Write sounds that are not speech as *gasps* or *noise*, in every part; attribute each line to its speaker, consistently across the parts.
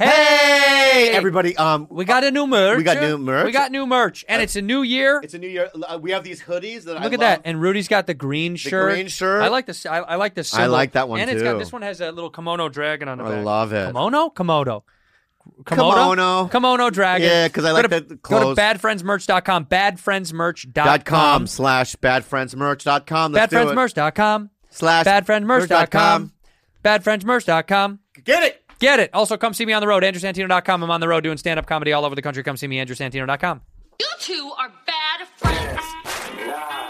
Speaker 1: Hey, everybody! Um,
Speaker 2: We got a new merch.
Speaker 1: We got new merch. Uh,
Speaker 2: We got new merch, and it's a new year.
Speaker 1: It's a new year. Uh, We have these hoodies that I
Speaker 2: Look at that,
Speaker 1: love.
Speaker 2: and Rudy's got the green shirt.
Speaker 1: green shirt.
Speaker 2: I like this. I, I like this.
Speaker 1: I
Speaker 2: symbol.
Speaker 1: like that one,
Speaker 2: And it's got
Speaker 1: too.
Speaker 2: this one has a little kimono dragon on the
Speaker 1: I
Speaker 2: back.
Speaker 1: love it.
Speaker 2: Kimono, komodo, Komodo?
Speaker 1: Kimono.
Speaker 2: kimono dragon.
Speaker 1: Yeah, 'cause I
Speaker 2: Go
Speaker 1: like
Speaker 2: to-
Speaker 1: that the
Speaker 2: Go
Speaker 1: clothes.
Speaker 2: to badfriendsmerch.com. Badfriendsmerch.com.
Speaker 1: dot com slash badfriendsmerch.com. Let's do it.
Speaker 2: Badfriendsmerch.com.
Speaker 1: slash
Speaker 2: Badfriendsmerch.com. Badfriendsmerch.com.
Speaker 1: Get it.
Speaker 2: Get it. Also, come see me on the road, AndrewSantino.com. I'm on the road doing stand up comedy all over the country. Come see me, AndrewSantino.com.
Speaker 3: You two are bad friends.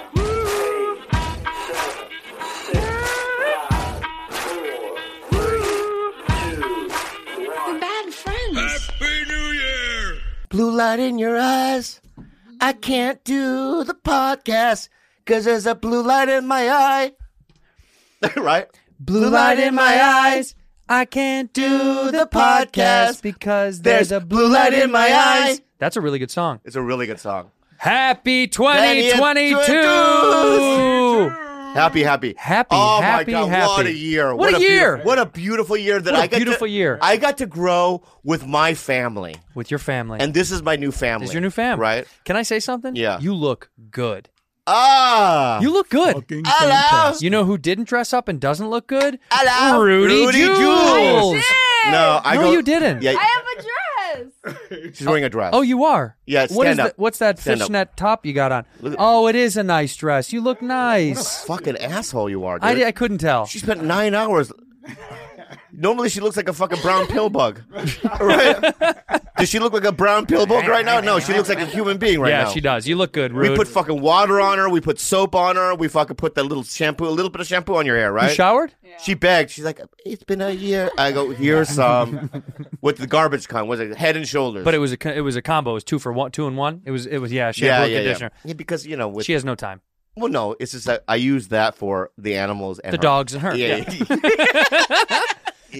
Speaker 3: We're bad friends.
Speaker 1: Blue light in your eyes. I can't do the podcast because there's a blue light in my eye. *laughs* right?
Speaker 2: Blue
Speaker 1: light in my eyes.
Speaker 2: I can't do
Speaker 1: the podcast
Speaker 2: because
Speaker 1: there's a blue light in my eyes.
Speaker 2: That's a really good song.
Speaker 1: It's a really good song.
Speaker 2: Happy
Speaker 1: 2022.
Speaker 2: 2022.
Speaker 1: Happy, happy,
Speaker 2: Happy,
Speaker 1: Oh
Speaker 2: happy,
Speaker 1: my God! What a
Speaker 2: happy.
Speaker 1: year!
Speaker 2: What a
Speaker 1: beauti-
Speaker 2: year.
Speaker 1: what a beautiful year that
Speaker 2: What a
Speaker 1: I got.
Speaker 2: beautiful
Speaker 1: to,
Speaker 2: year.
Speaker 1: I got to grow with my family,
Speaker 2: With your family.
Speaker 1: and this is my new family.
Speaker 2: this is your new family.
Speaker 1: right?
Speaker 2: Can I say something?
Speaker 1: Yeah.
Speaker 2: You look good.
Speaker 1: Ah,
Speaker 2: You look good.
Speaker 1: hello.
Speaker 2: You know who didn't dress up and doesn't look good?
Speaker 1: Hello.
Speaker 2: Rudy,
Speaker 1: Rudy
Speaker 2: Jules.
Speaker 1: Jules. No, I
Speaker 2: no,
Speaker 1: go-
Speaker 2: you didn't.
Speaker 1: Yeah,
Speaker 4: have a dress.
Speaker 1: she's wearing a dress.
Speaker 2: Oh, you are.
Speaker 1: Yeah,
Speaker 2: what is
Speaker 1: stand up.
Speaker 2: that? What's that
Speaker 1: Stand up.
Speaker 2: fishnet top you got on?
Speaker 1: Look at-
Speaker 2: Oh, it is a nice dress. You look nice.
Speaker 1: fucking asshole you are, dude.
Speaker 2: I, I couldn't tell.
Speaker 1: She spent nine hours. Normally, she looks like a fucking brown pill bug. *laughs* right? Does she look like a brown pill bug right now? No, she looks like a human being right
Speaker 2: yeah,
Speaker 1: now.
Speaker 2: she does. You look good, Rude.
Speaker 1: We put fucking water on her. We put soap on her. We fucking put that little shampoo, a little bit of shampoo on your hair,
Speaker 2: you
Speaker 1: right?
Speaker 2: showered?
Speaker 1: She begged. She's like, "It's been a year." I go, "Here's
Speaker 2: *laughs*
Speaker 1: some." With the garbage con, was it head and shoulders?
Speaker 2: But it was a co- it was a combo. It was two for one, two and one. It was it was yeah shampoo
Speaker 1: yeah,
Speaker 2: and
Speaker 1: yeah, yeah.
Speaker 2: conditioner.
Speaker 1: yeah, because you know, with
Speaker 2: She has no time.
Speaker 1: well, no, it's just that I use that for the animals and
Speaker 2: The
Speaker 1: her.
Speaker 2: dogs and her. *laughs*
Speaker 1: Yeah,
Speaker 2: Yeah.
Speaker 1: yeah.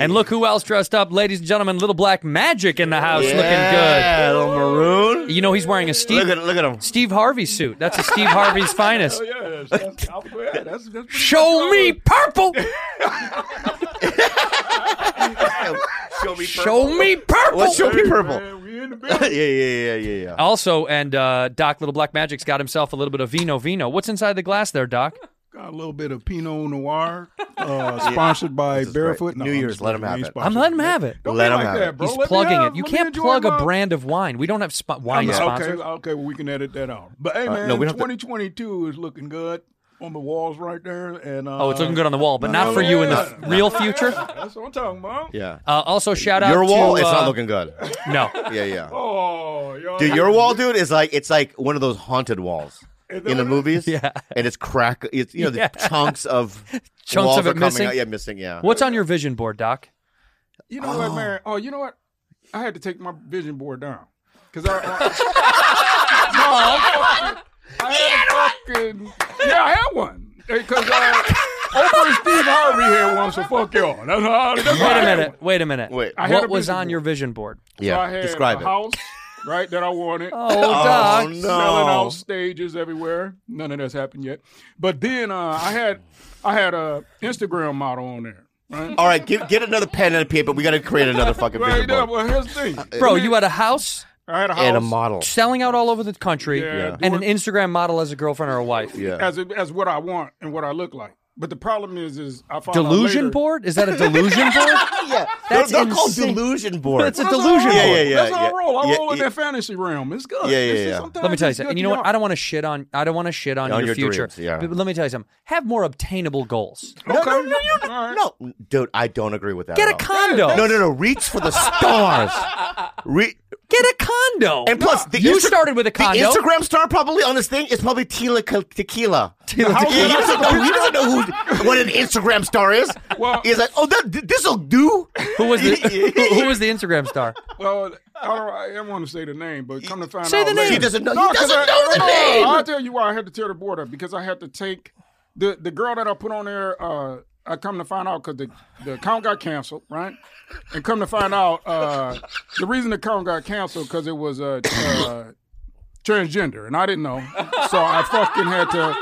Speaker 2: And look who else dressed up, ladies and gentlemen. Little Black Magic in the house,
Speaker 1: Yeah, a little maroon.
Speaker 2: looking good. You know he's wearing a Steve
Speaker 1: Look at look at him.
Speaker 2: Steve Harvey suit. That's a
Speaker 1: *laughs*
Speaker 2: Steve Harvey's finest.
Speaker 5: Oh, Yeah, that's, that's, that's, that's pretty
Speaker 2: Show me
Speaker 1: *laughs*
Speaker 2: purple.
Speaker 1: Show
Speaker 2: *laughs*
Speaker 1: me
Speaker 2: Show me purple.
Speaker 1: Let's show me
Speaker 5: good.
Speaker 1: purple.
Speaker 5: We in
Speaker 1: *laughs*
Speaker 5: the
Speaker 1: yeah,
Speaker 5: building.
Speaker 1: yeah, yeah, yeah, yeah.
Speaker 2: Also, and uh, Doc Little Black Magic's got himself a little bit of vino vino. What's inside the glass there, Doc?
Speaker 5: Got a little bit of
Speaker 2: *laughs*
Speaker 5: Pinot Noir, uh, sponsored by
Speaker 1: is
Speaker 5: Barefoot.
Speaker 1: great. New Year's,
Speaker 5: just
Speaker 1: let 'em
Speaker 5: joking.
Speaker 1: have
Speaker 5: We ain't
Speaker 1: it.
Speaker 5: sponsored.
Speaker 2: I'm letting him have it.
Speaker 5: Don't
Speaker 1: Let
Speaker 5: be
Speaker 1: 'em
Speaker 5: like
Speaker 1: have it.
Speaker 5: that, bro.
Speaker 2: He's
Speaker 5: Let me
Speaker 2: plugging
Speaker 5: have-
Speaker 2: it. You
Speaker 5: let me
Speaker 2: can't
Speaker 5: enjoy
Speaker 2: plug
Speaker 5: my-
Speaker 2: a brand of wine. We don't have spo- wine
Speaker 1: Yeah.
Speaker 2: sponsors.
Speaker 5: Okay, okay, well, we can edit that out. But
Speaker 2: Uh,
Speaker 5: hey, man,
Speaker 1: no, we don't have to-
Speaker 5: 2022 is looking good on the walls right there, and uh,
Speaker 2: Oh, it's looking good on the wall, but not for you in the
Speaker 5: yeah.
Speaker 2: real future. Uh,
Speaker 5: *laughs* That's what I'm talking about.
Speaker 1: Yeah.
Speaker 2: also, shout out
Speaker 1: Your wall,
Speaker 2: to
Speaker 1: it's
Speaker 2: uh,
Speaker 1: not
Speaker 2: *laughs*
Speaker 1: looking good.
Speaker 2: No,
Speaker 1: Yeah, yeah.
Speaker 5: Oh, y'all.
Speaker 1: Dude, your wall, dude, is like it's like one of those haunted walls in the movies.
Speaker 2: Yeah.
Speaker 1: and it's crack. It's you know
Speaker 2: Yeah.
Speaker 1: the chunks of
Speaker 2: *laughs* Chunks
Speaker 1: walls
Speaker 2: of it
Speaker 1: are coming
Speaker 2: missing?
Speaker 1: Out. Yeah, missing. Yeah.
Speaker 2: What's on your vision board, Doc?
Speaker 5: You know what, man? Oh, you know what? I had to take my vision board down because *laughs* I. I no, I, I had a fucking. Yeah, I had one because uh, Oprah and Steve Harvey had one, so fuck y'all. That's how. That's
Speaker 2: Wait a minute. Wait a minute.
Speaker 1: Wait. I
Speaker 5: had
Speaker 2: What
Speaker 5: a
Speaker 2: was
Speaker 5: vision
Speaker 2: on
Speaker 5: board.
Speaker 2: your vision board?
Speaker 1: Yeah.
Speaker 5: I had
Speaker 1: Describe
Speaker 5: a
Speaker 1: it.
Speaker 5: house, right, that I wanted.
Speaker 2: Oh, Doc.
Speaker 1: no.
Speaker 5: selling out stages everywhere. None of that's happened yet. But then uh, I had I had a Instagram model on there. Right.
Speaker 1: All right, get, get another pen and paper. We got to create another fucking
Speaker 5: Right Uh,
Speaker 1: vision
Speaker 5: there,
Speaker 1: board
Speaker 5: well, here's the thing.
Speaker 2: Bro, you had a house
Speaker 5: I had a house
Speaker 1: and a model.
Speaker 2: selling out all over the country,
Speaker 5: Yeah.
Speaker 2: and an Instagram model as a girlfriend or a wife.
Speaker 1: Yeah.
Speaker 5: as as what I want and what I look like. But the problem is, is I found
Speaker 2: Delusion
Speaker 5: out later,
Speaker 2: board? Is that a delusion board?
Speaker 1: Yeah.
Speaker 2: That's
Speaker 1: they're, they're called
Speaker 2: insane.
Speaker 1: delusion boards.
Speaker 2: That's a delusion
Speaker 1: Yeah,
Speaker 2: board.
Speaker 1: yeah, yeah.
Speaker 5: That's how I roll. I
Speaker 1: yeah,
Speaker 5: roll in
Speaker 1: yeah.
Speaker 5: that fantasy realm. It's good.
Speaker 1: Yeah, yeah,
Speaker 5: It's just
Speaker 1: yeah.
Speaker 5: sometimes
Speaker 2: Let me tell you
Speaker 5: it's
Speaker 2: something.
Speaker 5: good
Speaker 2: And you know
Speaker 5: to
Speaker 2: what?
Speaker 5: get
Speaker 2: I don't want to shit on. I don't want to shit on,
Speaker 1: On
Speaker 2: your,
Speaker 1: your
Speaker 2: future.
Speaker 1: dreams, yeah.
Speaker 2: But let me tell you something. Have more obtainable goals.
Speaker 1: No, no, no, no,
Speaker 5: Okay.
Speaker 1: no,
Speaker 5: All right.
Speaker 1: no, dude. I don't agree with that.
Speaker 2: Get
Speaker 1: at
Speaker 2: a
Speaker 1: all.
Speaker 2: *laughs* condo.
Speaker 1: No, no, no. Reach for the stars. Re-
Speaker 2: Get a condo.
Speaker 1: And plus, the
Speaker 2: you
Speaker 1: Insta-
Speaker 2: started with a condo.
Speaker 1: The Instagram star probably on this thing is probably Tila Ke- Tequila.
Speaker 2: Tila
Speaker 1: How-
Speaker 2: Tequila.
Speaker 1: He doesn't know, he doesn't know who, what an Instagram star is.
Speaker 5: Well-
Speaker 1: He's like, oh, that this'll do.
Speaker 2: who was
Speaker 1: *laughs*
Speaker 2: the who, who was the Instagram star?
Speaker 5: Well, I don't, I didn't want to say the name, but come to find
Speaker 2: Say
Speaker 5: out.
Speaker 2: the name.
Speaker 5: later.
Speaker 2: He
Speaker 1: doesn't know- he
Speaker 5: 'cause
Speaker 1: doesn't
Speaker 5: I-
Speaker 1: know the
Speaker 5: no,
Speaker 1: name.
Speaker 5: I'll tell you why I had to tear the board up because I had to take the, the girl that I put on there. Uh, I come to find out because the, the account got canceled, right? And come to find out, uh, the reason the account got canceled because it was uh, uh, transgender, and I didn't know, so I fucking had to.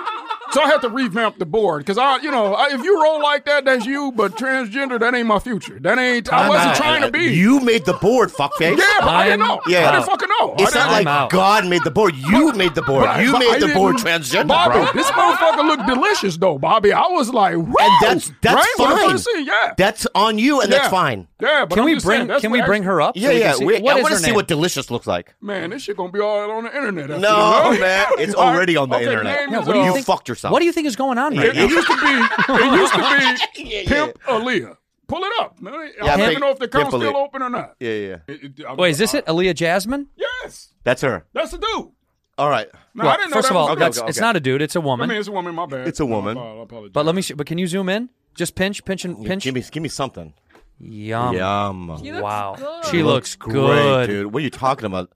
Speaker 5: So I had to revamp the board because I, you know, I, if you roll like that, that's you. But transgender, that ain't my future. That ain't. *laughs* I wasn't trying to be.
Speaker 1: You made the board, fuckface.
Speaker 5: Yeah, but I didn't
Speaker 2: I'm
Speaker 5: know.
Speaker 1: Yeah.
Speaker 5: I didn't fucking know. I
Speaker 1: It's not
Speaker 5: didn't know.
Speaker 1: like
Speaker 2: out.
Speaker 1: God made the board. You made the board.
Speaker 5: But-
Speaker 1: you
Speaker 5: but I
Speaker 1: made the board
Speaker 5: didn't-
Speaker 1: transgender,
Speaker 5: Bobby,
Speaker 1: bro.
Speaker 5: This motherfucker looked delicious though, Bobby. I was like, whoa.
Speaker 1: and that's that's
Speaker 5: right? When I
Speaker 1: fine.
Speaker 5: first seen- yeah.
Speaker 1: That's on you, and
Speaker 5: Yeah.
Speaker 1: that's fine.
Speaker 5: Yeah, *laughs* but
Speaker 2: Can
Speaker 5: I'm
Speaker 2: we
Speaker 5: just
Speaker 2: bring
Speaker 5: saying, that's
Speaker 2: Can
Speaker 5: what
Speaker 2: we
Speaker 5: actually-
Speaker 2: bring her up? so
Speaker 1: Yeah,
Speaker 2: we can
Speaker 1: yeah.
Speaker 2: see-
Speaker 1: we-
Speaker 2: what
Speaker 1: I
Speaker 2: is
Speaker 1: want
Speaker 2: her
Speaker 1: to see
Speaker 2: name?
Speaker 1: what delicious looks like.
Speaker 5: Man, this shit gonna be all on the internet. after
Speaker 1: No,
Speaker 5: this.
Speaker 1: man,
Speaker 5: *laughs*
Speaker 1: it's
Speaker 5: All right.
Speaker 1: already on the
Speaker 5: Okay,
Speaker 1: internet.
Speaker 5: name
Speaker 2: Yeah,
Speaker 5: is,
Speaker 2: what do you
Speaker 5: uh,
Speaker 2: think-
Speaker 1: fucked yourself.
Speaker 2: What do you think is going on right
Speaker 5: It,
Speaker 2: now?
Speaker 5: it used to be.
Speaker 1: *laughs*
Speaker 5: It used to be Pimp Aaliyah. Pull it up. man. I
Speaker 1: Yeah,
Speaker 5: don't
Speaker 1: Pimp-
Speaker 5: even know if the
Speaker 1: Pimp
Speaker 5: account's still
Speaker 1: Aaliyah.
Speaker 5: open or not.
Speaker 1: Yeah, yeah. yeah.
Speaker 5: It- it- I-
Speaker 2: Wait, is this it? Aaliyah Jasmine?
Speaker 5: Yes,
Speaker 1: That's her.
Speaker 5: that's the dude.
Speaker 1: All right.
Speaker 5: No, I
Speaker 2: Well,
Speaker 5: didn't know
Speaker 2: first
Speaker 5: that
Speaker 2: of all,
Speaker 5: was a
Speaker 2: that's,
Speaker 5: dude.
Speaker 1: okay,
Speaker 2: it's
Speaker 1: okay.
Speaker 2: not a dude. It's a
Speaker 5: I
Speaker 2: woman.
Speaker 5: mean, it's a woman. My bad.
Speaker 1: It's a woman.
Speaker 5: I apologize.
Speaker 2: but let me. Sh- but can you zoom in? Just pinch, pinch, and pinch.
Speaker 1: Give me, give me something.
Speaker 2: Yum.
Speaker 1: Yum. She
Speaker 2: Wow. She looks good.
Speaker 1: Great, dude. What are you talking about?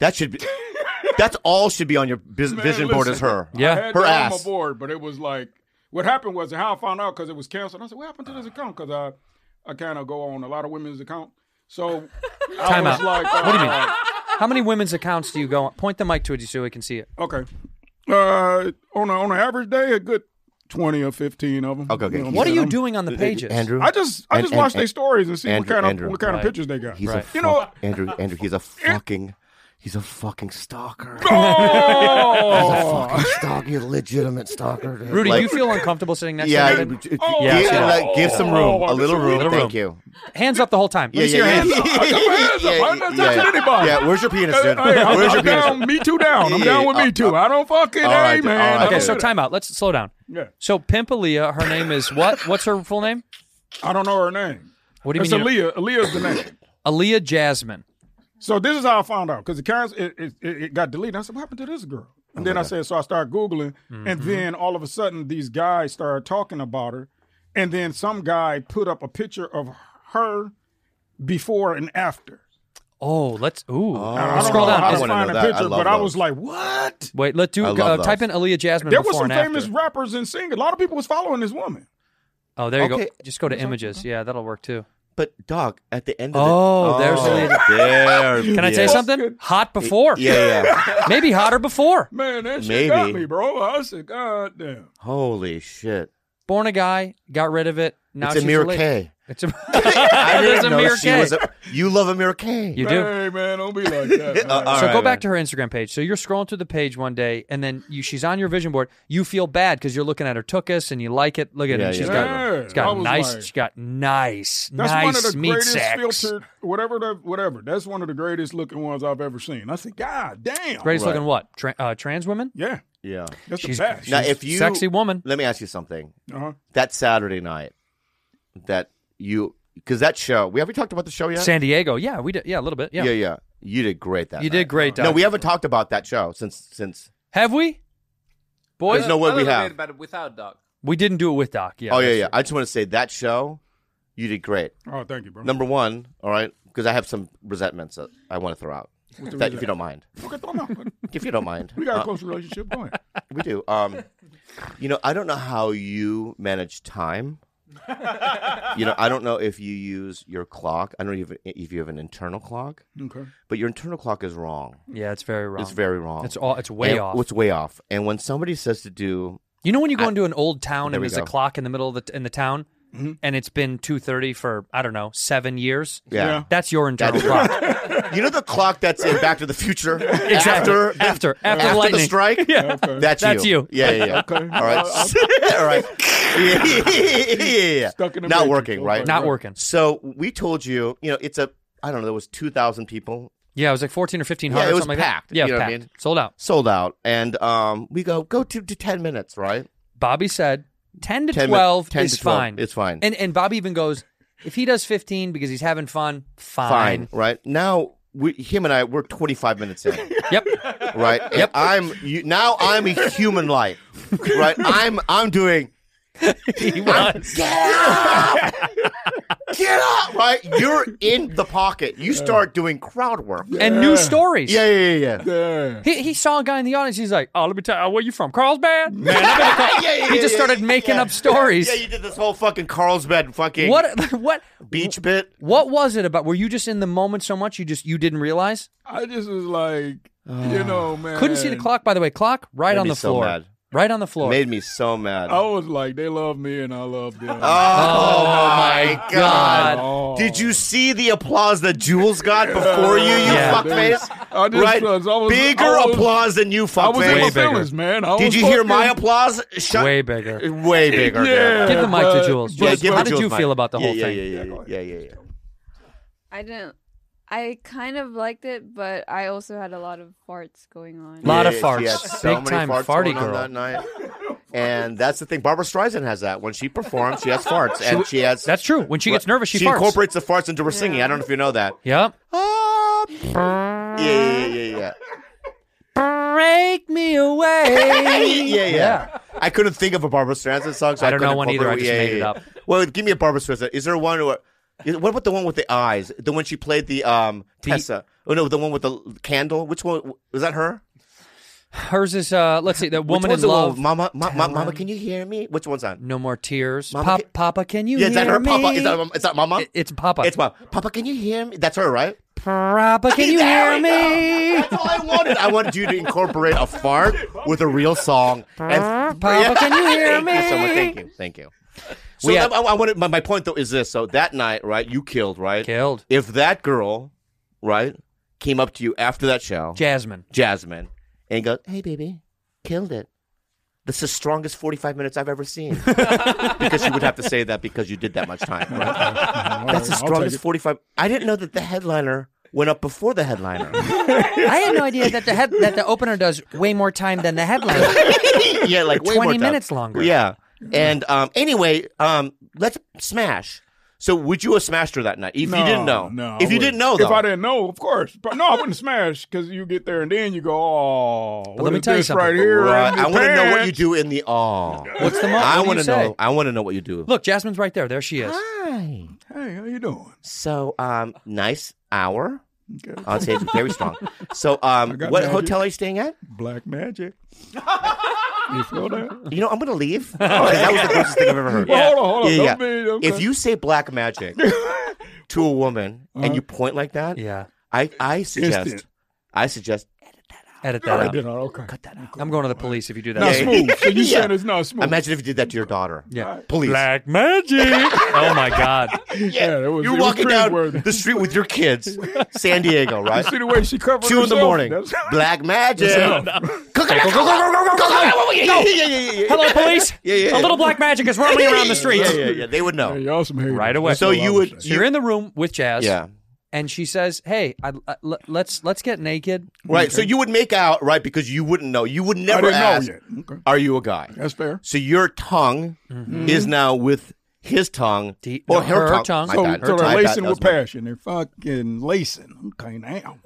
Speaker 1: That should be. That's all should be on your bus-
Speaker 5: Man,
Speaker 1: vision board is
Speaker 5: listen.
Speaker 1: her.
Speaker 2: Yeah.
Speaker 5: I had
Speaker 1: Her
Speaker 5: that
Speaker 1: ass.
Speaker 5: on my board, but it was like what happened was how I found out because it was canceled. I said, "What happened to this account?" Because I, I kind of go on a lot of women's account. So
Speaker 2: *laughs*
Speaker 5: I
Speaker 2: Time
Speaker 5: was
Speaker 2: out.
Speaker 5: like, uh,
Speaker 2: What do you mean? How many women's accounts do you go on? Point the mic to it so we can see it.
Speaker 5: Okay, uh, on a, on an average day, a good twenty or fifteen of them.
Speaker 1: Okay, okay.
Speaker 5: know
Speaker 2: What are
Speaker 5: I'm
Speaker 2: you
Speaker 5: saying?
Speaker 2: doing on the pages?
Speaker 1: Andrew.
Speaker 5: I just I
Speaker 1: And-
Speaker 5: just
Speaker 1: and-
Speaker 5: watch their
Speaker 1: and-
Speaker 5: stories and see
Speaker 1: Andrew,
Speaker 5: what kind
Speaker 1: Andrew.
Speaker 5: of what kind
Speaker 2: Right.
Speaker 5: of pictures they got. Oh.
Speaker 1: He's a
Speaker 2: Right.
Speaker 1: fuck,
Speaker 5: You know-
Speaker 1: Andrew. Andrew. He's a fucking. He's a fucking stalker.
Speaker 5: oh,
Speaker 1: Fucking stalker. You're a *laughs* legitimate stalker. dude.
Speaker 2: Rudy, do
Speaker 1: Like-
Speaker 2: you feel uncomfortable sitting next
Speaker 1: Yeah.
Speaker 2: to
Speaker 1: it-
Speaker 2: him?
Speaker 1: it-
Speaker 5: Oh,
Speaker 1: give,
Speaker 5: yeah.
Speaker 1: like, give some room.
Speaker 5: Oh,
Speaker 1: a little
Speaker 5: this
Speaker 1: room.
Speaker 5: little
Speaker 1: Thank you.
Speaker 2: Hands up the whole time. Let me see your
Speaker 1: *laughs*
Speaker 2: hands.
Speaker 5: hands up. I got my hands up. I'm not touching anybody.
Speaker 1: Yeah, where's your penis, dude?
Speaker 5: Hey, I'm,
Speaker 1: Where's your
Speaker 5: I'm
Speaker 1: penis?
Speaker 5: down. Me too down. I'm down with
Speaker 1: Yeah,
Speaker 5: me too. I don't fucking
Speaker 1: all right,
Speaker 5: hey,
Speaker 1: all right.
Speaker 5: man.
Speaker 1: Okay,
Speaker 2: Okay,
Speaker 5: I
Speaker 2: so
Speaker 5: don't do that.
Speaker 2: time out. Let's slow down.
Speaker 5: Yeah.
Speaker 2: So Pimpalia, her name is what? What's her full name?
Speaker 5: I don't know her name.
Speaker 2: What do you
Speaker 5: It's
Speaker 2: mean? you-
Speaker 5: Aaliyah. Aaliyah's the name.
Speaker 2: Aaliyah Jasmine.
Speaker 5: *coughs* So this is how I found out because the cons- it, it, it it got deleted. I said, "What happened to this girl?" And then I said, "So I started googling, and
Speaker 1: Mm-hmm.
Speaker 5: then all of a sudden these guys started talking about her, and then some guy put up a picture of her before and after.
Speaker 2: Oh, let's. Ooh.
Speaker 5: I don't
Speaker 2: Scroll
Speaker 5: know
Speaker 2: down.
Speaker 5: how
Speaker 2: Is-
Speaker 5: to
Speaker 1: wanna
Speaker 5: find
Speaker 1: know
Speaker 5: a
Speaker 1: that. I
Speaker 5: picture,
Speaker 1: love
Speaker 5: but I was
Speaker 1: those.
Speaker 5: like, "What?"
Speaker 2: Wait, let do
Speaker 1: I love
Speaker 2: uh,
Speaker 1: those.
Speaker 2: type in Aaliyah Jasmine
Speaker 5: There
Speaker 2: before
Speaker 5: was some
Speaker 2: and after.
Speaker 5: famous rappers and singers. A lot of people was following this woman.
Speaker 2: Oh, there you
Speaker 1: Okay.
Speaker 2: go. Just go to images. Yeah, that'll work too.
Speaker 1: But dog, at the end of
Speaker 2: Oh,
Speaker 1: the
Speaker 2: there's the-
Speaker 1: there.
Speaker 2: Can I
Speaker 1: it
Speaker 2: tell you
Speaker 1: is.
Speaker 2: something? Hot before.
Speaker 1: Yeah, yeah.
Speaker 2: Maybe hotter before.
Speaker 5: Man, that shit got
Speaker 1: Maybe.
Speaker 5: me, bro. I said, "God damn."
Speaker 1: Holy
Speaker 2: *laughs*
Speaker 1: shit!
Speaker 2: Born a guy, got rid of it. Now
Speaker 1: It's
Speaker 2: she's
Speaker 1: Amir
Speaker 2: lady.
Speaker 1: K.
Speaker 2: It's a *laughs*
Speaker 1: I
Speaker 2: There's
Speaker 1: didn't know
Speaker 2: Amir
Speaker 1: she
Speaker 2: K.
Speaker 1: was. A, you love Amir K.
Speaker 2: You do.
Speaker 5: Hey, man, don't be like
Speaker 1: *laughs*
Speaker 5: that.
Speaker 1: Uh,
Speaker 5: man.
Speaker 1: all
Speaker 2: So
Speaker 1: right,
Speaker 2: go
Speaker 1: man.
Speaker 2: back to her Instagram page. So you're scrolling through the page one day, and then you she's on your vision board. You feel bad because you're looking at her tookus and you like it. Look at
Speaker 1: Yeah,
Speaker 2: it. She's
Speaker 1: yeah.
Speaker 5: Yeah,
Speaker 2: got, she's
Speaker 5: I
Speaker 2: got
Speaker 5: was
Speaker 2: nice.
Speaker 5: like-
Speaker 2: she's got nice,
Speaker 5: That's
Speaker 2: nice
Speaker 5: one of the
Speaker 2: meat
Speaker 5: greatest
Speaker 2: sacks.
Speaker 5: filtered, whatever, the, whatever. That's one of the greatest looking ones I've ever seen. I said, God damn.
Speaker 2: Greatest
Speaker 1: Right.
Speaker 2: looking what? Tra- uh, trans women?
Speaker 5: Yeah,
Speaker 2: *laughs*
Speaker 1: Yeah.
Speaker 5: that's
Speaker 2: She's-
Speaker 5: the best.
Speaker 1: Now,
Speaker 2: She's
Speaker 1: if you
Speaker 2: sexy woman.
Speaker 1: let me ask you something.
Speaker 5: uh-huh.
Speaker 1: That Saturday night, that you because that show we have we talked about the show yet?
Speaker 2: San Diego. Yeah, we did. Yeah, a little bit. Yeah.
Speaker 1: yeah. yeah, You did great that.
Speaker 2: You
Speaker 1: night.
Speaker 2: did great,
Speaker 1: No,
Speaker 2: Doc.
Speaker 1: we haven't talked about that show since since.
Speaker 2: Have we? Boys,
Speaker 1: There's no way we have.
Speaker 4: About it without Doc.
Speaker 2: we didn't do it with Doc. Yeah.
Speaker 1: Oh yeah,
Speaker 2: that's
Speaker 1: yeah.
Speaker 2: true.
Speaker 1: I just want to say that show, you did great.
Speaker 5: Oh, thank you, bro.
Speaker 1: Number one, all right, because I have some resentments that I want to throw out. That, if you don't mind,
Speaker 5: Okay, throw 'em out.
Speaker 1: if you don't mind, Uh,
Speaker 5: we got a close relationship going.
Speaker 1: *laughs* we do. Um, you know, I don't know how you manage time. you know, I don't know if you use your clock. I don't even if you have an internal clock,
Speaker 5: Okay.
Speaker 1: but your internal clock is wrong.
Speaker 2: Yeah, it's very wrong.
Speaker 1: It's very wrong.
Speaker 2: It's all. It's way
Speaker 1: And-
Speaker 2: off.
Speaker 1: It's way off. And when somebody says to do,
Speaker 2: You know when you go into an old town
Speaker 1: There
Speaker 2: and
Speaker 1: we
Speaker 2: there's a
Speaker 1: go. Mm-hmm.
Speaker 2: clock in the middle of the t- in the town, and it's been two thirty for I don't know seven years.
Speaker 1: yeah,
Speaker 2: That's your internal
Speaker 1: *laughs*
Speaker 2: clock.
Speaker 1: you know the clock that's in Back to the Future after
Speaker 2: *laughs* After after after,
Speaker 1: the
Speaker 2: lightning.
Speaker 1: strike.
Speaker 2: Yeah.
Speaker 5: Okay.
Speaker 1: That's you.
Speaker 2: That's you.
Speaker 1: Yeah, yeah, yeah.
Speaker 5: Okay. Uh,
Speaker 1: All right. *laughs* All right. Yeah, yeah, yeah, yeah.
Speaker 5: Stuck in the
Speaker 1: Not
Speaker 5: matrix.
Speaker 1: working,
Speaker 5: Okay.
Speaker 1: right?
Speaker 2: Not working.
Speaker 1: So we told you, you know, it's a, I don't know, there was 2,000 people
Speaker 2: Yeah, it was like fourteen or fifteen hundred.
Speaker 1: Yeah, it was
Speaker 2: something Like
Speaker 1: packed,
Speaker 2: that. Yeah,
Speaker 1: you know what I
Speaker 2: packed.
Speaker 1: mean?
Speaker 2: Sold out.
Speaker 1: sold out. And um, we go, go to, to 10 minutes, right?
Speaker 2: Bobby said ten to
Speaker 1: 10 mi-
Speaker 2: twelve
Speaker 1: 10
Speaker 2: is
Speaker 1: to 12.
Speaker 2: fine.
Speaker 1: It's fine.
Speaker 2: And and Bobby even goes, If he does 15 because he's having fun,
Speaker 1: Fine,
Speaker 2: fine.
Speaker 1: right? Now we, him and I we're 25 minutes
Speaker 5: *laughs*
Speaker 1: in. *laughs*
Speaker 2: Yep.
Speaker 1: right? And I'm you, now I'm a human light,
Speaker 2: *laughs*
Speaker 1: right? I'm I'm doing
Speaker 2: he
Speaker 1: *laughs*
Speaker 2: was.
Speaker 1: get up, right? You're in the pocket. You start doing crowd work. Yeah,
Speaker 2: And new stories.
Speaker 1: yeah, yeah, yeah.
Speaker 5: Yeah.
Speaker 2: He, he saw a guy in the audience. He's like, "Oh, let me tell you, where you from? Carlsbad?" Man,
Speaker 1: *laughs*
Speaker 2: I've been to Carl-
Speaker 1: Yeah, yeah,
Speaker 2: he just
Speaker 1: yeah,
Speaker 2: started
Speaker 1: yeah,
Speaker 2: making
Speaker 1: yeah.
Speaker 2: up stories.
Speaker 1: Yeah, you did this whole fucking Carlsbad fucking
Speaker 2: What? *laughs* What?
Speaker 1: beach bit.
Speaker 2: What was it about? Were you just in the moment so much you just you didn't realize?
Speaker 5: I just was like, you know, man.
Speaker 2: Ah. Couldn't see the clock. By the way, clock right
Speaker 1: Made
Speaker 2: on
Speaker 1: me
Speaker 2: the
Speaker 1: Uh, so
Speaker 2: floor.
Speaker 1: mad.
Speaker 2: Right on the floor.
Speaker 1: Made me so mad.
Speaker 2: Oh.
Speaker 5: I was like, they love me and I love them.
Speaker 1: Oh,
Speaker 2: my
Speaker 1: my
Speaker 2: God.
Speaker 1: god.
Speaker 5: Oh.
Speaker 1: Did you see the applause that Jules got before you, you
Speaker 2: Yeah.
Speaker 1: fuckface?
Speaker 5: I just-
Speaker 1: right?
Speaker 5: I was-
Speaker 1: Bigger
Speaker 5: I was-
Speaker 1: applause than you
Speaker 5: I was in
Speaker 2: Way
Speaker 5: my
Speaker 1: fuckface.
Speaker 2: bigger.
Speaker 5: feelings, man. I
Speaker 1: Did
Speaker 5: was
Speaker 1: you hear my
Speaker 5: fucking-
Speaker 1: applause? Shut
Speaker 2: Way
Speaker 1: *laughs*
Speaker 2: bigger.
Speaker 1: way bigger.
Speaker 5: Yeah.
Speaker 2: Give the mic to
Speaker 5: but-
Speaker 2: Jules.
Speaker 1: Yeah,
Speaker 2: Jules,
Speaker 1: give
Speaker 2: how
Speaker 1: it
Speaker 2: did
Speaker 1: Jules
Speaker 2: you
Speaker 1: Mike.
Speaker 2: feel about the
Speaker 1: yeah,
Speaker 2: whole
Speaker 1: yeah,
Speaker 2: thing?
Speaker 1: Yeah, yeah, yeah, yeah, yeah.
Speaker 4: I didn't. I kind of liked it, but I also had a lot of farts going on.
Speaker 2: Lot of
Speaker 1: Yeah,
Speaker 2: farts.
Speaker 1: She had so
Speaker 2: Big
Speaker 1: many
Speaker 2: time
Speaker 1: farts
Speaker 2: farty
Speaker 1: going on
Speaker 2: girl.
Speaker 1: that night. And that's the thing. Barbara Streisand has that. When she performs, she has farts, and she has.
Speaker 2: That's true. When she gets nervous, she,
Speaker 1: she
Speaker 2: farts.
Speaker 1: incorporates the farts into her singing. I don't know if you know that.
Speaker 2: Yep.
Speaker 1: Ah, yeah, yeah, yeah, yeah,
Speaker 2: Break me
Speaker 1: yeah,
Speaker 2: away.
Speaker 1: *laughs* yeah, yeah. I couldn't think of a Barbara Streisand song, so I,
Speaker 2: I don't know
Speaker 1: couldn't
Speaker 2: one either. I
Speaker 1: incorporate-
Speaker 2: just
Speaker 1: yeah,
Speaker 2: made
Speaker 1: yeah,
Speaker 2: it
Speaker 1: yeah.
Speaker 2: up.
Speaker 1: Well, give me a Barbara Streisand. Is there one? Or, is- what about the one with the eyes? The one she played the um Tessa. Oh no, the one with the candle. Which one was that? Her?
Speaker 2: *laughs* Hers is uh let's see, the woman in
Speaker 1: Which one's the one
Speaker 2: love.
Speaker 1: with Mama, ma- ma- mama, can you hear me? Which one's that?
Speaker 2: No more tears.
Speaker 1: Mama,
Speaker 2: Pop,
Speaker 1: can-
Speaker 2: Papa, can you
Speaker 1: Yeah,
Speaker 2: hear
Speaker 1: is that her?
Speaker 2: me?
Speaker 1: Papa? Is that, um, is that Mama?
Speaker 2: It- it's Papa.
Speaker 1: it's Mama. Papa, can you hear me? That's her, right?
Speaker 2: *laughs* Papa, can you hear
Speaker 1: There we go.
Speaker 2: me?
Speaker 1: That's all I wanted. I wanted you to incorporate a fart with a real song. And,
Speaker 2: Papa, can you hear
Speaker 1: thank *laughs* You so much.
Speaker 2: me?
Speaker 1: Thank you. Thank you. So
Speaker 2: We had-
Speaker 1: I, I wanted my, my point though is this. So that night, right? You killed, right?
Speaker 2: Killed.
Speaker 1: If that girl, right, came up to you after that show,
Speaker 2: Jasmine.
Speaker 1: Jasmine, and goes, "Hey, baby, killed it." This is the strongest 45 minutes I've ever seen. because you would have to say that because you did that much time.
Speaker 5: *laughs*
Speaker 1: Right? That's the
Speaker 5: I'll take
Speaker 1: strongest
Speaker 5: it.
Speaker 1: 45. I didn't know that the headliner went up before the headliner.
Speaker 2: I had no idea that the head that the opener does way more time than the headline.
Speaker 1: *laughs* yeah, like
Speaker 2: 20
Speaker 1: way more time.
Speaker 2: minutes longer.
Speaker 1: Yeah. And um, anyway, um, let's smash. So would you have smashed her that night if you didn't know?
Speaker 5: No.
Speaker 1: If
Speaker 5: I
Speaker 1: you didn't
Speaker 5: wouldn't.
Speaker 1: know,
Speaker 5: If
Speaker 1: though.
Speaker 5: I didn't know, of course. But no, I wouldn't smash because you get there and then you go, oh,
Speaker 2: But let
Speaker 5: what
Speaker 2: me
Speaker 5: is
Speaker 2: tell you
Speaker 5: this
Speaker 2: something.
Speaker 5: right here.
Speaker 1: Right.
Speaker 5: in
Speaker 1: I
Speaker 5: your
Speaker 1: want to know what you
Speaker 5: pants?
Speaker 1: do in the awe.
Speaker 2: What's the mo-
Speaker 1: I
Speaker 2: what do
Speaker 1: want
Speaker 2: you
Speaker 1: to
Speaker 2: say?
Speaker 1: know. I want to know what you do.
Speaker 2: Look, Jasmine's right there. There she is.
Speaker 1: Hi.
Speaker 5: Hey, how you doing?
Speaker 1: So, um, nice hour
Speaker 5: Okay.
Speaker 1: on stage, very strong. So,
Speaker 5: *laughs*
Speaker 1: um,
Speaker 5: got
Speaker 1: what
Speaker 5: magic.
Speaker 1: hotel are you staying at? *laughs*
Speaker 5: Black magic. you feel that?
Speaker 1: You know, I'm gonna
Speaker 5: *laughs*
Speaker 1: leave. 'Cause that was the grossest thing I've ever heard.
Speaker 5: Well, hold on, hold on.
Speaker 1: Yeah,
Speaker 5: Don't
Speaker 1: yeah.
Speaker 5: be- okay.
Speaker 1: If you say black
Speaker 5: *laughs*
Speaker 1: magic to a woman
Speaker 5: Uh-huh.
Speaker 1: and you point like that,
Speaker 2: Yeah.
Speaker 1: I, I suggest,
Speaker 5: Instant.
Speaker 1: I suggest
Speaker 2: Edit
Speaker 5: All
Speaker 2: that
Speaker 5: right,
Speaker 2: out.
Speaker 5: then, okay.
Speaker 2: I'm going to the police if you do that.
Speaker 5: Not
Speaker 1: Yeah.
Speaker 5: smooth. So
Speaker 1: *laughs*
Speaker 5: you
Speaker 1: Yeah.
Speaker 5: saying it's not
Speaker 2: Oh.
Speaker 5: smooth?
Speaker 1: Imagine if you did that to your daughter.
Speaker 2: Yeah.
Speaker 1: Please.
Speaker 2: Black magic. oh my God.
Speaker 5: yeah, that was,
Speaker 1: You're
Speaker 5: it was
Speaker 1: walking down
Speaker 5: cringeworthy.
Speaker 1: the street with your
Speaker 5: *laughs*
Speaker 1: kids, San Diego, right?
Speaker 5: See the way she covered
Speaker 1: Two in the
Speaker 5: herself?
Speaker 1: morning.
Speaker 5: That's- *laughs*
Speaker 1: Black magic. Yeah, yeah, yeah, yeah, yeah.
Speaker 2: Hello, police.
Speaker 1: *laughs* Yeah, yeah.
Speaker 2: A little black magic is roaming around the streets.
Speaker 1: Yeah, yeah, yeah. They would
Speaker 5: Hey,
Speaker 1: know.
Speaker 5: y'all some haters.
Speaker 2: Right away.
Speaker 5: That's
Speaker 1: So
Speaker 5: all I
Speaker 1: you
Speaker 5: would
Speaker 1: would.
Speaker 5: say.
Speaker 2: You're in the room with Jazz.
Speaker 1: Yeah.
Speaker 2: And she says, "Hey, I, I- le- let's let's get naked."
Speaker 1: Right. So you would make out, right? Because you wouldn't know. You would never
Speaker 5: I didn't
Speaker 1: ask,
Speaker 5: know yet. Okay.
Speaker 1: are you a guy?
Speaker 5: That's fair.
Speaker 1: So your tongue is now with his tongue
Speaker 2: The-
Speaker 1: or
Speaker 2: Mm-hmm. no,
Speaker 1: her,
Speaker 2: her
Speaker 1: tongue.
Speaker 2: tongue.
Speaker 1: My
Speaker 2: So- so
Speaker 1: bad. Her
Speaker 5: they're
Speaker 1: tongue. My bad. That
Speaker 5: lacing with
Speaker 1: was my-
Speaker 5: passion. They're fucking lacing. Okay, now.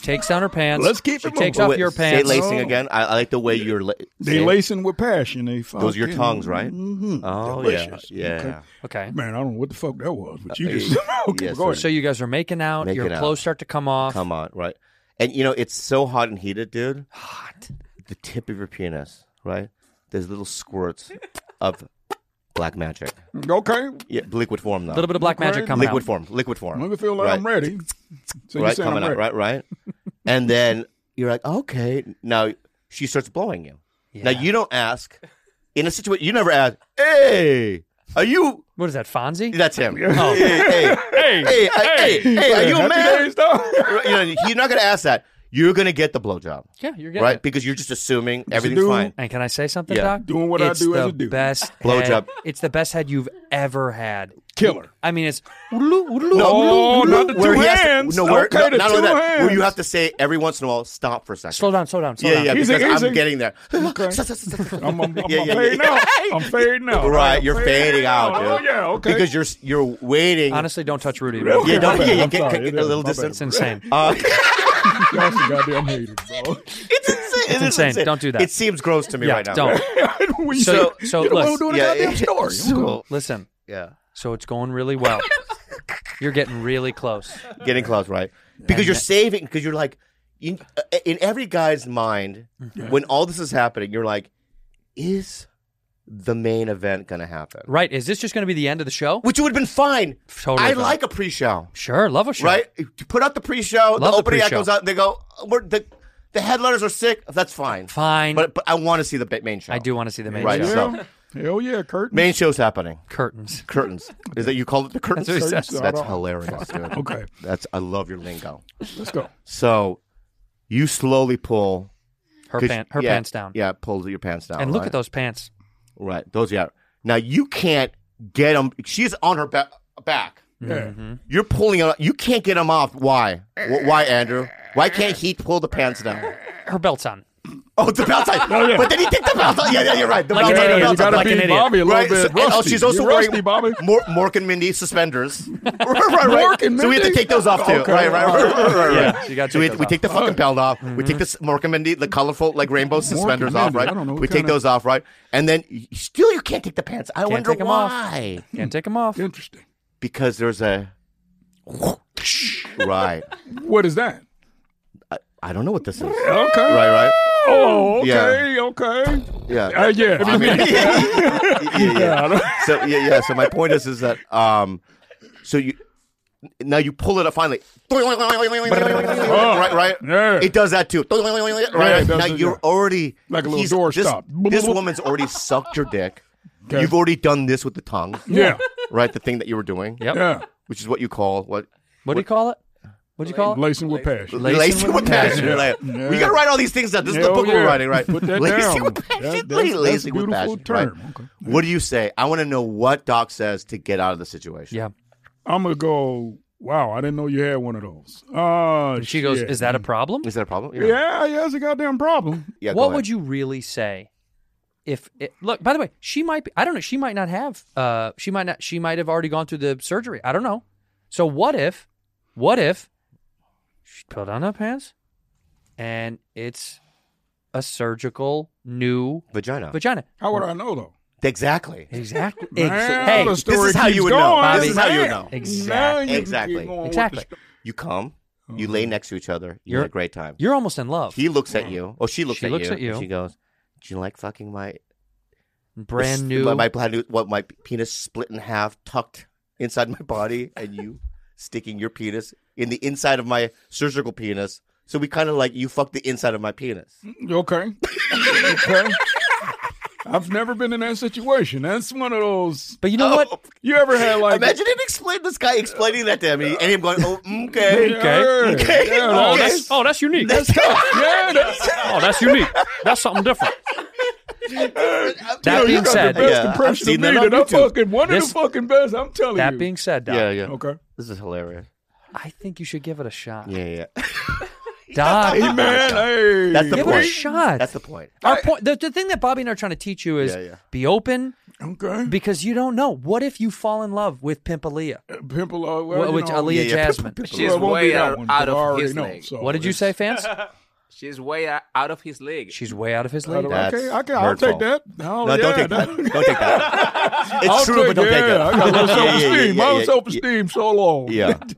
Speaker 2: Takes down her pants.
Speaker 5: Let's keep
Speaker 2: She
Speaker 5: it
Speaker 2: takes
Speaker 5: moving. Oh.
Speaker 2: off
Speaker 1: Wait,
Speaker 2: your
Speaker 1: Say
Speaker 2: pants.
Speaker 1: lacing again. I, I like the way you're. La-
Speaker 5: They
Speaker 1: say-
Speaker 5: lacing with passion. They
Speaker 1: Those are your
Speaker 5: fucking-
Speaker 1: tongues, right?
Speaker 5: Mhm.
Speaker 1: Oh
Speaker 5: Delicious.
Speaker 1: yeah, yeah.
Speaker 5: Okay.
Speaker 2: Okay.
Speaker 5: Man, I don't know what the fuck that was, but you
Speaker 1: Uh,
Speaker 5: just *laughs* okay,
Speaker 1: yes,
Speaker 5: go
Speaker 1: sir.
Speaker 5: ahead.
Speaker 2: So you guys are making out.
Speaker 1: Making
Speaker 2: your
Speaker 1: out.
Speaker 2: clothes start to come off.
Speaker 1: Come on, right? And you know it's so hot and heated, dude. Hot. The tip of your penis, right? There's little squirts of black magic.
Speaker 5: okay,
Speaker 1: Yeah, liquid form though.
Speaker 2: A little bit of black magic coming
Speaker 1: liquid
Speaker 2: out.
Speaker 1: form, liquid form.
Speaker 5: let me feel like
Speaker 1: right?
Speaker 5: I'm ready. So you're
Speaker 1: Right,
Speaker 5: saying
Speaker 1: coming
Speaker 5: I'm
Speaker 1: out, right,
Speaker 5: ready.
Speaker 1: right. and then you're like, okay. Now she starts blowing you. Now
Speaker 2: Yeah.
Speaker 1: you don't ask in a situation. You never ask. Hey, are you?
Speaker 2: What is that, Fonzie? *laughs*
Speaker 1: That's him. Hey, hey, hey, hey, hey, hey, are you a
Speaker 5: Happy
Speaker 1: man?
Speaker 5: days, dog.
Speaker 1: *laughs* you know, you're not going to ask that. you're gonna get the blowjob,
Speaker 2: Yeah, you're getting
Speaker 1: right?
Speaker 2: it.
Speaker 1: Because you're just assuming everything's
Speaker 5: dude.
Speaker 1: fine.
Speaker 2: And can I say something,
Speaker 1: Yeah.
Speaker 2: Doc?
Speaker 5: Doing what I
Speaker 2: it's
Speaker 5: do as
Speaker 2: the
Speaker 5: a
Speaker 1: *laughs*
Speaker 5: dude.
Speaker 2: Best
Speaker 1: Blowjob.
Speaker 2: head- It's the best head you've ever had.
Speaker 5: Killer.
Speaker 2: I mean, it's oodaloo, oodaloo,
Speaker 5: Oh, No,
Speaker 2: oodaloo,
Speaker 5: not the
Speaker 2: oodaloo.
Speaker 5: two
Speaker 1: he has to-
Speaker 5: hands.
Speaker 1: no, where,
Speaker 5: Okay,
Speaker 1: no,
Speaker 5: the
Speaker 1: not only
Speaker 5: two
Speaker 1: that, where you
Speaker 5: hands.
Speaker 1: have to say every once in a while, stop for a second.
Speaker 2: Slow down, slow down, slow
Speaker 1: yeah,
Speaker 2: down.
Speaker 1: yeah,
Speaker 5: He's
Speaker 1: because
Speaker 5: like, he's
Speaker 1: I'm
Speaker 5: like-
Speaker 1: getting there. *laughs*
Speaker 5: *laughs* Okay. I'm, I'm, I'm, I'm fading out. I'm fading out.
Speaker 1: Right,
Speaker 5: I'm
Speaker 1: you're fading out, dude.
Speaker 5: Oh, yeah, okay.
Speaker 1: Because you're you're waiting.
Speaker 2: Honestly, don't touch Rudy.
Speaker 5: Okay,
Speaker 1: yeah, don't,
Speaker 5: my
Speaker 1: yeah,
Speaker 5: bad.
Speaker 1: yeah,
Speaker 5: I'm
Speaker 1: get,
Speaker 5: sorry.
Speaker 1: get
Speaker 5: It
Speaker 1: a
Speaker 5: is.
Speaker 1: little
Speaker 5: My bad.
Speaker 2: It's
Speaker 1: distance.
Speaker 2: insane. *laughs*
Speaker 1: Uh, *laughs*
Speaker 5: Y'all some goddamn haters, bro.
Speaker 1: it's insane. It's
Speaker 2: insane. Don't do that.
Speaker 1: It seems gross to me
Speaker 2: yeah,
Speaker 1: right now.
Speaker 2: don't.
Speaker 5: *laughs* We
Speaker 2: So,
Speaker 5: said-
Speaker 2: so
Speaker 5: You're the one who
Speaker 2: listen,
Speaker 5: doing the goddamn story.
Speaker 1: So,
Speaker 2: listen.
Speaker 1: yeah,
Speaker 2: So it's going really well. You're getting really close.
Speaker 1: getting close, right? Because you're saving. Because you're like, in, uh, in every guy's mind, when all this is happening, you're like, is the main event gonna happen?
Speaker 2: Right? Is this just going to be the end of the show?
Speaker 1: Which would have been fine.
Speaker 2: Totally
Speaker 1: I
Speaker 2: fine.
Speaker 1: like a pre-show.
Speaker 2: Sure, love a show.
Speaker 1: right? You put out the pre-show,
Speaker 2: Love
Speaker 1: the
Speaker 2: the
Speaker 1: opening act
Speaker 2: pre-show.
Speaker 1: goes out, and they go, We're, the, the headliners are sick. That's fine.
Speaker 2: Fine.
Speaker 1: But but I want to see the ba- main show.
Speaker 2: I do want to see the main
Speaker 1: Right,
Speaker 2: show.
Speaker 1: so
Speaker 5: Hell yeah, Kurt.
Speaker 1: main show's happening.
Speaker 2: Curtains.
Speaker 1: Curtains. Is that you call it the curtains?
Speaker 2: That's what he
Speaker 1: Curtains?
Speaker 5: says.
Speaker 1: That's hilarious, dude.
Speaker 5: Okay.
Speaker 1: That's I love your lingo. *laughs*
Speaker 5: Let's go.
Speaker 1: So you slowly pull
Speaker 2: Her
Speaker 1: 'cause-
Speaker 2: pant. Her
Speaker 1: yeah,
Speaker 2: pants down.
Speaker 1: Yeah, pull your pants down.
Speaker 2: And look
Speaker 1: right?
Speaker 2: at those pants.
Speaker 1: Right. Those yeah. Now you can't get them. She's on her ba- back.
Speaker 5: Yeah.
Speaker 1: You're pulling out. You can't get them off. Why? Wh- Why, Andrew? Why can't he pull the pants down?
Speaker 2: Her belt's on.
Speaker 1: Oh, the belt side. But then he took the belt side. Yeah, yeah, you're right. The
Speaker 2: Like an
Speaker 1: belt side,
Speaker 2: idiot.
Speaker 1: the
Speaker 5: You
Speaker 1: belt side,
Speaker 5: gotta
Speaker 2: like
Speaker 5: be
Speaker 2: an idiot.
Speaker 5: Bobby a little
Speaker 1: Right,
Speaker 5: bit
Speaker 1: so- and, oh,
Speaker 5: rusty.
Speaker 1: she's also
Speaker 5: You're
Speaker 1: wearing
Speaker 5: rusty, Bobby.
Speaker 1: Mor- Mork and Mindy
Speaker 5: *laughs*
Speaker 1: suspenders. *laughs* right, right, right.
Speaker 5: Mork and
Speaker 1: So we have to
Speaker 5: Mindy?
Speaker 1: take those off too.
Speaker 5: Okay.
Speaker 1: Right, right, right, right, right, right.
Speaker 2: So you got
Speaker 1: So we, we take the fucking belt off. We take this Mork and Mindy, the colorful like rainbow suspenders off,
Speaker 5: Mm-hmm. Mindy,
Speaker 1: right?
Speaker 5: I don't know what
Speaker 1: we take
Speaker 5: kinda-
Speaker 1: those off, right? And then y- still you can't take the pants. I wonder
Speaker 2: take 'em off.
Speaker 1: why.
Speaker 2: Can't take them off.
Speaker 5: Interesting.
Speaker 1: Because there's a *laughs* right.
Speaker 5: What is that?
Speaker 1: I don't know what this is. Right,
Speaker 5: Okay. *laughs*
Speaker 1: right.
Speaker 5: Oh,
Speaker 1: Yeah.
Speaker 5: okay, okay.
Speaker 1: Yeah.
Speaker 5: Uh, yeah.
Speaker 1: I mean, yeah, *laughs* yeah, yeah. So yeah, yeah. So my point is, is that um, so you now you pull it up finally, right, right.
Speaker 5: Yeah.
Speaker 1: It does that too, right?
Speaker 5: Yeah, it
Speaker 1: now
Speaker 5: does it,
Speaker 1: you're
Speaker 5: yeah.
Speaker 1: already
Speaker 5: Like a little
Speaker 1: he's-
Speaker 5: door
Speaker 1: this,
Speaker 5: stop.
Speaker 1: This woman's already sucked your dick.
Speaker 5: Okay.
Speaker 1: You've already done this with the tongue,
Speaker 5: *laughs* yeah.
Speaker 1: right? The thing that you were doing,
Speaker 2: Yep.
Speaker 5: Yeah.
Speaker 1: which is what you call what
Speaker 2: What do you call it? What'd you call it?
Speaker 5: Lacing with passion.
Speaker 2: Lacing
Speaker 1: lacing
Speaker 2: with
Speaker 1: with passion.
Speaker 5: passion.
Speaker 1: Like,
Speaker 5: Yeah.
Speaker 1: We gotta write all these things down. This is the
Speaker 5: Yeah,
Speaker 1: book
Speaker 5: oh,
Speaker 1: we're
Speaker 5: yeah.
Speaker 1: writing, right?
Speaker 5: Put that
Speaker 1: lacing
Speaker 5: down.
Speaker 1: with passion, please,
Speaker 5: That- that's- that's a
Speaker 1: lacing with
Speaker 5: beautiful
Speaker 1: passion. right?
Speaker 5: term. Okay.
Speaker 1: What do you say? I want to know what Doc says to get out of the situation.
Speaker 2: Yeah.
Speaker 5: I'm gonna go. Wow, I didn't know you had one of those. Uh,
Speaker 2: She goes,
Speaker 5: shit.
Speaker 2: Is that a problem?
Speaker 1: Is that a problem?
Speaker 5: Yeah, yeah, it's a goddamn problem.
Speaker 1: yeah
Speaker 2: what would you really say if it, look by the way she might be i don't know she might not have uh she might not she might have already gone through the surgery i don't know so what if what if she put on her pants and it's a surgical new
Speaker 1: Vagina.
Speaker 2: vagina
Speaker 5: How would I know though?
Speaker 1: exactly.
Speaker 5: *laughs*
Speaker 2: exactly
Speaker 5: Now
Speaker 2: hey
Speaker 5: the
Speaker 1: this
Speaker 5: story
Speaker 1: is how
Speaker 5: keeps
Speaker 1: you would
Speaker 5: going,
Speaker 1: know. This is
Speaker 5: man.
Speaker 1: how you would know.
Speaker 5: Now
Speaker 2: exactly
Speaker 5: you
Speaker 1: Exactly.
Speaker 5: keep going with
Speaker 2: Exactly.
Speaker 5: the
Speaker 1: You come, you lay next to each other, you
Speaker 2: You're-
Speaker 1: had a great time.
Speaker 2: you're almost in love
Speaker 1: He looks at you. Oh, she looks,
Speaker 2: She
Speaker 1: at,
Speaker 2: looks
Speaker 1: you,
Speaker 2: at you.
Speaker 1: and She goes, "Do you like fucking my
Speaker 2: brand
Speaker 1: this-
Speaker 2: new
Speaker 1: My, my plan, what my penis split in half, tucked inside my body,
Speaker 2: *laughs*
Speaker 1: and you sticking your penis in the inside of my surgical penis. So we kind of like you fucked the inside of my penis.
Speaker 5: sh- Okay.
Speaker 1: *laughs*
Speaker 5: okay. I've never been in that situation. That's one of those.
Speaker 2: but you know what
Speaker 5: You ever had like?
Speaker 1: Imagine him explain this guy explaining that to me, and him going, "Oh,
Speaker 2: *laughs*
Speaker 1: okay,
Speaker 5: Yeah,
Speaker 1: Okay.
Speaker 5: yeah,
Speaker 1: Oh,
Speaker 5: that's-
Speaker 1: that's-
Speaker 2: oh that's unique
Speaker 5: *laughs* yeah, that's-
Speaker 2: oh that's unique that's something
Speaker 5: *laughs*
Speaker 2: different
Speaker 5: Yo,
Speaker 2: that
Speaker 5: you
Speaker 2: being
Speaker 5: got
Speaker 2: said
Speaker 5: the best
Speaker 1: Yeah, I've
Speaker 5: impression
Speaker 1: seen
Speaker 5: of me,
Speaker 1: that on
Speaker 5: that I'm
Speaker 1: YouTube.
Speaker 5: fucking one
Speaker 2: This-
Speaker 5: of the fucking best. I'm telling
Speaker 2: that
Speaker 5: you.
Speaker 2: being said Doc,
Speaker 1: yeah, yeah. *laughs*
Speaker 5: okay.
Speaker 1: This is hilarious.
Speaker 2: i think you should give it a shot
Speaker 1: Yeah, yeah.
Speaker 2: Doc,
Speaker 5: Hey man, hey.
Speaker 1: That's the
Speaker 2: Give it a
Speaker 1: point.
Speaker 2: shot.
Speaker 1: That's the point.
Speaker 2: Our point. The, the thing that Bobby and I are trying to teach you is
Speaker 1: Yeah, yeah.
Speaker 2: be open
Speaker 5: *laughs* okay.
Speaker 2: because you don't know. What if you fall in love with Pimpalia,
Speaker 5: Pimple, uh, well,
Speaker 2: Wh-
Speaker 5: you
Speaker 2: which
Speaker 5: know,
Speaker 2: Aaliyah
Speaker 5: yeah, yeah.
Speaker 2: Jasmine?
Speaker 6: She's
Speaker 5: Well, it won't be
Speaker 6: way
Speaker 5: that
Speaker 6: out,
Speaker 5: one,
Speaker 6: out
Speaker 5: but I
Speaker 6: of
Speaker 5: already
Speaker 6: his
Speaker 5: know,
Speaker 6: league.
Speaker 5: so
Speaker 2: What did you
Speaker 5: it's-
Speaker 2: say, fans?
Speaker 6: She's way out out of his league.
Speaker 2: She's way out of his
Speaker 5: I
Speaker 2: league.
Speaker 5: don't-
Speaker 1: That's
Speaker 5: Okay, I can, I'll
Speaker 1: hurtful.
Speaker 5: take that. Oh,
Speaker 1: No,
Speaker 5: yeah,
Speaker 1: don't take
Speaker 5: *laughs*
Speaker 1: that. Don't take that. It's
Speaker 5: I'll
Speaker 1: true,
Speaker 5: take,
Speaker 1: but don't
Speaker 5: yeah,
Speaker 1: take that.
Speaker 5: I got low
Speaker 1: *laughs* Yeah, yeah, yeah,
Speaker 5: self-esteem.
Speaker 1: yeah,
Speaker 5: My
Speaker 1: yeah,
Speaker 5: self-esteem so low.
Speaker 1: Yeah.
Speaker 2: All right.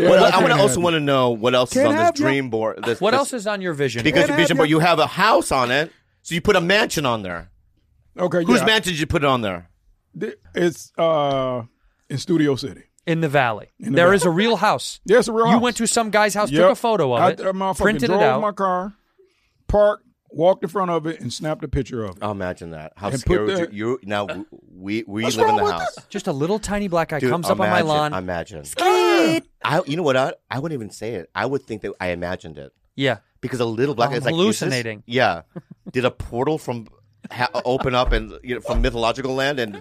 Speaker 5: Yeah.
Speaker 2: What,
Speaker 1: Well,
Speaker 5: That's
Speaker 1: I want to
Speaker 5: gonna
Speaker 1: also
Speaker 5: happen.
Speaker 1: want to know what else is
Speaker 5: Can't
Speaker 1: on this
Speaker 5: have your-
Speaker 1: dream board. This,
Speaker 2: what
Speaker 1: this-
Speaker 2: else is on your vision?
Speaker 1: Because
Speaker 2: board?
Speaker 1: your
Speaker 5: Can't
Speaker 1: vision
Speaker 5: have
Speaker 1: board,
Speaker 5: your-
Speaker 1: you have a house on it, so you put a mansion on there.
Speaker 5: *laughs* Okay,
Speaker 1: Whose
Speaker 5: yeah.
Speaker 1: mansion did you put it on there?
Speaker 5: Th- It's uh, in Studio City.
Speaker 2: in the valley, there is
Speaker 5: the valley.
Speaker 2: a real house.
Speaker 5: Yeah, it's a real
Speaker 2: You
Speaker 5: house.
Speaker 2: went to some guy's house,
Speaker 5: Yep.
Speaker 2: took a photo
Speaker 5: I,
Speaker 2: of
Speaker 5: I
Speaker 2: it,
Speaker 5: motherfucking
Speaker 2: printed
Speaker 5: drove
Speaker 2: it out.
Speaker 5: my car, parked, walked in front of it, and snapped a picture of it.
Speaker 1: Oh, imagine that. How
Speaker 5: And
Speaker 1: scary
Speaker 5: put
Speaker 1: would
Speaker 5: the-
Speaker 1: you, you now w- we we live in
Speaker 5: wrong
Speaker 1: the
Speaker 5: with
Speaker 1: house.
Speaker 2: Just a little tiny black guy
Speaker 1: Dude,
Speaker 2: comes up on my
Speaker 1: imagine-
Speaker 2: lawn.
Speaker 1: Imagine. I you know what I I wouldn't even say it. I would think that I imagined it.
Speaker 2: yeah.
Speaker 1: because a little black
Speaker 2: I'm
Speaker 1: guy is like is this-
Speaker 2: Oh, hallucinating.
Speaker 1: yeah, did a portal from ha- open up and you know, from mythological land, and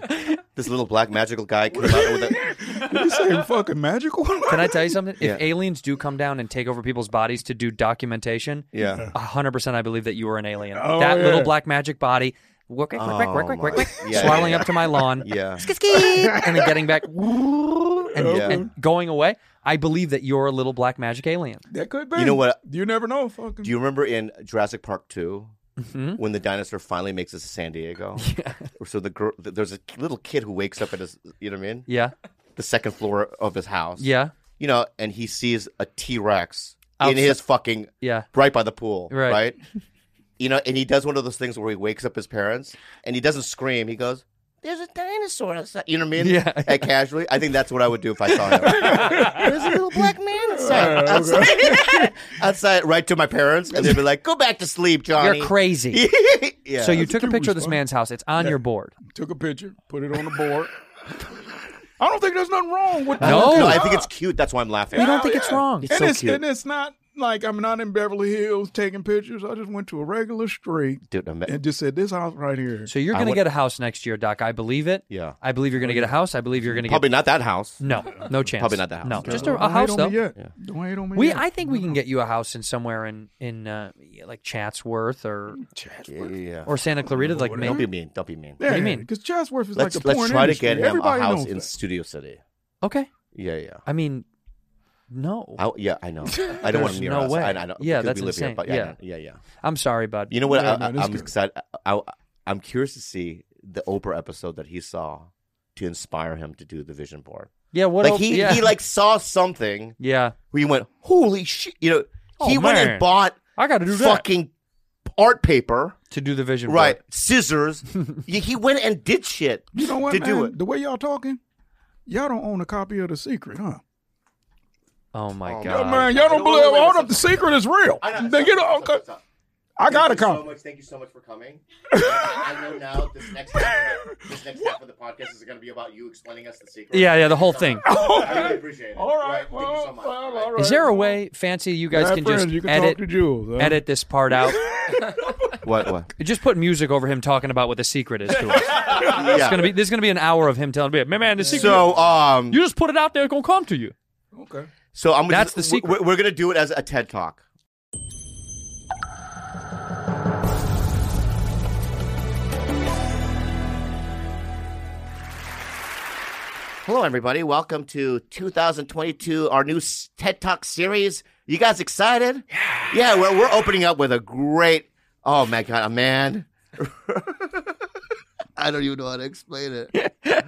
Speaker 1: this little black magical guy came out with a *laughs*
Speaker 5: You saying fucking magical?
Speaker 2: Can I tell you something?
Speaker 1: Yeah.
Speaker 2: If aliens do come down and take over people's bodies to do documentation,
Speaker 1: yeah.
Speaker 2: a hundred percent, I believe that you are an alien.
Speaker 5: Oh,
Speaker 2: that little
Speaker 5: yeah.
Speaker 2: black magic body, wick, wick, wick, wick, wick, wick, wick,
Speaker 1: my- Oh, yeah,
Speaker 2: swaddling
Speaker 1: yeah.
Speaker 2: up to my lawn,
Speaker 1: *laughs* Yeah.
Speaker 2: Skit, skit, and then getting
Speaker 1: *laughs*
Speaker 2: back and,
Speaker 1: Yeah.
Speaker 2: and going away. I believe that you're a little black magic alien.
Speaker 5: *laughs* That could be.
Speaker 1: You know what?
Speaker 5: You never know. Fucking.
Speaker 1: Do you remember in Jurassic Park 2
Speaker 2: Mm-hmm.
Speaker 1: when the dinosaur finally makes it to San Diego? Yeah. So the girl, th- there's a little kid who wakes up at his, you know what I mean,
Speaker 2: Yeah,
Speaker 1: the second floor of his house.
Speaker 2: yeah,
Speaker 1: You know, and he sees a T Rex in
Speaker 2: Outside-
Speaker 1: his fucking
Speaker 2: yeah.
Speaker 1: right by the pool,
Speaker 2: Right.
Speaker 1: right? *laughs* You know, and he does one of those things where he wakes up his parents and he doesn't scream. He goes, "There's a dinosaur outside." You know what I mean?
Speaker 2: Yeah.
Speaker 1: *laughs* And casually, I think that's what I would do if I saw him. There's a little black man outside, outside, *laughs* outside, right to my parents, and they'd be like, "Go back to sleep, Johnny."
Speaker 2: You're crazy.
Speaker 1: *laughs* yeah.
Speaker 2: so you
Speaker 5: that's
Speaker 2: took a
Speaker 5: too
Speaker 2: picture of this
Speaker 5: responsible.
Speaker 2: man's house. It's on your board.
Speaker 5: Took a picture, put it on the board. *laughs* I don't think there's nothing wrong with
Speaker 2: No.
Speaker 1: No, I think it's cute. That's why I'm laughing.
Speaker 2: You don't think it's wrong?
Speaker 1: It's
Speaker 5: and
Speaker 1: so
Speaker 5: it's
Speaker 1: cute,
Speaker 5: and it's not like I'm not in Beverly Hills taking pictures. I just went to a regular street
Speaker 1: dude. I'm-
Speaker 5: and just said this house right here.
Speaker 2: So you're
Speaker 1: I
Speaker 2: going to
Speaker 1: would-
Speaker 2: get a house next year, Doc. I believe it.
Speaker 1: Yeah.
Speaker 2: I believe you're going to get a house. I believe you're going to get
Speaker 1: Probably not that house.
Speaker 2: No, no chance.
Speaker 1: Probably not the house.
Speaker 2: No,
Speaker 1: Okay.
Speaker 2: just a,
Speaker 5: Uh, Don't
Speaker 2: a
Speaker 5: hate
Speaker 2: house
Speaker 5: on
Speaker 2: though.
Speaker 5: me yet. Don't hate on me.
Speaker 2: We,
Speaker 5: yet.
Speaker 2: I think we can get you a house in somewhere in in uh, like Chatsworth or
Speaker 1: Yeah, yeah, yeah.
Speaker 2: or Santa Clarita, like
Speaker 1: don't
Speaker 2: maybe.
Speaker 1: be mean. Don't be mean.
Speaker 5: Yeah,
Speaker 2: do you mean?
Speaker 5: Because Chatsworth is
Speaker 1: Let's
Speaker 5: like the
Speaker 1: let's
Speaker 5: porn
Speaker 1: try to
Speaker 5: industry.
Speaker 1: get him a
Speaker 5: Everybody
Speaker 1: house
Speaker 5: knows
Speaker 1: in
Speaker 5: that.
Speaker 1: Studio City.
Speaker 2: Okay,
Speaker 1: Yeah, yeah.
Speaker 2: I mean, no,
Speaker 1: I, yeah, I
Speaker 2: *laughs*
Speaker 1: know. I don't want
Speaker 2: There's
Speaker 1: to near
Speaker 2: no
Speaker 1: us.
Speaker 2: way.
Speaker 1: I, I don't,
Speaker 2: Yeah,
Speaker 1: because
Speaker 2: that's
Speaker 1: we live
Speaker 2: insane.
Speaker 1: Here, but
Speaker 2: Yeah.
Speaker 1: I- yeah, yeah.
Speaker 2: I'm sorry, bud.
Speaker 1: You know what?
Speaker 5: Yeah,
Speaker 1: I,
Speaker 5: no,
Speaker 1: I,
Speaker 5: that's
Speaker 1: I'm
Speaker 5: good.
Speaker 1: excited. I, I, I'm curious to see the Oprah episode that he saw to inspire him to do the vision board.
Speaker 2: yeah, what?
Speaker 1: Like
Speaker 2: else-
Speaker 1: he,
Speaker 2: yeah.
Speaker 1: he like saw something
Speaker 2: yeah.
Speaker 1: where he went, holy shit! You know, he
Speaker 2: Oh,
Speaker 1: went
Speaker 2: man.
Speaker 1: and bought
Speaker 2: I got to do
Speaker 1: fucking art paper,
Speaker 2: that to do the vision.
Speaker 1: right?
Speaker 2: board. *laughs*
Speaker 1: Scissors. he he went and did shit
Speaker 5: You know what,
Speaker 1: to
Speaker 5: man?
Speaker 1: do it.
Speaker 5: The way y'all talking, y'all don't own a copy of The Secret, huh?
Speaker 2: Oh my god.
Speaker 5: Yeah, man, y'all don't
Speaker 1: wait,
Speaker 5: believe.
Speaker 1: wait,
Speaker 5: Hold
Speaker 1: wait,
Speaker 5: up, The Secret is real. They get all- I got to come.
Speaker 1: much. Thank you so much for coming. I know now this next half of the, this next half of the podcast is going to be about you explaining us the secret.
Speaker 2: Yeah, yeah, the whole thing.
Speaker 1: I really appreciate it.
Speaker 5: *laughs* All right, well, well, all right.
Speaker 2: Is there a way, fancy? You guys
Speaker 5: Yeah,
Speaker 2: can
Speaker 5: friends,
Speaker 2: just
Speaker 5: you can
Speaker 2: edit
Speaker 5: talk to Jules. huh?
Speaker 2: edit this part out. *laughs*
Speaker 1: What? What?
Speaker 2: just put music over him talking about what the secret is to us. It's gonna be this is gonna be an hour of him telling me, man, man, the secret.
Speaker 1: So, um,
Speaker 2: you just put it out there, it's gonna come to you.
Speaker 5: Okay.
Speaker 1: so I'm.
Speaker 2: That's
Speaker 1: just,
Speaker 2: the secret.
Speaker 1: We're, we're going to do it as a TED talk. Hello, everybody. Welcome to 2022, our new s- TED Talk series. You guys excited? Yeah. Yeah. Well, we're opening up with a great. Oh my God, a man. I don't even know how to explain it. *laughs*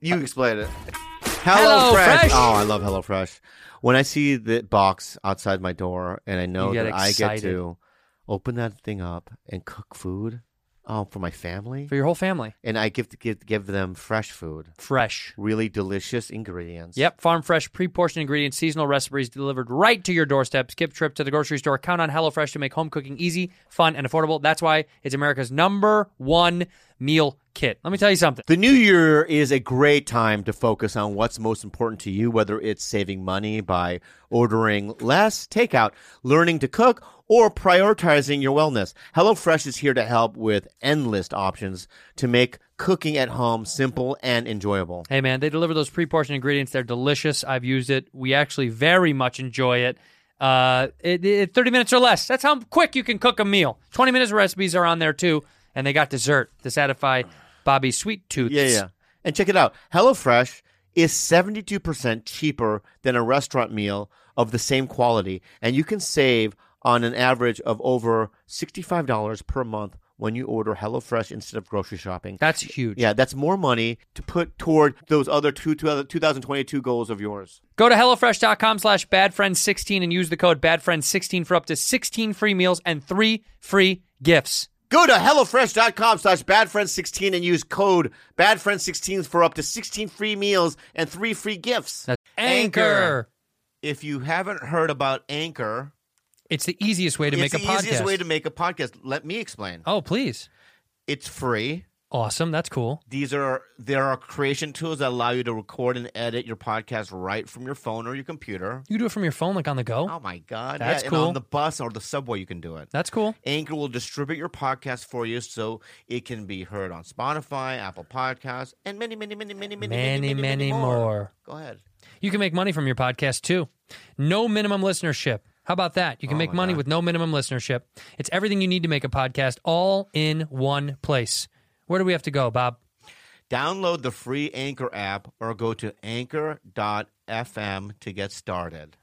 Speaker 1: you explain it. Hello,
Speaker 2: Hello,
Speaker 1: Fresh.
Speaker 2: Fresh.
Speaker 1: Oh, I love Hello Fresh. When I see the box outside my door, and I know
Speaker 2: You get
Speaker 1: that I get
Speaker 2: excited.
Speaker 1: to open that thing up and cook food, oh, for my family,
Speaker 2: For your whole family.
Speaker 1: and I give give give them fresh food
Speaker 2: Fresh.
Speaker 1: really delicious ingredients.
Speaker 2: Yep, farm fresh, pre portioned ingredients, seasonal recipes delivered right to your doorstep. Skip trip to the grocery store. Count on HelloFresh to make home cooking easy, fun, and affordable. That's why it's America's number one meal kit. Let me tell you something.
Speaker 1: The new year is a great time to focus on what's most important to you, whether it's saving money by ordering less takeout, learning to cook, or prioritizing your wellness. HelloFresh is here to help with endless options to make cooking at home simple and enjoyable.
Speaker 2: Hey man, they deliver those pre-portioned ingredients. They're delicious. I've used it. We actually very much enjoy it. Uh, it, it- thirty minutes or less. That's how quick you can cook a meal. Twenty minutes recipes are on there too, and they got dessert to satisfy Bobby's sweet tooth.
Speaker 1: Yeah, yeah. And check it out. HelloFresh is 72% cheaper than a restaurant meal of the same quality, and you can save on an average of over $65 per month when you order HelloFresh instead of grocery shopping.
Speaker 2: That's huge.
Speaker 1: yeah, that's more money to put toward those other two, two other 2022 goals of yours.
Speaker 2: Go to HelloFresh.com slash BadFriend16 and use the code BadFriend16 for up to 16 free meals and three free gifts.
Speaker 1: Go to HelloFresh.com slash BadFriend16 and use code BadFriend16 for up to 16 free meals and three free gifts.
Speaker 2: That's
Speaker 1: If you haven't heard about Anchor...
Speaker 2: It's the easiest way to
Speaker 1: it's
Speaker 2: make a
Speaker 1: the easiest
Speaker 2: podcast.
Speaker 1: way to make a podcast. Let me explain.
Speaker 2: oh, please.
Speaker 1: It's free.
Speaker 2: Awesome. That's cool.
Speaker 1: These are there are creation tools that allow you to record and edit your podcast right from your phone or your computer.
Speaker 2: You can do it from your phone, like on the go.
Speaker 1: Oh my god,
Speaker 2: That's
Speaker 1: yeah, And
Speaker 2: cool.
Speaker 1: on the bus or the subway, you can do it.
Speaker 2: That's cool.
Speaker 1: Anchor will distribute your podcast for you so it can be heard on Spotify, Apple Podcasts, and many, many, many, many, many,
Speaker 2: Many, many more.
Speaker 1: Go ahead.
Speaker 2: You can make money from your podcast too. No minimum listenership. How about that? You can make money with no minimum listenership. It's everything you need to make a podcast all in one place. Where do we have to go, Bob?
Speaker 1: Download the free Anchor app or go to anchor.fm to get started.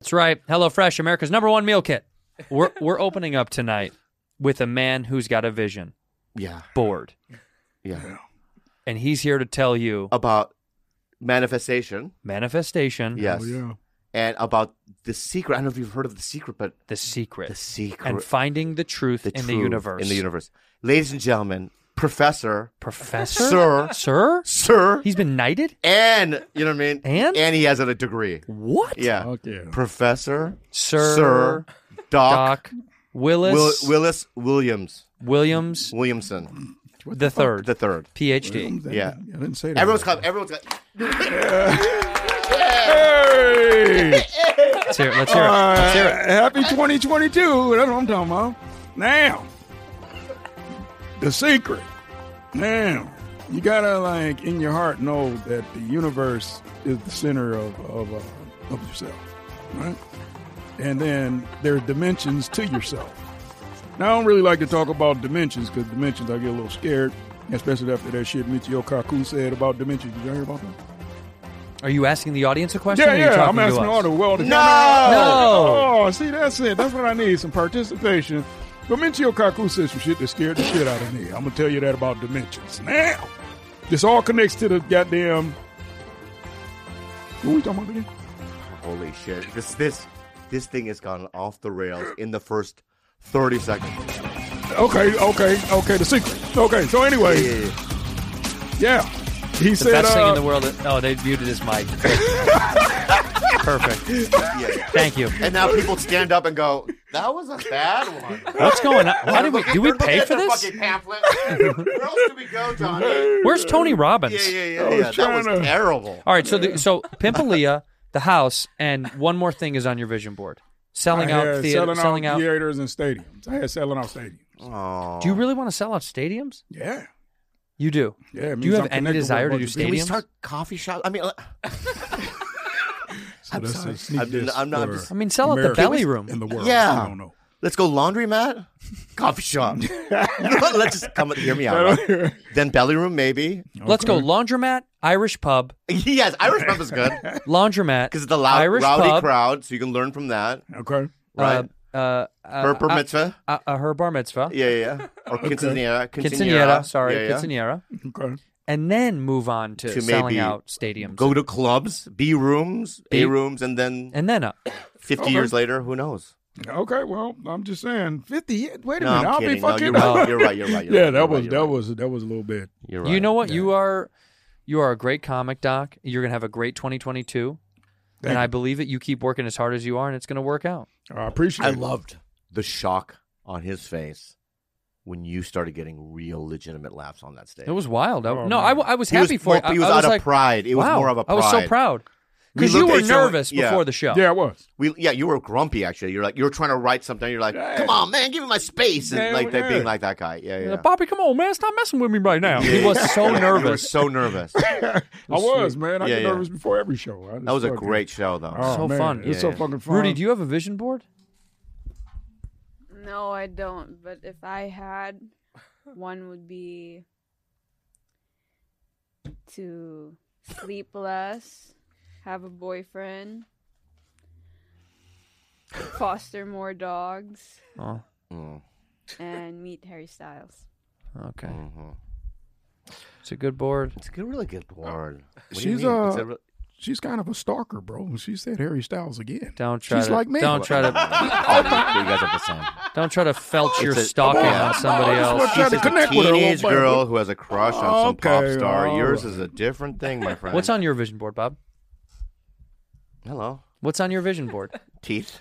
Speaker 2: That's right. HelloFresh, America's number one meal kit. We're, *laughs* we're opening up tonight with a man who's got a vision,
Speaker 1: Yeah.
Speaker 2: bored.
Speaker 1: Yeah.
Speaker 2: And he's here to tell you
Speaker 1: About manifestation.
Speaker 2: manifestation,
Speaker 1: Yes.
Speaker 5: Oh, yeah.
Speaker 1: And about the secret. I don't know if you've heard of the secret, but
Speaker 2: the secret,
Speaker 1: the secret.
Speaker 2: and finding the truth in the
Speaker 1: truth
Speaker 2: universe.
Speaker 1: In the universe. Ladies and gentlemen, Professor,
Speaker 2: Professor?
Speaker 1: Sir,
Speaker 2: Sir?
Speaker 1: Sir,
Speaker 2: He's been knighted?
Speaker 1: and, you know what I mean?
Speaker 2: And?
Speaker 1: And he has a degree.
Speaker 2: What?
Speaker 1: Yeah.
Speaker 5: Okay.
Speaker 1: Professor
Speaker 2: Sir,
Speaker 1: Sir Doc,
Speaker 2: Doc Willis,
Speaker 1: Will, Willis Williams
Speaker 2: Williams
Speaker 1: Williamson
Speaker 2: the third,
Speaker 1: the third.
Speaker 2: PhD.
Speaker 1: Yeah.
Speaker 5: I didn't say that.
Speaker 1: Everyone's clap. Everyone's clap.
Speaker 5: Hey!
Speaker 2: Let's hear it. Let's hear it.
Speaker 5: Uh, happy 2022. That's what I'm talking about. Now, the secret. Now, you gotta like in your heart know that the universe is the center of of, uh, of yourself, right? And then there are dimensions to yourself. Now, I don't really like to talk about dimensions because dimensions I get a little scared, especially after that shit Michio Kaku said about dimensions. Did y'all hear about that?
Speaker 2: Are you asking the audience a question?
Speaker 5: Yeah,
Speaker 2: or are you
Speaker 5: yeah.
Speaker 2: talking
Speaker 5: I'm asking
Speaker 2: to
Speaker 5: all
Speaker 2: us?
Speaker 5: the world. No,
Speaker 2: No!
Speaker 5: Oh, see, that's it. That's what I need. Some participation. But Michio Kaku said some shit that scared the shit out of me. I'm gonna tell you that about dimensions. Now, this all connects to the goddamn. What we talking about again?
Speaker 1: Holy shit! This this this thing has gone off the rails in the first thirty seconds.
Speaker 5: Okay, okay, okay. The secret. Okay. So
Speaker 1: Oh,
Speaker 5: anyway, yeah. He
Speaker 2: The
Speaker 5: said.
Speaker 2: best thing
Speaker 5: uh,
Speaker 2: in the world. Is, oh, they muted his mic. *laughs* Perfect.
Speaker 1: Yeah.
Speaker 2: Thank you.
Speaker 1: And now people stand up and go, "That was a bad one."
Speaker 2: *laughs* What's going on? Why did we? Do we
Speaker 1: Look at
Speaker 2: pay
Speaker 1: that
Speaker 2: for this?
Speaker 1: Fucking pamphlet. Where else do we go,
Speaker 5: *laughs*
Speaker 1: Johnny?
Speaker 2: Where's Tony Robbins?
Speaker 1: *laughs* Yeah, yeah, yeah.
Speaker 5: was
Speaker 1: yeah. That was
Speaker 5: trying to-
Speaker 1: terrible.
Speaker 2: All right. So, the, so Pimpelia, the house, and one more thing is on your vision board. Selling
Speaker 5: I
Speaker 2: out
Speaker 5: had
Speaker 2: theater.
Speaker 5: selling,
Speaker 2: selling
Speaker 5: out
Speaker 2: out.
Speaker 5: theaters and stadiums. I had selling out stadiums.
Speaker 2: Do you really want to sell out stadiums?
Speaker 5: Yeah,
Speaker 2: You do.
Speaker 5: yeah. it
Speaker 2: Do
Speaker 5: means
Speaker 2: you
Speaker 5: I'm
Speaker 2: have
Speaker 5: connected
Speaker 2: any
Speaker 5: with a
Speaker 2: desire to
Speaker 5: bunch
Speaker 2: do
Speaker 5: of people.
Speaker 1: Can we
Speaker 2: stadiums?
Speaker 1: start coffee shop? I mean,
Speaker 5: So that's a sneak
Speaker 1: I'm-
Speaker 5: diss
Speaker 1: I'm not-
Speaker 5: for
Speaker 1: just-
Speaker 2: I mean, sell out the
Speaker 5: America
Speaker 2: belly room.
Speaker 5: in the world.
Speaker 1: Yeah.
Speaker 5: I
Speaker 2: *laughs*
Speaker 5: don't know.
Speaker 1: Let's go laundromat, coffee
Speaker 5: *laughs*
Speaker 1: shop. *laughs* Let's just come. Hear me out. Then belly room, maybe.
Speaker 2: Let's go laundromat, Irish pub,
Speaker 1: yes, Irish pub is good
Speaker 2: laundromat
Speaker 1: because it's the loud,
Speaker 2: Irish
Speaker 1: rowdy
Speaker 2: pub,
Speaker 1: crowd, so you can learn from that.
Speaker 5: Okay.
Speaker 1: Right.
Speaker 2: Uh, uh, uh,
Speaker 1: Her
Speaker 2: uh,
Speaker 1: bar mitzvah.
Speaker 2: uh, uh, her bar mitzvah,
Speaker 1: yeah, yeah, yeah. Or quinceanera. Quinceanera.
Speaker 2: quinceanera, sorry,
Speaker 1: Yeah, yeah.
Speaker 2: quinceanera,
Speaker 5: Okay.
Speaker 2: and then move on to,
Speaker 1: To
Speaker 2: selling
Speaker 1: maybe
Speaker 2: out stadiums,
Speaker 1: Go to clubs, B rooms,
Speaker 2: B-
Speaker 1: A rooms, and then
Speaker 2: and then uh, up.
Speaker 1: 50 years later, who knows?
Speaker 5: Okay. Well, I'm just saying. Fifty. ye- Wait a
Speaker 1: No,
Speaker 5: minute.
Speaker 1: I'm
Speaker 5: will be
Speaker 1: kidding. No,
Speaker 5: fucking.
Speaker 1: you're
Speaker 5: *laughs*
Speaker 1: right. You're right. You're right. You're
Speaker 5: yeah,
Speaker 1: right.
Speaker 5: that
Speaker 1: You're
Speaker 5: was
Speaker 1: right.
Speaker 5: that
Speaker 1: You're right.
Speaker 5: was that was a little bit.
Speaker 1: You're
Speaker 2: You
Speaker 1: right.
Speaker 2: know what? You are, you are a great comic doc. You're gonna have a great 2022, and I believe it. You keep working as hard as you are, and it's gonna work out.
Speaker 5: uh, I appreciate.
Speaker 1: I
Speaker 5: it.
Speaker 1: loved the shock on his face when you started getting real legitimate laughs on that stage.
Speaker 2: It was wild. I,
Speaker 5: Oh,
Speaker 2: no,
Speaker 5: man.
Speaker 2: I, w- I was
Speaker 1: He was
Speaker 2: happy for
Speaker 1: more-
Speaker 2: it. I,
Speaker 1: he was
Speaker 2: I
Speaker 1: out of
Speaker 2: like,
Speaker 1: pride. It was
Speaker 2: wow.
Speaker 1: more of a
Speaker 2: I was so
Speaker 1: pride.
Speaker 2: proud because
Speaker 1: We
Speaker 2: you
Speaker 1: looked
Speaker 2: were
Speaker 1: at each other-
Speaker 2: nervous
Speaker 1: yeah.
Speaker 2: before the show.
Speaker 5: Yeah, it was.
Speaker 1: We yeah, you were grumpy actually. You're like you were trying to write something. You're like,
Speaker 5: Yeah.
Speaker 1: come on, man, give me my space, and
Speaker 5: Yeah,
Speaker 1: like that,
Speaker 5: yeah.
Speaker 1: being like that guy. Yeah, yeah.
Speaker 2: Like, Bobby, come on, man! Stop messing with me right now. He was so
Speaker 1: *laughs* Yeah,
Speaker 2: nervous.
Speaker 1: You were so nervous. That
Speaker 5: I was man. I
Speaker 1: Yeah,
Speaker 5: get
Speaker 1: yeah.
Speaker 5: nervous before every show. I just
Speaker 1: was a
Speaker 5: fucking-
Speaker 1: great show, though.
Speaker 5: Oh,
Speaker 2: So
Speaker 5: man,
Speaker 2: fun.
Speaker 5: It's so fucking fun.
Speaker 2: Rudy, do you have a vision board?
Speaker 4: No, I don't. But if I had, one would be to sleep less, have a boyfriend, foster more dogs,
Speaker 2: Oh,
Speaker 4: and meet Harry Styles.
Speaker 2: okay.
Speaker 1: Mm-hmm.
Speaker 2: It's a good board.
Speaker 1: It's a good, really good word. What do you
Speaker 5: She's
Speaker 1: mean? It's
Speaker 5: a
Speaker 1: a re-
Speaker 5: she's kind of a stalker, bro. She said Harry Styles again.
Speaker 2: Don't try
Speaker 5: She's
Speaker 2: to.
Speaker 5: like me.
Speaker 2: Don't try
Speaker 1: *laughs*
Speaker 2: to.
Speaker 1: Oh, you guys are the same.
Speaker 2: don't try to felch your
Speaker 1: It's a-
Speaker 2: stalking
Speaker 1: yeah.
Speaker 2: on somebody
Speaker 5: Oh,
Speaker 2: else.
Speaker 5: it's Try to
Speaker 1: She's a
Speaker 5: connect with her a little
Speaker 1: teenage
Speaker 5: bit.
Speaker 1: girl who has a crush on some pop
Speaker 5: Okay,
Speaker 1: star.
Speaker 5: all
Speaker 1: Yours
Speaker 5: right.
Speaker 1: is a different thing,
Speaker 2: *laughs*
Speaker 1: my friend.
Speaker 2: What's on your vision board, Bob?
Speaker 1: Hello,
Speaker 2: What's on your vision board?
Speaker 1: teeth.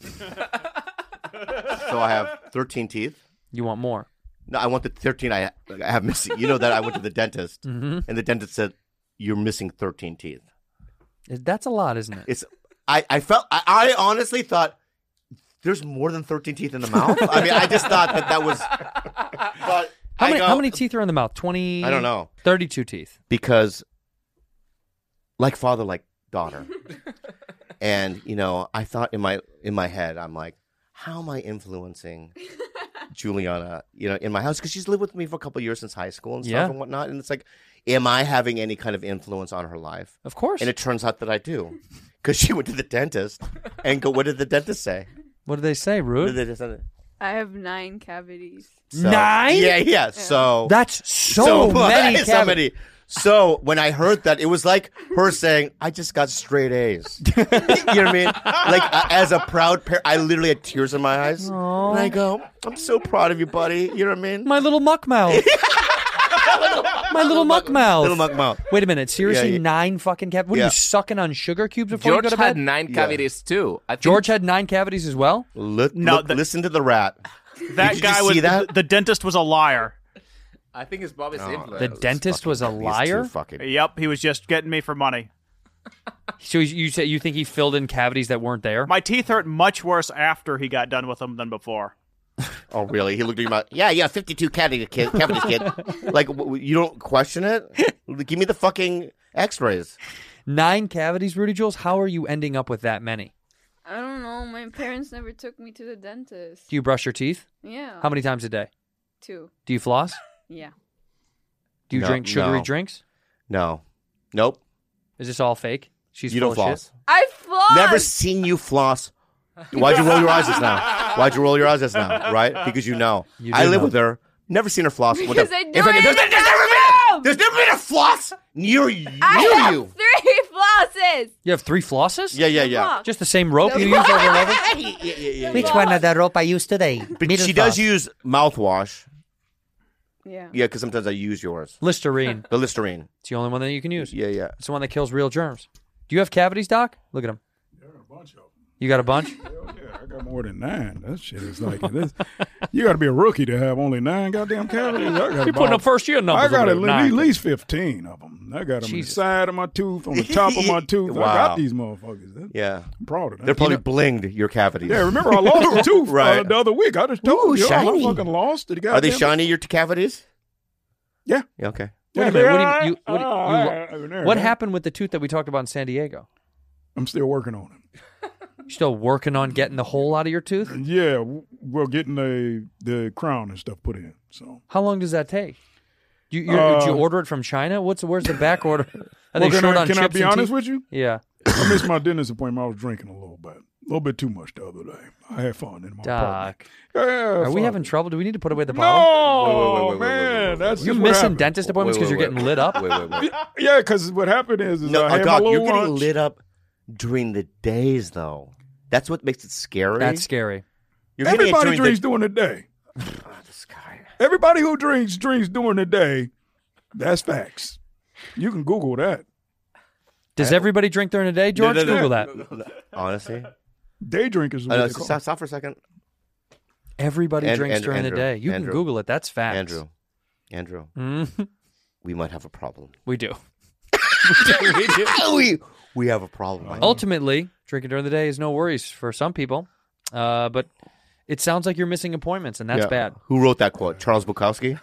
Speaker 1: so I have thirteen teeth.
Speaker 2: You want more?
Speaker 1: No, I want the 13 I, I have missing. You know that I went to the
Speaker 2: *laughs*
Speaker 1: dentist
Speaker 2: Mm-hmm.
Speaker 1: and the dentist said, You're missing 13 teeth.
Speaker 2: That's a lot, isn't it?
Speaker 1: It's, I, I felt, I, I honestly thought, there's more than 13 teeth in the mouth. I mean, I just thought
Speaker 2: *laughs*
Speaker 1: that that was. But
Speaker 2: How
Speaker 1: I
Speaker 2: many,
Speaker 1: go,
Speaker 2: how many teeth are in the mouth? 20?
Speaker 1: oh, I don't know.
Speaker 2: 32 teeth.
Speaker 1: because like father like daughter and you know i thought in my in my head i'm like how am i influencing juliana you know in my house because she's lived with me for a couple years since high school and stuff
Speaker 2: Yeah.
Speaker 1: and whatnot and it's like am i having any kind of influence on her life
Speaker 2: Of course.
Speaker 1: and it turns out that i do because she went to the dentist and go what did the dentist say
Speaker 2: what do they say,
Speaker 1: What did
Speaker 2: Rude?
Speaker 1: the dentist
Speaker 4: I have nine cavities.
Speaker 1: so,
Speaker 2: Nine?
Speaker 1: yeah yeah so
Speaker 2: That's so, many.
Speaker 1: so *laughs*
Speaker 2: cavities.
Speaker 1: many. So when I heard that, it was like her saying, "I just got straight A's." *laughs* you know what I mean? Like uh, as a proud parent, I literally had tears in my eyes, and I go, "I'm so proud of you, buddy." You know what I mean?
Speaker 2: My little muck mouth. My little muck mouth.
Speaker 1: Little muck mouth.
Speaker 2: Wait a minute. Seriously,
Speaker 1: yeah.
Speaker 2: nine fucking cavities? What are
Speaker 1: Yeah.
Speaker 2: you sucking on sugar cubes before
Speaker 6: George
Speaker 2: you go to
Speaker 6: had
Speaker 2: bed?
Speaker 6: nine
Speaker 1: Yeah.
Speaker 6: cavities too. I think
Speaker 2: George had nine cavities as well?
Speaker 1: Look,
Speaker 7: No,
Speaker 1: look-
Speaker 7: the-
Speaker 1: listen to the rat.
Speaker 7: That
Speaker 1: Did you
Speaker 7: guy
Speaker 1: see
Speaker 7: was
Speaker 1: that?
Speaker 7: the dentist was a liar.
Speaker 6: I think it's Bobby's
Speaker 1: Oh.
Speaker 6: influence.
Speaker 2: The dentist was a
Speaker 1: He's too
Speaker 2: liar?
Speaker 1: Fucking.
Speaker 7: Yep, he was just getting me for money.
Speaker 2: So you- you say you think he filled in cavities that weren't there?
Speaker 7: My teeth hurt much worse after he got done with them than before.
Speaker 1: Oh, really? He looked at you mouth. Yeah, yeah, fifty-two cavity kid, cavities,
Speaker 2: *laughs*
Speaker 1: kid. like w- w- you don't question it. Give me the fucking X-rays.
Speaker 2: Nine cavities, Rudy Jules. How are you ending up with that many?
Speaker 4: I don't know. My parents never took me to the dentist.
Speaker 2: Do you brush your teeth?
Speaker 4: yeah.
Speaker 2: How many times a day?
Speaker 4: Two.
Speaker 2: Do you floss?
Speaker 4: Yeah.
Speaker 2: Do you
Speaker 1: No,
Speaker 2: drink sugary
Speaker 1: no.
Speaker 2: drinks?
Speaker 1: No, nope.
Speaker 2: Is this all fake? She's
Speaker 1: you
Speaker 2: full
Speaker 1: don't
Speaker 2: of
Speaker 1: floss.
Speaker 2: shit.
Speaker 4: I floss.
Speaker 1: Never seen you floss. Why'd you roll your eyes just now? Why'd you roll your eyes just now? Right? Because you know.
Speaker 2: You do
Speaker 1: I live
Speaker 2: know.
Speaker 1: with her. Never seen her floss. What
Speaker 4: Because
Speaker 1: the-
Speaker 4: I do
Speaker 1: In fact,
Speaker 4: it
Speaker 1: there's,
Speaker 4: in the
Speaker 1: there's never been a,
Speaker 4: bathroom!
Speaker 1: there's never been a floss near you.
Speaker 4: *laughs* I
Speaker 1: near
Speaker 4: have
Speaker 1: you.
Speaker 4: three *laughs* flosses.
Speaker 2: You have three flosses?
Speaker 1: Yeah, yeah, yeah.
Speaker 4: Fuck.
Speaker 2: Just the same rope
Speaker 4: No.
Speaker 2: you use over and over?
Speaker 1: Yeah, yeah, yeah, yeah.
Speaker 8: Which one of the rope I use today?
Speaker 1: But
Speaker 8: Middle
Speaker 1: she does
Speaker 8: class.
Speaker 1: use mouthwash.
Speaker 4: Yeah.
Speaker 1: Yeah, because sometimes I use yours.
Speaker 2: Listerine.
Speaker 1: The Listerine.
Speaker 2: It's the only one that you can use.
Speaker 1: Yeah, yeah.
Speaker 2: It's the one that kills real germs. Do you have cavities, Doc? Look at him. You got a
Speaker 1: *laughs*
Speaker 2: bunch? *laughs*
Speaker 5: Yeah, I got more than nine. That shit is like this. You got to be a rookie to have only nine goddamn cavities. I got
Speaker 2: You're putting up first year
Speaker 5: I
Speaker 2: numbers.
Speaker 5: got
Speaker 2: over there.
Speaker 5: at le-
Speaker 2: Nine.
Speaker 5: at least fifteen of them. I got them on the
Speaker 2: Jesus.
Speaker 5: side of my tooth,
Speaker 2: *laughs*
Speaker 5: on the top of my tooth. I
Speaker 1: Wow.
Speaker 5: got these motherfuckers. That-
Speaker 1: Yeah.
Speaker 5: I'm proud of that.
Speaker 1: They're probably blinged your cavities.
Speaker 5: yeah, remember I lost
Speaker 2: *laughs*
Speaker 5: a tooth
Speaker 1: Right.
Speaker 5: uh, the other week. I just told
Speaker 1: Ooh,
Speaker 5: you I
Speaker 1: shiny.
Speaker 5: fucking lost it.
Speaker 1: Are they
Speaker 5: goddamn-
Speaker 1: shiny, your cavities?
Speaker 5: Yeah.
Speaker 1: Yeah, okay.
Speaker 2: Wait a
Speaker 5: Yeah,
Speaker 2: minute. What, do
Speaker 5: they
Speaker 2: you, you,
Speaker 5: are.
Speaker 2: what, do
Speaker 5: Ah,
Speaker 2: you-
Speaker 5: ah, ah, there,
Speaker 2: what
Speaker 5: man.
Speaker 2: happened with the tooth that we talked about in San Diego?
Speaker 5: I'm still working on it.
Speaker 2: You still working on getting the hole out of your tooth?
Speaker 5: Yeah, w- we're getting the the crown and stuff put in. So
Speaker 2: How long does that take? You, you, did you
Speaker 5: Uh,
Speaker 2: order it from China? What's where's the back order? *laughs* Are
Speaker 5: Well,
Speaker 2: they
Speaker 5: can
Speaker 2: short
Speaker 5: I,
Speaker 2: on
Speaker 5: can I
Speaker 2: chips
Speaker 5: be
Speaker 2: and
Speaker 5: honest
Speaker 2: teeth?
Speaker 5: with you?
Speaker 2: Yeah,
Speaker 5: I missed my dentist appointment. I was drinking a little bit, a little bit too much the other day. I had fun in my apartment.
Speaker 2: Doc.
Speaker 5: Yeah,
Speaker 2: Oh, Are we
Speaker 5: fun.
Speaker 2: having trouble? Do we need to put away the bottle?
Speaker 5: No,
Speaker 1: Wait, wait, wait, wait, wait,
Speaker 5: man,
Speaker 1: wait, wait,
Speaker 5: that's
Speaker 2: You're
Speaker 5: just what
Speaker 2: missing
Speaker 5: happened.
Speaker 2: dentist appointments because you're getting lit up.
Speaker 1: Wait, wait, wait.
Speaker 5: Yeah, because what happened is, is
Speaker 1: No,
Speaker 5: I had
Speaker 1: uh, Doc,
Speaker 5: my
Speaker 1: you're
Speaker 5: little
Speaker 1: getting
Speaker 5: lunch.
Speaker 1: lit up during the days, though. That's what makes it scary.
Speaker 2: That's scary.
Speaker 1: you're getting it
Speaker 5: Everybody
Speaker 1: during the-
Speaker 5: drinks during the day.
Speaker 1: *sighs* This guy.
Speaker 5: Everybody who drinks drinks during the day. That's facts. You can Google that.
Speaker 2: Does everybody drink during the day? George,
Speaker 1: no, no.
Speaker 2: Google that.
Speaker 1: *laughs* Honestly,
Speaker 5: Day drinkers. Is
Speaker 1: I
Speaker 5: what
Speaker 1: know,
Speaker 5: they call.
Speaker 1: stop, stop for Uh, a second,
Speaker 2: Everybody
Speaker 1: And-
Speaker 2: drinks
Speaker 1: and-
Speaker 2: during the
Speaker 1: Andrew.
Speaker 2: day. You
Speaker 1: Andrew.
Speaker 2: can Google it. That's facts.
Speaker 1: Andrew. Andrew,
Speaker 2: Mhm.
Speaker 1: we might have a problem.
Speaker 2: we do.
Speaker 1: Mm-hmm. we we have a problem.
Speaker 2: Oh,
Speaker 1: I think.
Speaker 2: Ultimately, drinking during the day is no worries for some people, uh, but it sounds like you're missing appointments, and that's
Speaker 1: Yeah.
Speaker 2: bad.
Speaker 1: Who wrote that quote? Charles Bukowski.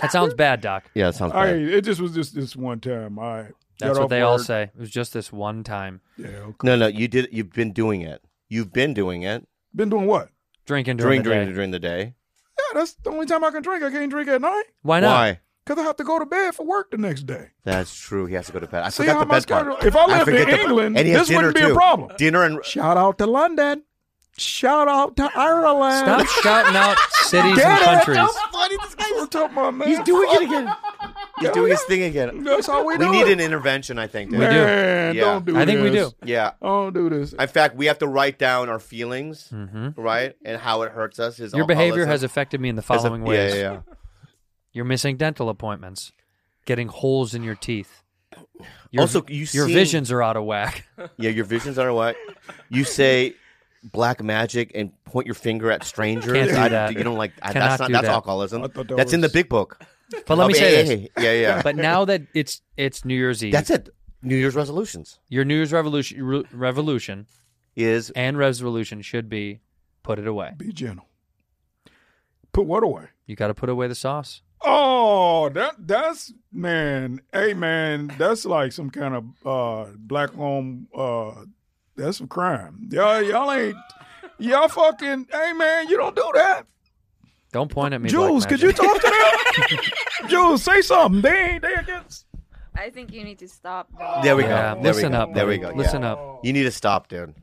Speaker 2: That sounds bad,
Speaker 5: *laughs*
Speaker 2: Doc.
Speaker 1: Yeah, that sounds
Speaker 5: I
Speaker 1: bad.
Speaker 5: it just was just this one time. I
Speaker 2: That's
Speaker 5: got
Speaker 2: what
Speaker 5: off
Speaker 2: they all
Speaker 5: work.
Speaker 2: say. It was just this one time
Speaker 5: Yeah, okay.
Speaker 1: No, no, you did. You've been doing it. You've been doing it
Speaker 5: been doing what?
Speaker 2: drinking during
Speaker 1: during
Speaker 2: the day.
Speaker 1: during during the day.
Speaker 5: Yeah, that's the only time I can drink. I can't drink at night
Speaker 2: Why not?
Speaker 1: Why?
Speaker 5: because I have to go to bed for work the next day.
Speaker 1: That's true. He has to go to bed. I
Speaker 5: See
Speaker 1: forgot
Speaker 5: how
Speaker 1: the
Speaker 5: my
Speaker 1: best part.
Speaker 5: schedule- if I lived in
Speaker 1: forget the-
Speaker 5: England,
Speaker 1: and he has
Speaker 5: this wouldn't
Speaker 1: dinner,
Speaker 5: be a
Speaker 1: too.
Speaker 5: problem.
Speaker 1: Dinner and
Speaker 5: Shout out to London. Shout out to
Speaker 2: Stop
Speaker 1: *laughs*
Speaker 5: Ireland.
Speaker 2: shouting out cities
Speaker 5: Get
Speaker 2: and
Speaker 5: it?
Speaker 2: countries.
Speaker 5: funny this guy is. Talking about, man.
Speaker 1: he's doing it again. *laughs* He's doing his thing again.
Speaker 5: That's how we,
Speaker 1: We
Speaker 5: do
Speaker 1: need
Speaker 5: it.
Speaker 1: an intervention, I think. dude.
Speaker 2: do.
Speaker 5: Man,
Speaker 1: Yeah.
Speaker 5: Don't do
Speaker 2: I think we
Speaker 5: this.
Speaker 2: do.
Speaker 1: Yeah.
Speaker 5: Don't do this.
Speaker 1: In fact, we have to write down our feelings,
Speaker 2: hmm
Speaker 1: right, and how it hurts us. Is
Speaker 2: Your
Speaker 1: all-
Speaker 2: behavior
Speaker 1: all
Speaker 2: has
Speaker 1: this-
Speaker 2: affected me in the
Speaker 1: has a-
Speaker 2: following ways.
Speaker 1: Yeah, yeah, yeah.
Speaker 2: You're missing dental appointments, getting holes in your teeth. Your,
Speaker 1: Also, you
Speaker 2: your
Speaker 1: seem-
Speaker 2: visions are out of whack. *laughs*
Speaker 1: yeah. Your visions are what you say. black magic and point your finger at strangers.
Speaker 2: Can't do
Speaker 1: I,
Speaker 2: that.
Speaker 1: You don't like I,
Speaker 2: Cannot
Speaker 1: that's not
Speaker 2: do
Speaker 1: that's
Speaker 2: that.
Speaker 1: alcoholism.
Speaker 5: I thought that
Speaker 1: that's in the
Speaker 5: was-
Speaker 1: big book.
Speaker 2: But let me
Speaker 1: Of
Speaker 2: say
Speaker 1: AA.
Speaker 2: this.
Speaker 1: Yeah, yeah.
Speaker 2: But now that it's it's New Year's Eve,
Speaker 1: that's it. New Year's resolutions
Speaker 2: your New Year's revolution, re- revolution
Speaker 1: is
Speaker 2: and resolution should be put it away.
Speaker 5: Be gentle. Put what away?
Speaker 2: You got to put away the sauce.
Speaker 5: Oh, that that's man, hey man, that's like some kind of uh black home uh that's some crime. Y'all y'all ain't y'all fucking hey man, you don't do that.
Speaker 2: Don't point at me.
Speaker 5: Jules,
Speaker 2: Black
Speaker 5: could you
Speaker 2: Magic.
Speaker 5: talk to
Speaker 1: *laughs*
Speaker 5: them? Jules, say something. They ain't they against
Speaker 4: I think you need to stop. Though.
Speaker 1: there we go.
Speaker 2: Yeah,
Speaker 1: There we
Speaker 2: listen
Speaker 1: go.
Speaker 2: up.
Speaker 1: There we
Speaker 2: buddy.
Speaker 1: go.
Speaker 2: Listen
Speaker 1: yeah.
Speaker 2: up.
Speaker 1: You need to stop, dude.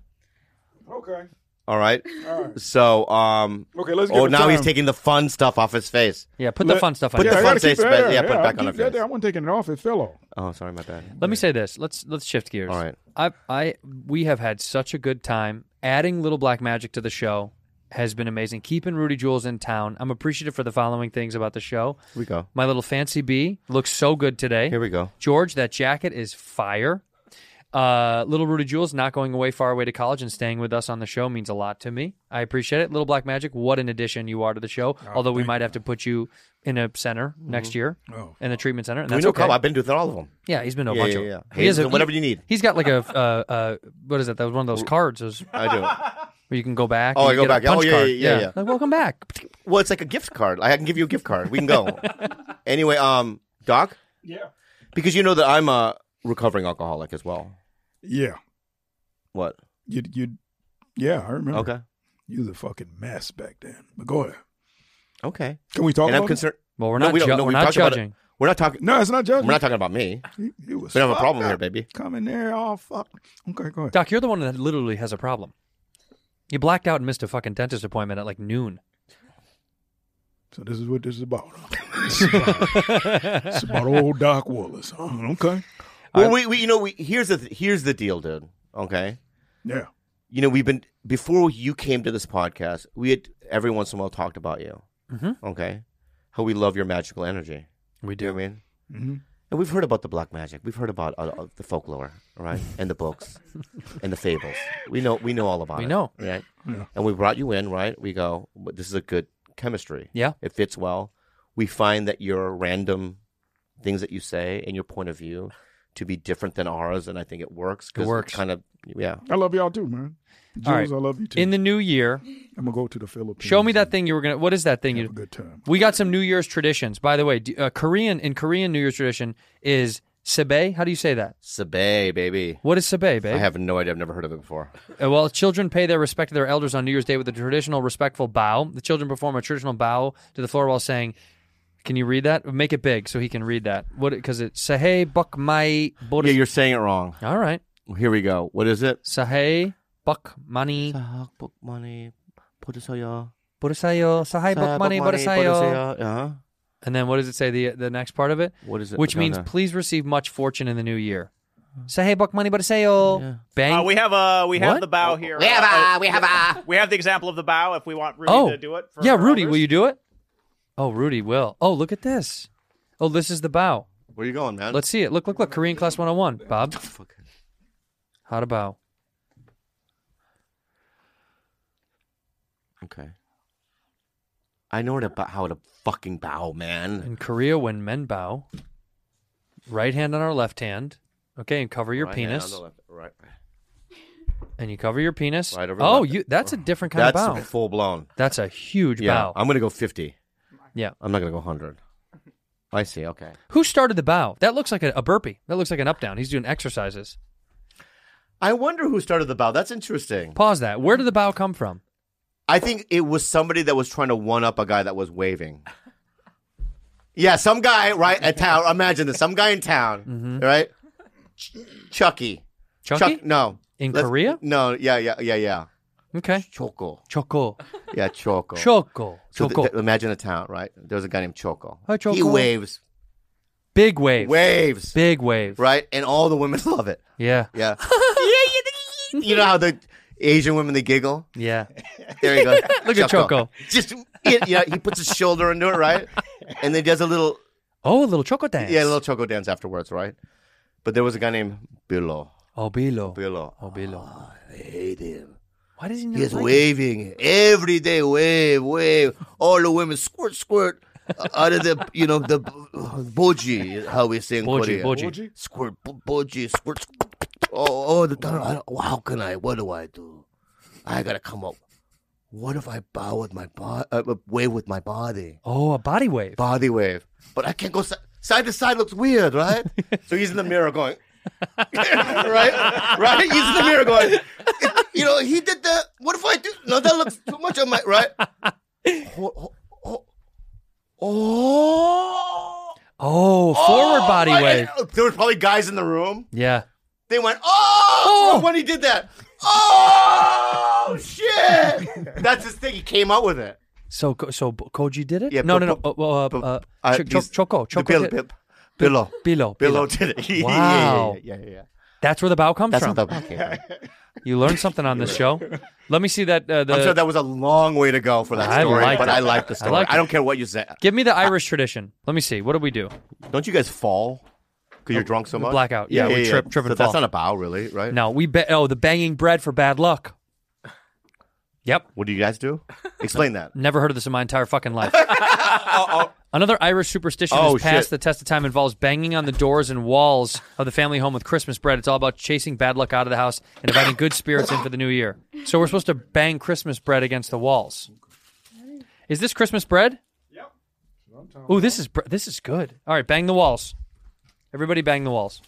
Speaker 5: Okay.
Speaker 1: All right.
Speaker 5: All right.
Speaker 1: So um.
Speaker 5: Okay, let's get
Speaker 1: Oh, now he's taking the fun stuff off his face.
Speaker 2: Yeah, put the
Speaker 5: Let-
Speaker 2: fun stuff on.
Speaker 1: put
Speaker 2: your
Speaker 1: the
Speaker 2: plate.
Speaker 1: fun face back- yeah, put it back on her face.
Speaker 5: I wasn't taking it off. It fell off.
Speaker 1: Oh, sorry, my bad.
Speaker 2: Let me say this. Let's let's shift gears.
Speaker 1: All right.
Speaker 2: I I we have had such a good time. Adding Little Black Magic to the show has been amazing. Keeping Rudy Jules in town. I'm appreciative for the following things about the show.
Speaker 1: Here we go.
Speaker 2: My little fancy bee looks so good today.
Speaker 1: Here we go.
Speaker 2: George, that jacket is fire. Uh, little Rudy Jules not going away far away to college and staying with us on the show means a lot to me. I appreciate it. Little Black Magic, what an addition you are to the show. Although we might have to put you in a center next year, in a treatment center. And
Speaker 1: we
Speaker 2: that's
Speaker 1: know
Speaker 2: okay.
Speaker 1: Cobb. I've been to all of them.
Speaker 2: Yeah, he's been to a
Speaker 1: Yeah,
Speaker 2: bunch
Speaker 1: yeah,
Speaker 2: of.
Speaker 1: yeah.
Speaker 2: He has
Speaker 1: Hey,
Speaker 2: a,
Speaker 1: whatever
Speaker 2: he-
Speaker 1: you need.
Speaker 2: He's got like a *laughs* uh, uh, what is that? That was one of those cards those,
Speaker 1: I do.
Speaker 2: where you can go back.
Speaker 1: Oh,
Speaker 2: and
Speaker 1: I
Speaker 2: you
Speaker 1: go
Speaker 2: get a
Speaker 1: back. Oh,
Speaker 2: punch
Speaker 1: yeah,
Speaker 2: card.
Speaker 1: yeah, yeah, yeah.
Speaker 2: Like, welcome back. *laughs*
Speaker 1: Well, it's like a gift card. I can give you a gift card. We can go. anyway, um, Doc,
Speaker 5: Yeah.
Speaker 1: because you know that I'm a recovering alcoholic as well.
Speaker 5: Yeah.
Speaker 1: What?
Speaker 5: You you yeah, I
Speaker 2: Hmm.
Speaker 5: remember.
Speaker 1: Okay.
Speaker 5: You was a fucking mess back then. But go ahead.
Speaker 1: Okay.
Speaker 5: Can we talk
Speaker 1: and
Speaker 5: about
Speaker 1: I'm
Speaker 5: it?
Speaker 1: concerned.
Speaker 2: Well, we're
Speaker 1: No,
Speaker 2: not
Speaker 1: we don't-
Speaker 2: ju-
Speaker 1: no,
Speaker 2: we're
Speaker 1: we
Speaker 2: not
Speaker 1: talked about it.
Speaker 2: judging.
Speaker 1: We're not talking.
Speaker 5: No, it's not
Speaker 1: We're
Speaker 5: judgment.
Speaker 1: not talking about me.
Speaker 5: You, you was
Speaker 1: We don't have a
Speaker 5: fucked
Speaker 1: problem here,
Speaker 5: up.
Speaker 1: baby.
Speaker 5: Coming there all fuck. Okay, go ahead.
Speaker 2: Doc, you're the one that literally has a problem. You blacked out and missed a fucking dentist appointment at like noon.
Speaker 5: So this is what this is about. it's about old Doc Wallace. Oh, okay.
Speaker 1: Well, we, we, you know, we here's the th- here's the deal, dude. Okay.
Speaker 5: Yeah.
Speaker 1: You know, we've been before you came to this podcast. We had every once in a while talked about you. Mm-hmm. Okay. How we love your magical energy.
Speaker 2: We
Speaker 1: You know what I mean? Mm-hmm. And we've heard about the black magic. We've heard about uh, uh, the folklore,
Speaker 2: *laughs*
Speaker 1: all right, and the books, and the fables. We know we know all about
Speaker 2: We
Speaker 1: it.
Speaker 2: know.
Speaker 1: right? And we brought you in, right? We go. "Well, This is a good chemistry.
Speaker 2: Yeah.
Speaker 1: it fits well. We find that your random things that you say and your point of view to be different than ours, and I think it works. 'cause
Speaker 2: works.
Speaker 1: Kind of. Yeah.
Speaker 5: I love y'all too, man. Jules,
Speaker 2: All right.
Speaker 5: I love you too.
Speaker 2: In the new year,
Speaker 5: I'm gonna go to the Philippines.
Speaker 2: show me that thing you were gonna. What is that thing
Speaker 5: and Have
Speaker 2: you?
Speaker 5: a good time.
Speaker 2: We got some New Year's traditions. By the way, do- uh, Korean in Korean New Year's tradition is sebay. How do you say that?
Speaker 1: Sabay, baby.
Speaker 2: What is sebay, babe?
Speaker 1: I have no idea. I've never heard of it before.
Speaker 2: Uh, Well, children pay their respect to their elders on New Year's Day with a traditional respectful bow. The children perform a traditional bow to the floor while saying, "Can you read that? Make it big so he can read that." What? Because it's sahay buck my.
Speaker 1: Yeah, you're saying it wrong.
Speaker 2: All right,
Speaker 1: Here we go. What is it?
Speaker 2: sahay buck money.
Speaker 1: money.
Speaker 2: Borisayo, sahay buck money, borisayo.
Speaker 1: Uh-huh.
Speaker 2: And then what does it say? The the next part of it,
Speaker 1: What is it?
Speaker 2: which
Speaker 1: No,
Speaker 2: means
Speaker 1: no.
Speaker 2: please receive much fortune in the new year. Sahay buck money, borisayo.
Speaker 1: Yeah.
Speaker 2: Bang.
Speaker 7: Uh, we have a we have
Speaker 2: What?
Speaker 7: the bow
Speaker 1: Oh,
Speaker 7: here.
Speaker 8: We have
Speaker 7: Uh,
Speaker 8: a, we have a.
Speaker 7: we have the example of the bow. If we want Rudy
Speaker 2: oh,
Speaker 7: to do it. For
Speaker 2: yeah, Rudy, will
Speaker 7: others.
Speaker 2: you do it? Oh, Rudy will. Oh, look at this. Oh, this is the bow.
Speaker 1: Where you going, man?
Speaker 2: Let's see it. Look, look, look. Korean class 101. Bob, how to bow.
Speaker 1: Okay. I know to, how to fucking bow, man.
Speaker 2: In Korea, when men bow, right hand on our left hand. Okay, and cover your
Speaker 1: Right hand on
Speaker 2: penis.
Speaker 1: the left- Right.
Speaker 2: And you cover your penis.
Speaker 1: Right over the
Speaker 2: oh,
Speaker 1: left.
Speaker 2: you that's a different kind
Speaker 1: That's
Speaker 2: of
Speaker 1: *laughs*
Speaker 2: bow.
Speaker 1: full blown.
Speaker 2: That's a huge
Speaker 1: Yeah.
Speaker 2: bow.
Speaker 1: I'm going to go 50.
Speaker 2: Yeah.
Speaker 1: I'm not going to go 100. I see. Okay.
Speaker 2: Who started the bow? That looks like a, a burpee. That looks like an up down. He's doing exercises.
Speaker 1: I wonder who started the bow. That's interesting.
Speaker 2: Pause that. Where did the bow come from?
Speaker 1: I think it was somebody that was trying to one up a guy that was waving. Yeah, some guy right in town. Imagine this: some guy in town, right? Ch- Chucky.
Speaker 2: Mm-hmm. Chucky?
Speaker 1: Chuck- no.
Speaker 2: In Korea?
Speaker 1: No. Yeah. Yeah. Yeah. Yeah.
Speaker 2: Okay.
Speaker 1: Choco.
Speaker 2: Choco.
Speaker 1: Yeah. Choco.
Speaker 2: Choco.
Speaker 1: So th-
Speaker 2: Choco.
Speaker 1: th- imagine a town, right? There was a guy named Choco.
Speaker 2: Hi,
Speaker 1: He
Speaker 2: Choco.
Speaker 1: waves,
Speaker 2: Big wave.
Speaker 1: waves,
Speaker 2: Big wave.
Speaker 1: right? And all the women *laughs* love it.
Speaker 2: *laughs* Yeah.
Speaker 1: Yeah. you know how the Asian women they giggle? *laughs*
Speaker 2: Yeah.
Speaker 1: There you go.
Speaker 2: *laughs* Look at Choco.
Speaker 1: Just it, yeah, he puts his shoulder into it, right? And then does a little
Speaker 2: Oh, a little choco dance.
Speaker 1: yeah, a little choco dance afterwards, right? But there was a guy named Bilo.
Speaker 2: Oh, bilo.
Speaker 1: Bilo.
Speaker 2: Oh, bilo.
Speaker 1: I hate him.
Speaker 2: Why does he not
Speaker 1: He's
Speaker 2: like it?
Speaker 1: waving every day, wave, wave. All the women squirt, squirt uh, out of the, you know, the boji, is how we say in
Speaker 2: Boji,
Speaker 1: Korea.
Speaker 2: boji.
Speaker 1: Squirt, bo- boji, squirt, squirt. Oh, all the time. I don't- how can I? What do I do? I gotta come up. What if I bow with my body, uh, wave with my body,
Speaker 2: Oh, a body wave.
Speaker 1: body wave? But I can't go si- side to side. Looks weird, right? so he's in the mirror *laughs* going, right, right. He's in the mirror going. You know, he did that. What if I do? No, that looks too much on my right. Ho- ho- ho- Oh,
Speaker 2: Oh, forward
Speaker 1: Oh,
Speaker 2: body
Speaker 1: my-
Speaker 2: wave.
Speaker 1: There was probably guys in the room.
Speaker 2: Yeah.
Speaker 1: They went, oh, when he did that. Oh,
Speaker 2: *laughs*
Speaker 1: shit. That's his thing. He came out with it.
Speaker 2: So Ko- so Bo- Koji did it.
Speaker 1: Yeah,
Speaker 2: No, no,
Speaker 1: but-
Speaker 2: no.
Speaker 1: but-
Speaker 2: Oh, uh,
Speaker 1: but,
Speaker 2: uh,
Speaker 1: uh,
Speaker 2: Ch- Ch-
Speaker 1: these-
Speaker 2: Choco,
Speaker 1: The
Speaker 2: Choco.
Speaker 1: Bill,
Speaker 2: did-
Speaker 1: Bill, Billo.
Speaker 2: Billo,
Speaker 1: Billo
Speaker 2: Billo.
Speaker 1: did it. Yeah,
Speaker 2: Wow.
Speaker 1: *laughs* Yeah, yeah, yeah. yeah, yeah.
Speaker 2: That's where the bow comes
Speaker 1: That's
Speaker 2: from.
Speaker 1: what that came from.
Speaker 2: *laughs* You learned something on this show. Let me see that. Uh, the,
Speaker 1: I'm sure that was a long way to go for that
Speaker 2: I
Speaker 1: story,
Speaker 2: liked
Speaker 1: but
Speaker 2: it.
Speaker 1: I like the
Speaker 2: I
Speaker 1: story. I,
Speaker 2: liked
Speaker 1: don't care what you say.
Speaker 2: give
Speaker 1: *laughs*
Speaker 2: me the Irish tradition. Let me see. What do we do?
Speaker 1: Don't you guys fall because you're drunk so much?
Speaker 2: Oh, blackout. Yeah, we trip- trip and
Speaker 1: so That's
Speaker 2: fall.
Speaker 1: not a bow, really, right?
Speaker 2: No, we ba- oh the banging bread for bad luck. Yep,
Speaker 1: What do you guys do?
Speaker 2: *laughs*
Speaker 1: Explain that.
Speaker 2: never heard of this in my entire fucking
Speaker 1: *laughs*
Speaker 2: life. Another Irish superstition
Speaker 1: Uh, Oh,
Speaker 2: has passed
Speaker 1: shit.
Speaker 2: the test of time involves banging on the doors and walls of the family home with Christmas bread. It's all about chasing bad luck out of the house and inviting good spirits in for the new year. So we're supposed to bang Christmas bread against the walls. Is this Christmas bread? Yep. Oh, this is br- this is good. All right, bang the walls. Everybody bang the walls.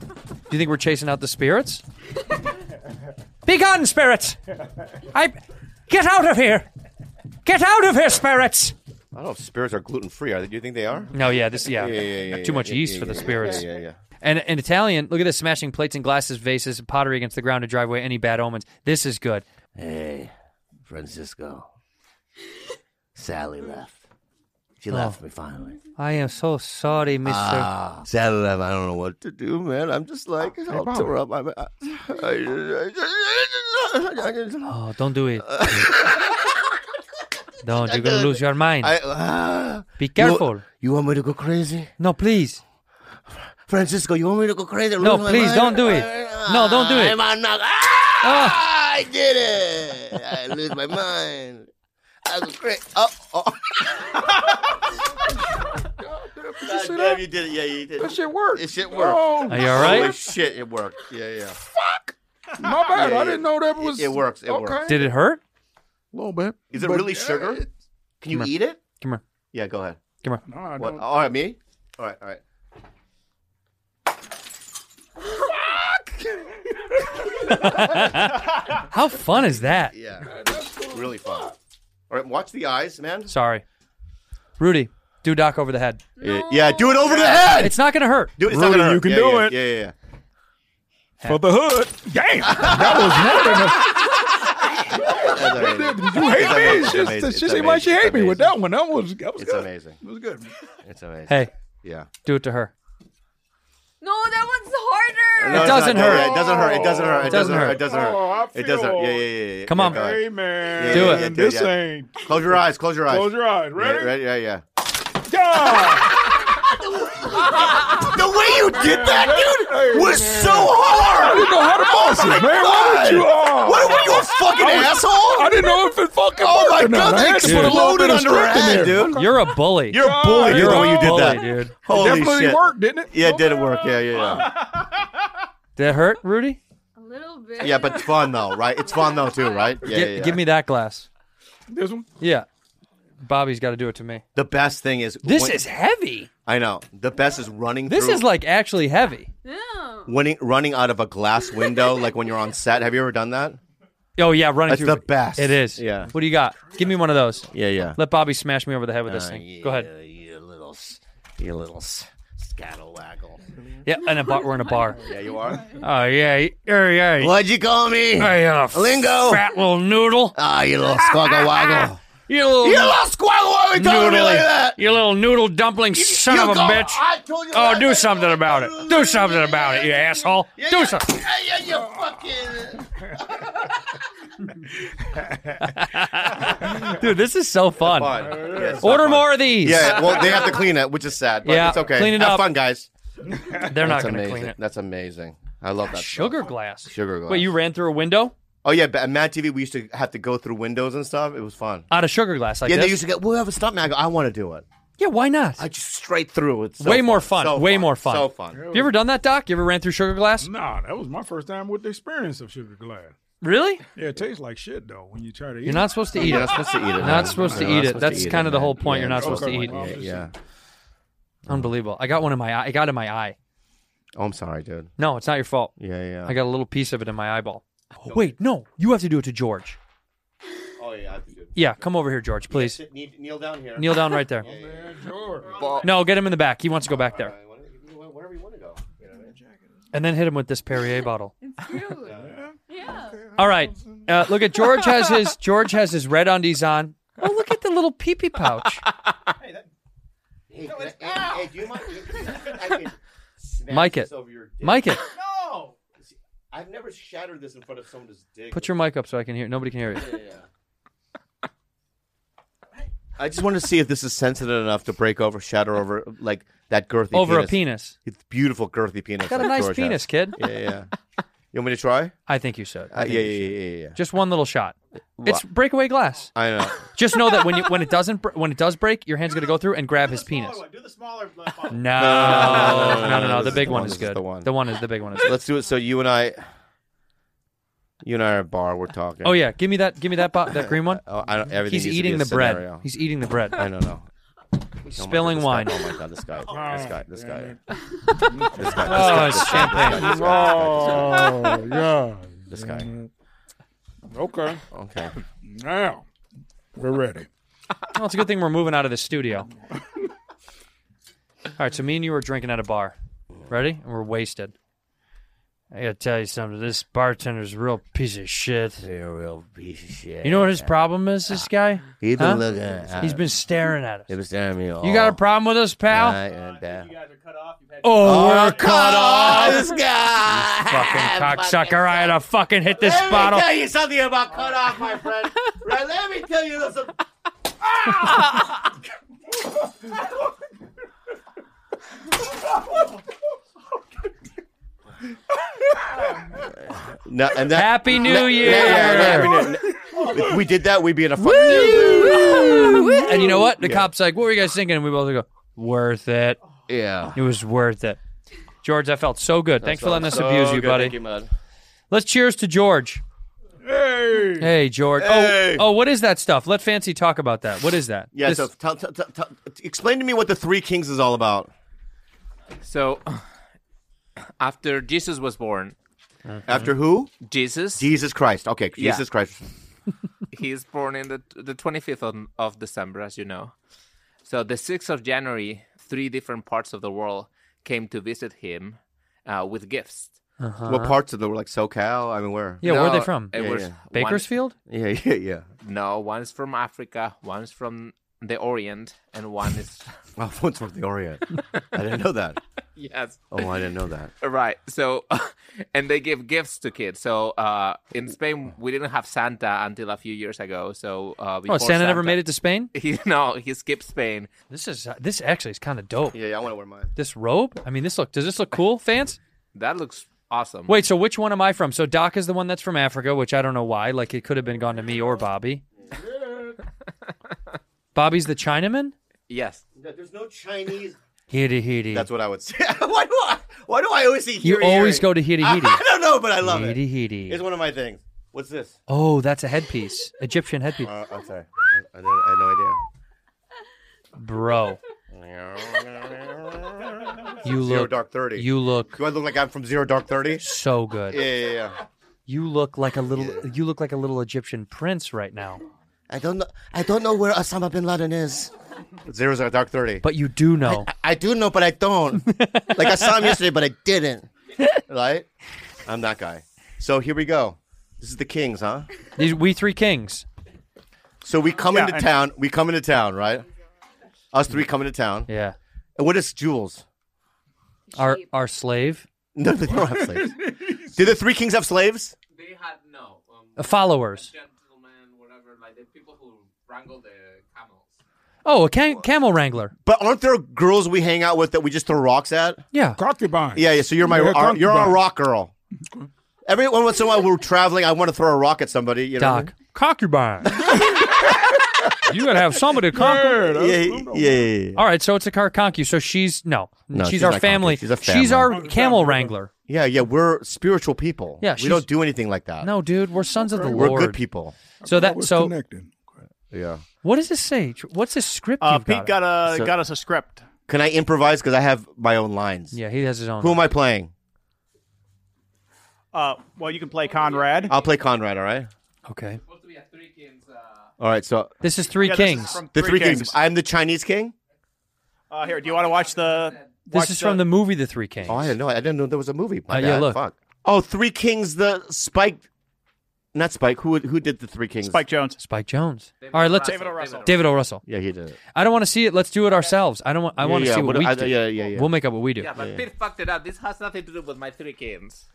Speaker 2: Do you think we're chasing out the spirits? *laughs* Be gone, spirits! I get out of here! Get out of here, spirits!
Speaker 1: I don't know if spirits are gluten free. Are they? Do you think they are?
Speaker 2: No, yeah, this yeah,
Speaker 1: Yeah, yeah, yeah,
Speaker 2: too
Speaker 1: yeah,
Speaker 2: much
Speaker 1: yeah,
Speaker 2: yeast
Speaker 1: yeah,
Speaker 2: for the
Speaker 1: yeah,
Speaker 2: spirits.
Speaker 1: Yeah, yeah, yeah.
Speaker 2: And in Italian, look at this: smashing plates and glasses, vases, pottery against the ground to drive away any bad omens. This is good.
Speaker 1: Hey, Francisco. Sally left.
Speaker 2: Oh.
Speaker 1: She left me finally.
Speaker 2: I am so sorry, Mister.
Speaker 1: Ah, Sally left. I don't know what to do, man. I'm just like, I'll tear up. I'm, I, I, I, just-
Speaker 2: oh, don't do
Speaker 1: *laughs*
Speaker 2: it. don't, you're gonna lose your mind.
Speaker 1: I- ah.
Speaker 2: Be careful.
Speaker 1: You, you want me to go crazy?
Speaker 2: no, please.
Speaker 1: Francisco, you want me to go crazy? and
Speaker 2: No,
Speaker 1: lose my
Speaker 2: please, don't
Speaker 1: mind?
Speaker 2: do it. No, don't do it.
Speaker 1: I'm, I'm not. Ah, I did it. I lose my mind. I go crazy. Oh, oh. God damn, you did it. Yeah, you did it.
Speaker 5: That shit worked.
Speaker 1: It shit worked.
Speaker 5: Oh,
Speaker 2: Are you all right?
Speaker 1: Holy shit, it worked. Yeah, yeah.
Speaker 5: my bad.
Speaker 1: Yeah,
Speaker 5: I
Speaker 1: yeah.
Speaker 5: didn't know that was.
Speaker 1: It works, it
Speaker 5: okay.
Speaker 1: works.
Speaker 2: Did it hurt?
Speaker 5: A little bit.
Speaker 1: Is it
Speaker 5: But- uh,
Speaker 1: really sugar? Can you
Speaker 2: Come here.
Speaker 1: eat it?
Speaker 2: Come here.
Speaker 1: Yeah, go ahead.
Speaker 2: Come here.
Speaker 5: No, I
Speaker 1: What?
Speaker 5: don't.
Speaker 1: All right, me? All right, all right.
Speaker 2: How fun is that?
Speaker 1: Yeah. Really fun. All right, watch the eyes, man.
Speaker 2: Sorry, Rudy. Do Doc over the head.
Speaker 1: Yeah, Yeah, do it over the head.
Speaker 2: It's not gonna hurt.
Speaker 1: Do it. It's not
Speaker 7: Rudy,
Speaker 1: gonna
Speaker 7: you
Speaker 1: hurt.
Speaker 7: can
Speaker 1: yeah,
Speaker 7: do
Speaker 1: yeah,
Speaker 7: it.
Speaker 1: Yeah, yeah, yeah. Oh.
Speaker 7: For the hood.
Speaker 1: *laughs* That's
Speaker 7: Damn.
Speaker 1: amazing.
Speaker 5: You hate me?
Speaker 1: It's
Speaker 5: She-
Speaker 1: amazing.
Speaker 5: She
Speaker 1: It's
Speaker 5: seemed like she
Speaker 1: amazing.
Speaker 5: hate me with
Speaker 1: It's
Speaker 5: that one. That was that was
Speaker 1: It's
Speaker 5: good.
Speaker 1: amazing.
Speaker 5: It was good.
Speaker 1: It's amazing.
Speaker 2: Hey,
Speaker 1: Yeah.
Speaker 2: do it to her.
Speaker 4: No, that one's harder.
Speaker 1: No, it's
Speaker 2: doesn't
Speaker 1: not-
Speaker 2: hurt.
Speaker 1: yeah, It doesn't hurt. It doesn't hurt. It doesn't hurt. It doesn't
Speaker 5: Oh, I
Speaker 1: hurt. It doesn't hurt.
Speaker 5: feel-
Speaker 1: Yeah, yeah, yeah, yeah.
Speaker 2: Come
Speaker 1: Yeah,
Speaker 2: on.
Speaker 1: go ahead.
Speaker 5: Hey man,
Speaker 1: Do
Speaker 2: it.
Speaker 1: Yeah, do it,
Speaker 5: This
Speaker 1: yeah.
Speaker 5: ain't.
Speaker 1: Close your eyes. Close your eyes.
Speaker 5: Close your eyes.
Speaker 1: Yeah,
Speaker 5: Ready?
Speaker 1: ready? Yeah, yeah.
Speaker 5: *laughs* Yeah.
Speaker 1: The way you did that,
Speaker 5: Hey,
Speaker 1: dude, was so hard. Oh
Speaker 5: I didn't know how to boss it, man. Why would you? Uh,
Speaker 1: What were you a fucking
Speaker 5: I
Speaker 1: asshole?
Speaker 5: didn't know if it fucking
Speaker 1: Oh
Speaker 5: worked
Speaker 1: my
Speaker 5: or not.
Speaker 1: god,
Speaker 5: I
Speaker 1: they
Speaker 5: had to put a little
Speaker 1: exploded
Speaker 5: bit of
Speaker 1: under her
Speaker 5: strength in
Speaker 1: head,
Speaker 5: there.
Speaker 1: dude.
Speaker 2: You're a bully.
Speaker 1: You're a bully
Speaker 2: You're
Speaker 1: the
Speaker 2: a
Speaker 1: way you did
Speaker 2: bully,
Speaker 1: that,
Speaker 2: dude.
Speaker 1: Holy
Speaker 5: Definitely
Speaker 1: shit.
Speaker 5: worked, didn't it?
Speaker 1: Yeah, it did work. Yeah, yeah, yeah.
Speaker 2: Did it hurt, Rudy?
Speaker 4: A little bit.
Speaker 1: Yeah, but it's fun though, right? It's fun though too, right? Yeah,
Speaker 2: Gi-
Speaker 1: yeah, yeah.
Speaker 2: Give me that glass.
Speaker 5: This one.
Speaker 2: Yeah. Bobby's got to do it to me.
Speaker 1: the best thing is
Speaker 2: This
Speaker 1: when-
Speaker 2: is heavy.
Speaker 1: I know the best is running.
Speaker 2: This
Speaker 1: through,
Speaker 2: is like actually heavy.
Speaker 4: No.
Speaker 1: winning, running out of a glass window, like when you're on set. Have you ever done that?
Speaker 2: Oh yeah, running
Speaker 1: That's
Speaker 2: through.
Speaker 1: the best.
Speaker 2: It is.
Speaker 1: Yeah.
Speaker 2: What do you got? Give me one of those.
Speaker 1: Yeah, yeah.
Speaker 2: Let Bobby smash me over the head with
Speaker 1: Uh,
Speaker 2: this thing. Go ahead.
Speaker 1: You little, s- you little s- scatterwaggle.
Speaker 2: Yeah, and a bar, we're in a bar.
Speaker 1: *laughs* Yeah,
Speaker 2: *laughs*
Speaker 1: you are.
Speaker 2: Oh yeah, yeah, yeah.
Speaker 1: What'd you call me?
Speaker 2: Hey, uh,
Speaker 1: Lingo.
Speaker 2: Fat little noodle.
Speaker 1: Ah, you
Speaker 2: *laughs*
Speaker 1: little squaggle
Speaker 2: You little,
Speaker 1: You little squaggle waggle talking to me like that.
Speaker 2: you little noodle dumpling son
Speaker 1: you
Speaker 2: of a
Speaker 1: go-
Speaker 2: bitch.
Speaker 1: I told you
Speaker 2: Oh,
Speaker 1: last
Speaker 2: do
Speaker 1: night.
Speaker 2: something about it. Do something about it, you asshole.
Speaker 1: Yeah,
Speaker 2: Do
Speaker 1: yeah.
Speaker 2: something.
Speaker 1: *laughs* Yeah, yeah, you fucking.
Speaker 2: Dude, this is so fun.
Speaker 1: Yeah, it's not
Speaker 2: Order
Speaker 1: fun.
Speaker 2: more of these.
Speaker 1: Yeah, well, they have to clean it, which is sad. But
Speaker 2: Yeah,
Speaker 1: it's okay.
Speaker 2: clean it
Speaker 1: have
Speaker 2: up.
Speaker 1: fun, guys.
Speaker 2: They're not
Speaker 1: That's
Speaker 2: going to
Speaker 1: amazing.
Speaker 2: clean it.
Speaker 1: That's amazing. I love that. stuff.
Speaker 2: Sugar glass.
Speaker 1: Sugar glass.
Speaker 2: Wait, you ran through a window
Speaker 1: Oh yeah, but at Mad TV we used to have to go through windows and stuff. It was fun.
Speaker 2: out of sugar glass like
Speaker 1: yeah,
Speaker 2: this?
Speaker 1: they used to get. We'll have a stunt man. I, go, I want to do it.
Speaker 2: yeah, why not?
Speaker 1: I just straight through. It's so
Speaker 2: Way more fun.
Speaker 1: So
Speaker 2: Way more fun.
Speaker 1: So fun.
Speaker 2: Have you ever done that, Doc? You ever ran through sugar glass?
Speaker 5: Nah, that was my first time with the experience of sugar glass.
Speaker 2: Really?
Speaker 5: Yeah, it tastes like shit though when you try to eat.
Speaker 2: You're not supposed to eat
Speaker 1: You're
Speaker 2: it.
Speaker 1: not supposed to eat it.
Speaker 2: Not
Speaker 1: man.
Speaker 2: supposed to
Speaker 1: You're not
Speaker 2: eat it.
Speaker 1: supposed
Speaker 2: That's
Speaker 1: eat
Speaker 2: kinda the
Speaker 1: man.
Speaker 2: whole point.
Speaker 1: Yeah,
Speaker 2: You're not
Speaker 1: okay.
Speaker 2: supposed to eat
Speaker 5: it.
Speaker 1: Yeah.
Speaker 2: Unbelievable. I got one in my eye. I got it in my eye.
Speaker 1: Oh, I'm sorry, dude.
Speaker 2: No, it's not your fault.
Speaker 1: Yeah, yeah.
Speaker 2: I got a little piece of it in my eyeball. Wait, no. You have to do it to George.
Speaker 1: Oh yeah, I have to do it.
Speaker 2: Yeah, come over here, George, please.
Speaker 1: Sit- knee- Kneel down here.
Speaker 2: Kneel down right there.
Speaker 5: *laughs* Yeah, sure.
Speaker 2: No, get him in the back. He wants to go back there.
Speaker 1: Wherever you want to go. You know what I mean?
Speaker 2: And then hit him with this Perrier bottle.
Speaker 4: Dude. yeah.
Speaker 2: All right. Uh, look at George has his George has his red undies on. Oh, look at the little pee
Speaker 5: *laughs*
Speaker 2: pee pouch.
Speaker 1: Hey, can I- hey, hey,
Speaker 2: *laughs*
Speaker 1: do you mind? I can snap
Speaker 2: Mic
Speaker 1: this
Speaker 2: it.
Speaker 1: over your dick.
Speaker 2: Mike it.
Speaker 1: I've never shattered this in front of someone's dick.
Speaker 2: Put your mic up so I can hear. Nobody can hear you.
Speaker 1: *laughs* I just want to see if this is sensitive enough to break over, shatter over, like that girthy
Speaker 2: Over a
Speaker 1: penis.
Speaker 2: penis.
Speaker 1: It's beautiful girthy penis.
Speaker 2: Got a
Speaker 1: like
Speaker 2: nice
Speaker 1: George
Speaker 2: penis,
Speaker 1: has.
Speaker 2: kid.
Speaker 1: Yeah, yeah, yeah. You want me to try?
Speaker 2: *laughs* I think you should. I
Speaker 1: Uh,
Speaker 2: think
Speaker 1: yeah, yeah,
Speaker 2: you should.
Speaker 1: yeah, yeah, yeah.
Speaker 2: Just one little shot. It's breakaway glass.
Speaker 1: I know.
Speaker 2: *laughs* Just know that when you when it doesn't br- when it does break, your hand's gonna go through and grab his penis.
Speaker 7: Oh, Do the smaller
Speaker 2: *laughs* No, no,
Speaker 1: no, no, no,
Speaker 2: no,
Speaker 1: no,
Speaker 2: no.
Speaker 1: this
Speaker 2: The
Speaker 1: is
Speaker 2: big
Speaker 1: the
Speaker 2: one
Speaker 1: one,
Speaker 2: is
Speaker 1: this is
Speaker 2: good.
Speaker 1: the one.
Speaker 2: The one is the big one
Speaker 1: *laughs*
Speaker 2: is. good.
Speaker 1: Let's do it. So you and I, you and I are at a bar. We're talking.
Speaker 2: Oh yeah, give me that. Give me that. Bo- that green one.
Speaker 1: *laughs* Oh, I don't, everything
Speaker 2: He's
Speaker 1: needs to be
Speaker 2: eating
Speaker 1: a
Speaker 2: the bread.
Speaker 1: scenario. Oh
Speaker 2: He's eating the
Speaker 1: *laughs*
Speaker 2: bread.
Speaker 1: I don't know. He's
Speaker 2: spilling wine.
Speaker 1: Oh my god, this guy. This guy. This guy. This
Speaker 2: Oh,
Speaker 1: guy.
Speaker 2: it's champagne.
Speaker 1: This guy.
Speaker 5: Oh yeah. *laughs*
Speaker 1: This guy. This guy.
Speaker 5: Okay.
Speaker 1: *laughs* Okay.
Speaker 5: Now we're ready.
Speaker 2: *laughs* Well, it's a good thing we're moving out of the
Speaker 1: *laughs*
Speaker 2: studio. All right, so me and you were drinking at a bar. Ready? And we're wasted. I gotta tell you something. This bartender's a real piece of shit.
Speaker 1: You're a real piece of shit.
Speaker 2: You know what his problem is, this guy?
Speaker 1: He's been
Speaker 2: Huh?
Speaker 1: looking. At,
Speaker 2: He's been staring at us.
Speaker 1: He was staring at me.
Speaker 2: You got a problem with us, pal?
Speaker 7: Oh,
Speaker 2: Oh, we're cut
Speaker 1: Oh,
Speaker 2: off.
Speaker 1: this guy.
Speaker 2: Fucking cocksucker. I gotta fucking hit this bottle.
Speaker 1: you something about cut off, my friend. Right, let me tell you *laughs* something. No, and that,
Speaker 2: Happy New Year.
Speaker 1: Yeah, yeah, yeah. if we did that, we'd be in a fucking.
Speaker 2: And you know what? The cop's like, what were you guys thinking? And we both go, worth it.
Speaker 1: Yeah.
Speaker 2: It was worth it. George, I felt so Oh, good. Thanks for letting us abuse you, buddy. Let's cheers to George.
Speaker 5: Hey.
Speaker 2: Hey, George.
Speaker 1: Hey.
Speaker 2: Oh, oh, what is that stuff? Let Fancy talk about that. What is that?
Speaker 1: Yeah.
Speaker 2: This-
Speaker 1: So, tell, tell, tell, tell- explain to me what the Three Kings is all about.
Speaker 6: So, *sighs* after Jesus was born,
Speaker 1: After who?
Speaker 6: Jesus
Speaker 1: Jesus Christ. Okay,
Speaker 6: Yeah.
Speaker 1: Jesus Christ.
Speaker 6: he is born in the the 25th of, of December, as you know. So the 6th of January, three different parts of the world came to visit him uh, with gifts.
Speaker 1: What parts of the like SoCal? I mean, where?
Speaker 2: Uh-huh. yeah, where are they
Speaker 6: No,
Speaker 2: from?
Speaker 6: It
Speaker 1: Yeah,
Speaker 6: was
Speaker 1: yeah.
Speaker 2: Bakersfield?
Speaker 1: Yeah, *laughs* yeah, yeah.
Speaker 6: One, no, one is from Africa, one is from the Orient, and one is *laughs*
Speaker 1: Oh, one's from the Orient. I didn't
Speaker 2: *laughs*
Speaker 1: know that.
Speaker 6: yes.
Speaker 1: Oh, I didn't know that.
Speaker 6: Right. So, *laughs* and they give gifts to kids. So, uh, in Spain, we didn't have Santa until a few years ago. So, uh,
Speaker 2: Oh, Santa, never made it to Spain?
Speaker 6: *laughs* He no, he skipped Spain.
Speaker 2: This is uh, this actually is kind of dope.
Speaker 1: Yeah, yeah I want to wear mine.
Speaker 2: This robe? I mean, this look. Does this look cool, fans?
Speaker 6: That looks awesome.
Speaker 2: Wait, so which one am I from? So Doc is the one that's from Africa, which I don't know why. Like it could have been gone to me or Bobby. Bobby's the Chinaman.
Speaker 6: Yes.
Speaker 1: There's no Chinese.
Speaker 2: Hiri hiri.
Speaker 1: That's what I would *laughs* say. why do I? Why do I always see?
Speaker 2: you
Speaker 1: Hiri
Speaker 2: always
Speaker 1: Hiri?
Speaker 2: go to hiri
Speaker 1: *laughs* I,
Speaker 2: hiri.
Speaker 1: I don't know, but I love it.
Speaker 2: Hiri hiri.
Speaker 1: It's one of my things. What's this?
Speaker 2: Oh, that's a headpiece. Egyptian headpiece.
Speaker 1: Uh, I'm sorry. I, I, didn't- I had no idea.
Speaker 2: Bro. You
Speaker 1: *laughs* Zero
Speaker 2: look
Speaker 1: Dark Thirty.
Speaker 2: you look
Speaker 1: Do I look like I'm from Zero Dark Thirty?
Speaker 2: so good.
Speaker 1: *laughs* Yeah, yeah, yeah.
Speaker 2: You look like a little you look like a little Egyptian prince right now.
Speaker 1: I don't know. I don't know where Osama bin Laden is. Zero's our Dark Thirty.
Speaker 2: But you do know.
Speaker 1: *laughs* I do know, but I don't. like I saw him yesterday, but I didn't. Right? I'm that guy. So here we go. This is the Kings, huh?
Speaker 2: These we three kings.
Speaker 1: So we come
Speaker 7: Yeah,
Speaker 1: into
Speaker 7: and-
Speaker 1: town. We come into town, right? Us three come into town.
Speaker 2: Yeah.
Speaker 1: And what is Jules? *laughs*
Speaker 2: Our our slave.
Speaker 1: No, they don't have slaves. Do the three kings have slaves?
Speaker 6: They had no um,
Speaker 2: Uh, followers.
Speaker 6: gentlemen, whatever, like the people who wrangle the camels.
Speaker 2: Oh, a cam- camel wrangler.
Speaker 1: But aren't there girls we hang out with that we just throw rocks at?
Speaker 2: Yeah.
Speaker 5: Concubine.
Speaker 1: Yeah, yeah. So you're my
Speaker 5: Yeah,
Speaker 1: our- you're our
Speaker 5: concubine.
Speaker 1: rock girl. Every once in a while, we're traveling. I want to throw a rock at somebody. You know?
Speaker 2: Doc,
Speaker 1: *laughs*
Speaker 2: concubine. you gotta have somebody to conquer.
Speaker 1: Yeah, yeah, yeah, yeah, yeah.
Speaker 2: All right, so it's a carconcu. So she's no,
Speaker 1: No,
Speaker 2: she's,
Speaker 1: she's
Speaker 2: our
Speaker 1: not
Speaker 2: family.
Speaker 1: concu, she's a family.
Speaker 2: our camel wrangler.
Speaker 1: Yeah, yeah, We're spiritual people.
Speaker 2: Yeah,
Speaker 1: we
Speaker 2: she's-
Speaker 1: don't do anything like that.
Speaker 2: No, dude, we're sons of the
Speaker 1: we're
Speaker 2: Lord.
Speaker 1: good people.
Speaker 2: So that
Speaker 5: What's
Speaker 2: so
Speaker 5: connecting?
Speaker 1: Yeah.
Speaker 2: what does this say? What's this script?
Speaker 7: Uh,
Speaker 2: you've
Speaker 7: Pete
Speaker 2: got
Speaker 7: got a
Speaker 1: So-
Speaker 7: got us a script.
Speaker 1: Can I improvise? Because I have my own lines.
Speaker 2: yeah, he has his own.
Speaker 1: Who am I playing?
Speaker 7: Uh, well, you can play Conrad.
Speaker 2: Uh,
Speaker 1: I'll play Conrad. All right.
Speaker 2: Okay,
Speaker 1: All right. So
Speaker 2: this is three
Speaker 7: Yeah, this is
Speaker 2: kings.
Speaker 7: from
Speaker 1: the three, kings. I'm the Chinese king.
Speaker 7: Uh, here, do you want to watch the?
Speaker 2: This
Speaker 7: watch
Speaker 2: is from the movie The Three Kings.
Speaker 1: Oh, I didn't know. I didn't know there was a movie. My
Speaker 2: Uh, yeah,
Speaker 1: bad.
Speaker 2: look.
Speaker 1: Fuck. Oh, Three Kings. The Spike. Not Spike. Who who did the Three Kings?
Speaker 7: Spike Jones.
Speaker 2: Spike Jones. All right, let's
Speaker 7: David O. Russell.
Speaker 2: David O. Russell.
Speaker 1: Yeah, he did. It.
Speaker 2: I don't want to see it. Let's do it ourselves. I don't want. I want to
Speaker 1: yeah,
Speaker 2: see what,
Speaker 1: what-
Speaker 2: we
Speaker 1: I-
Speaker 2: do.
Speaker 1: yeah, yeah, yeah.
Speaker 2: We'll make up what we do.
Speaker 6: Yeah, but Pete fucked it up. This has nothing to do with my three kings.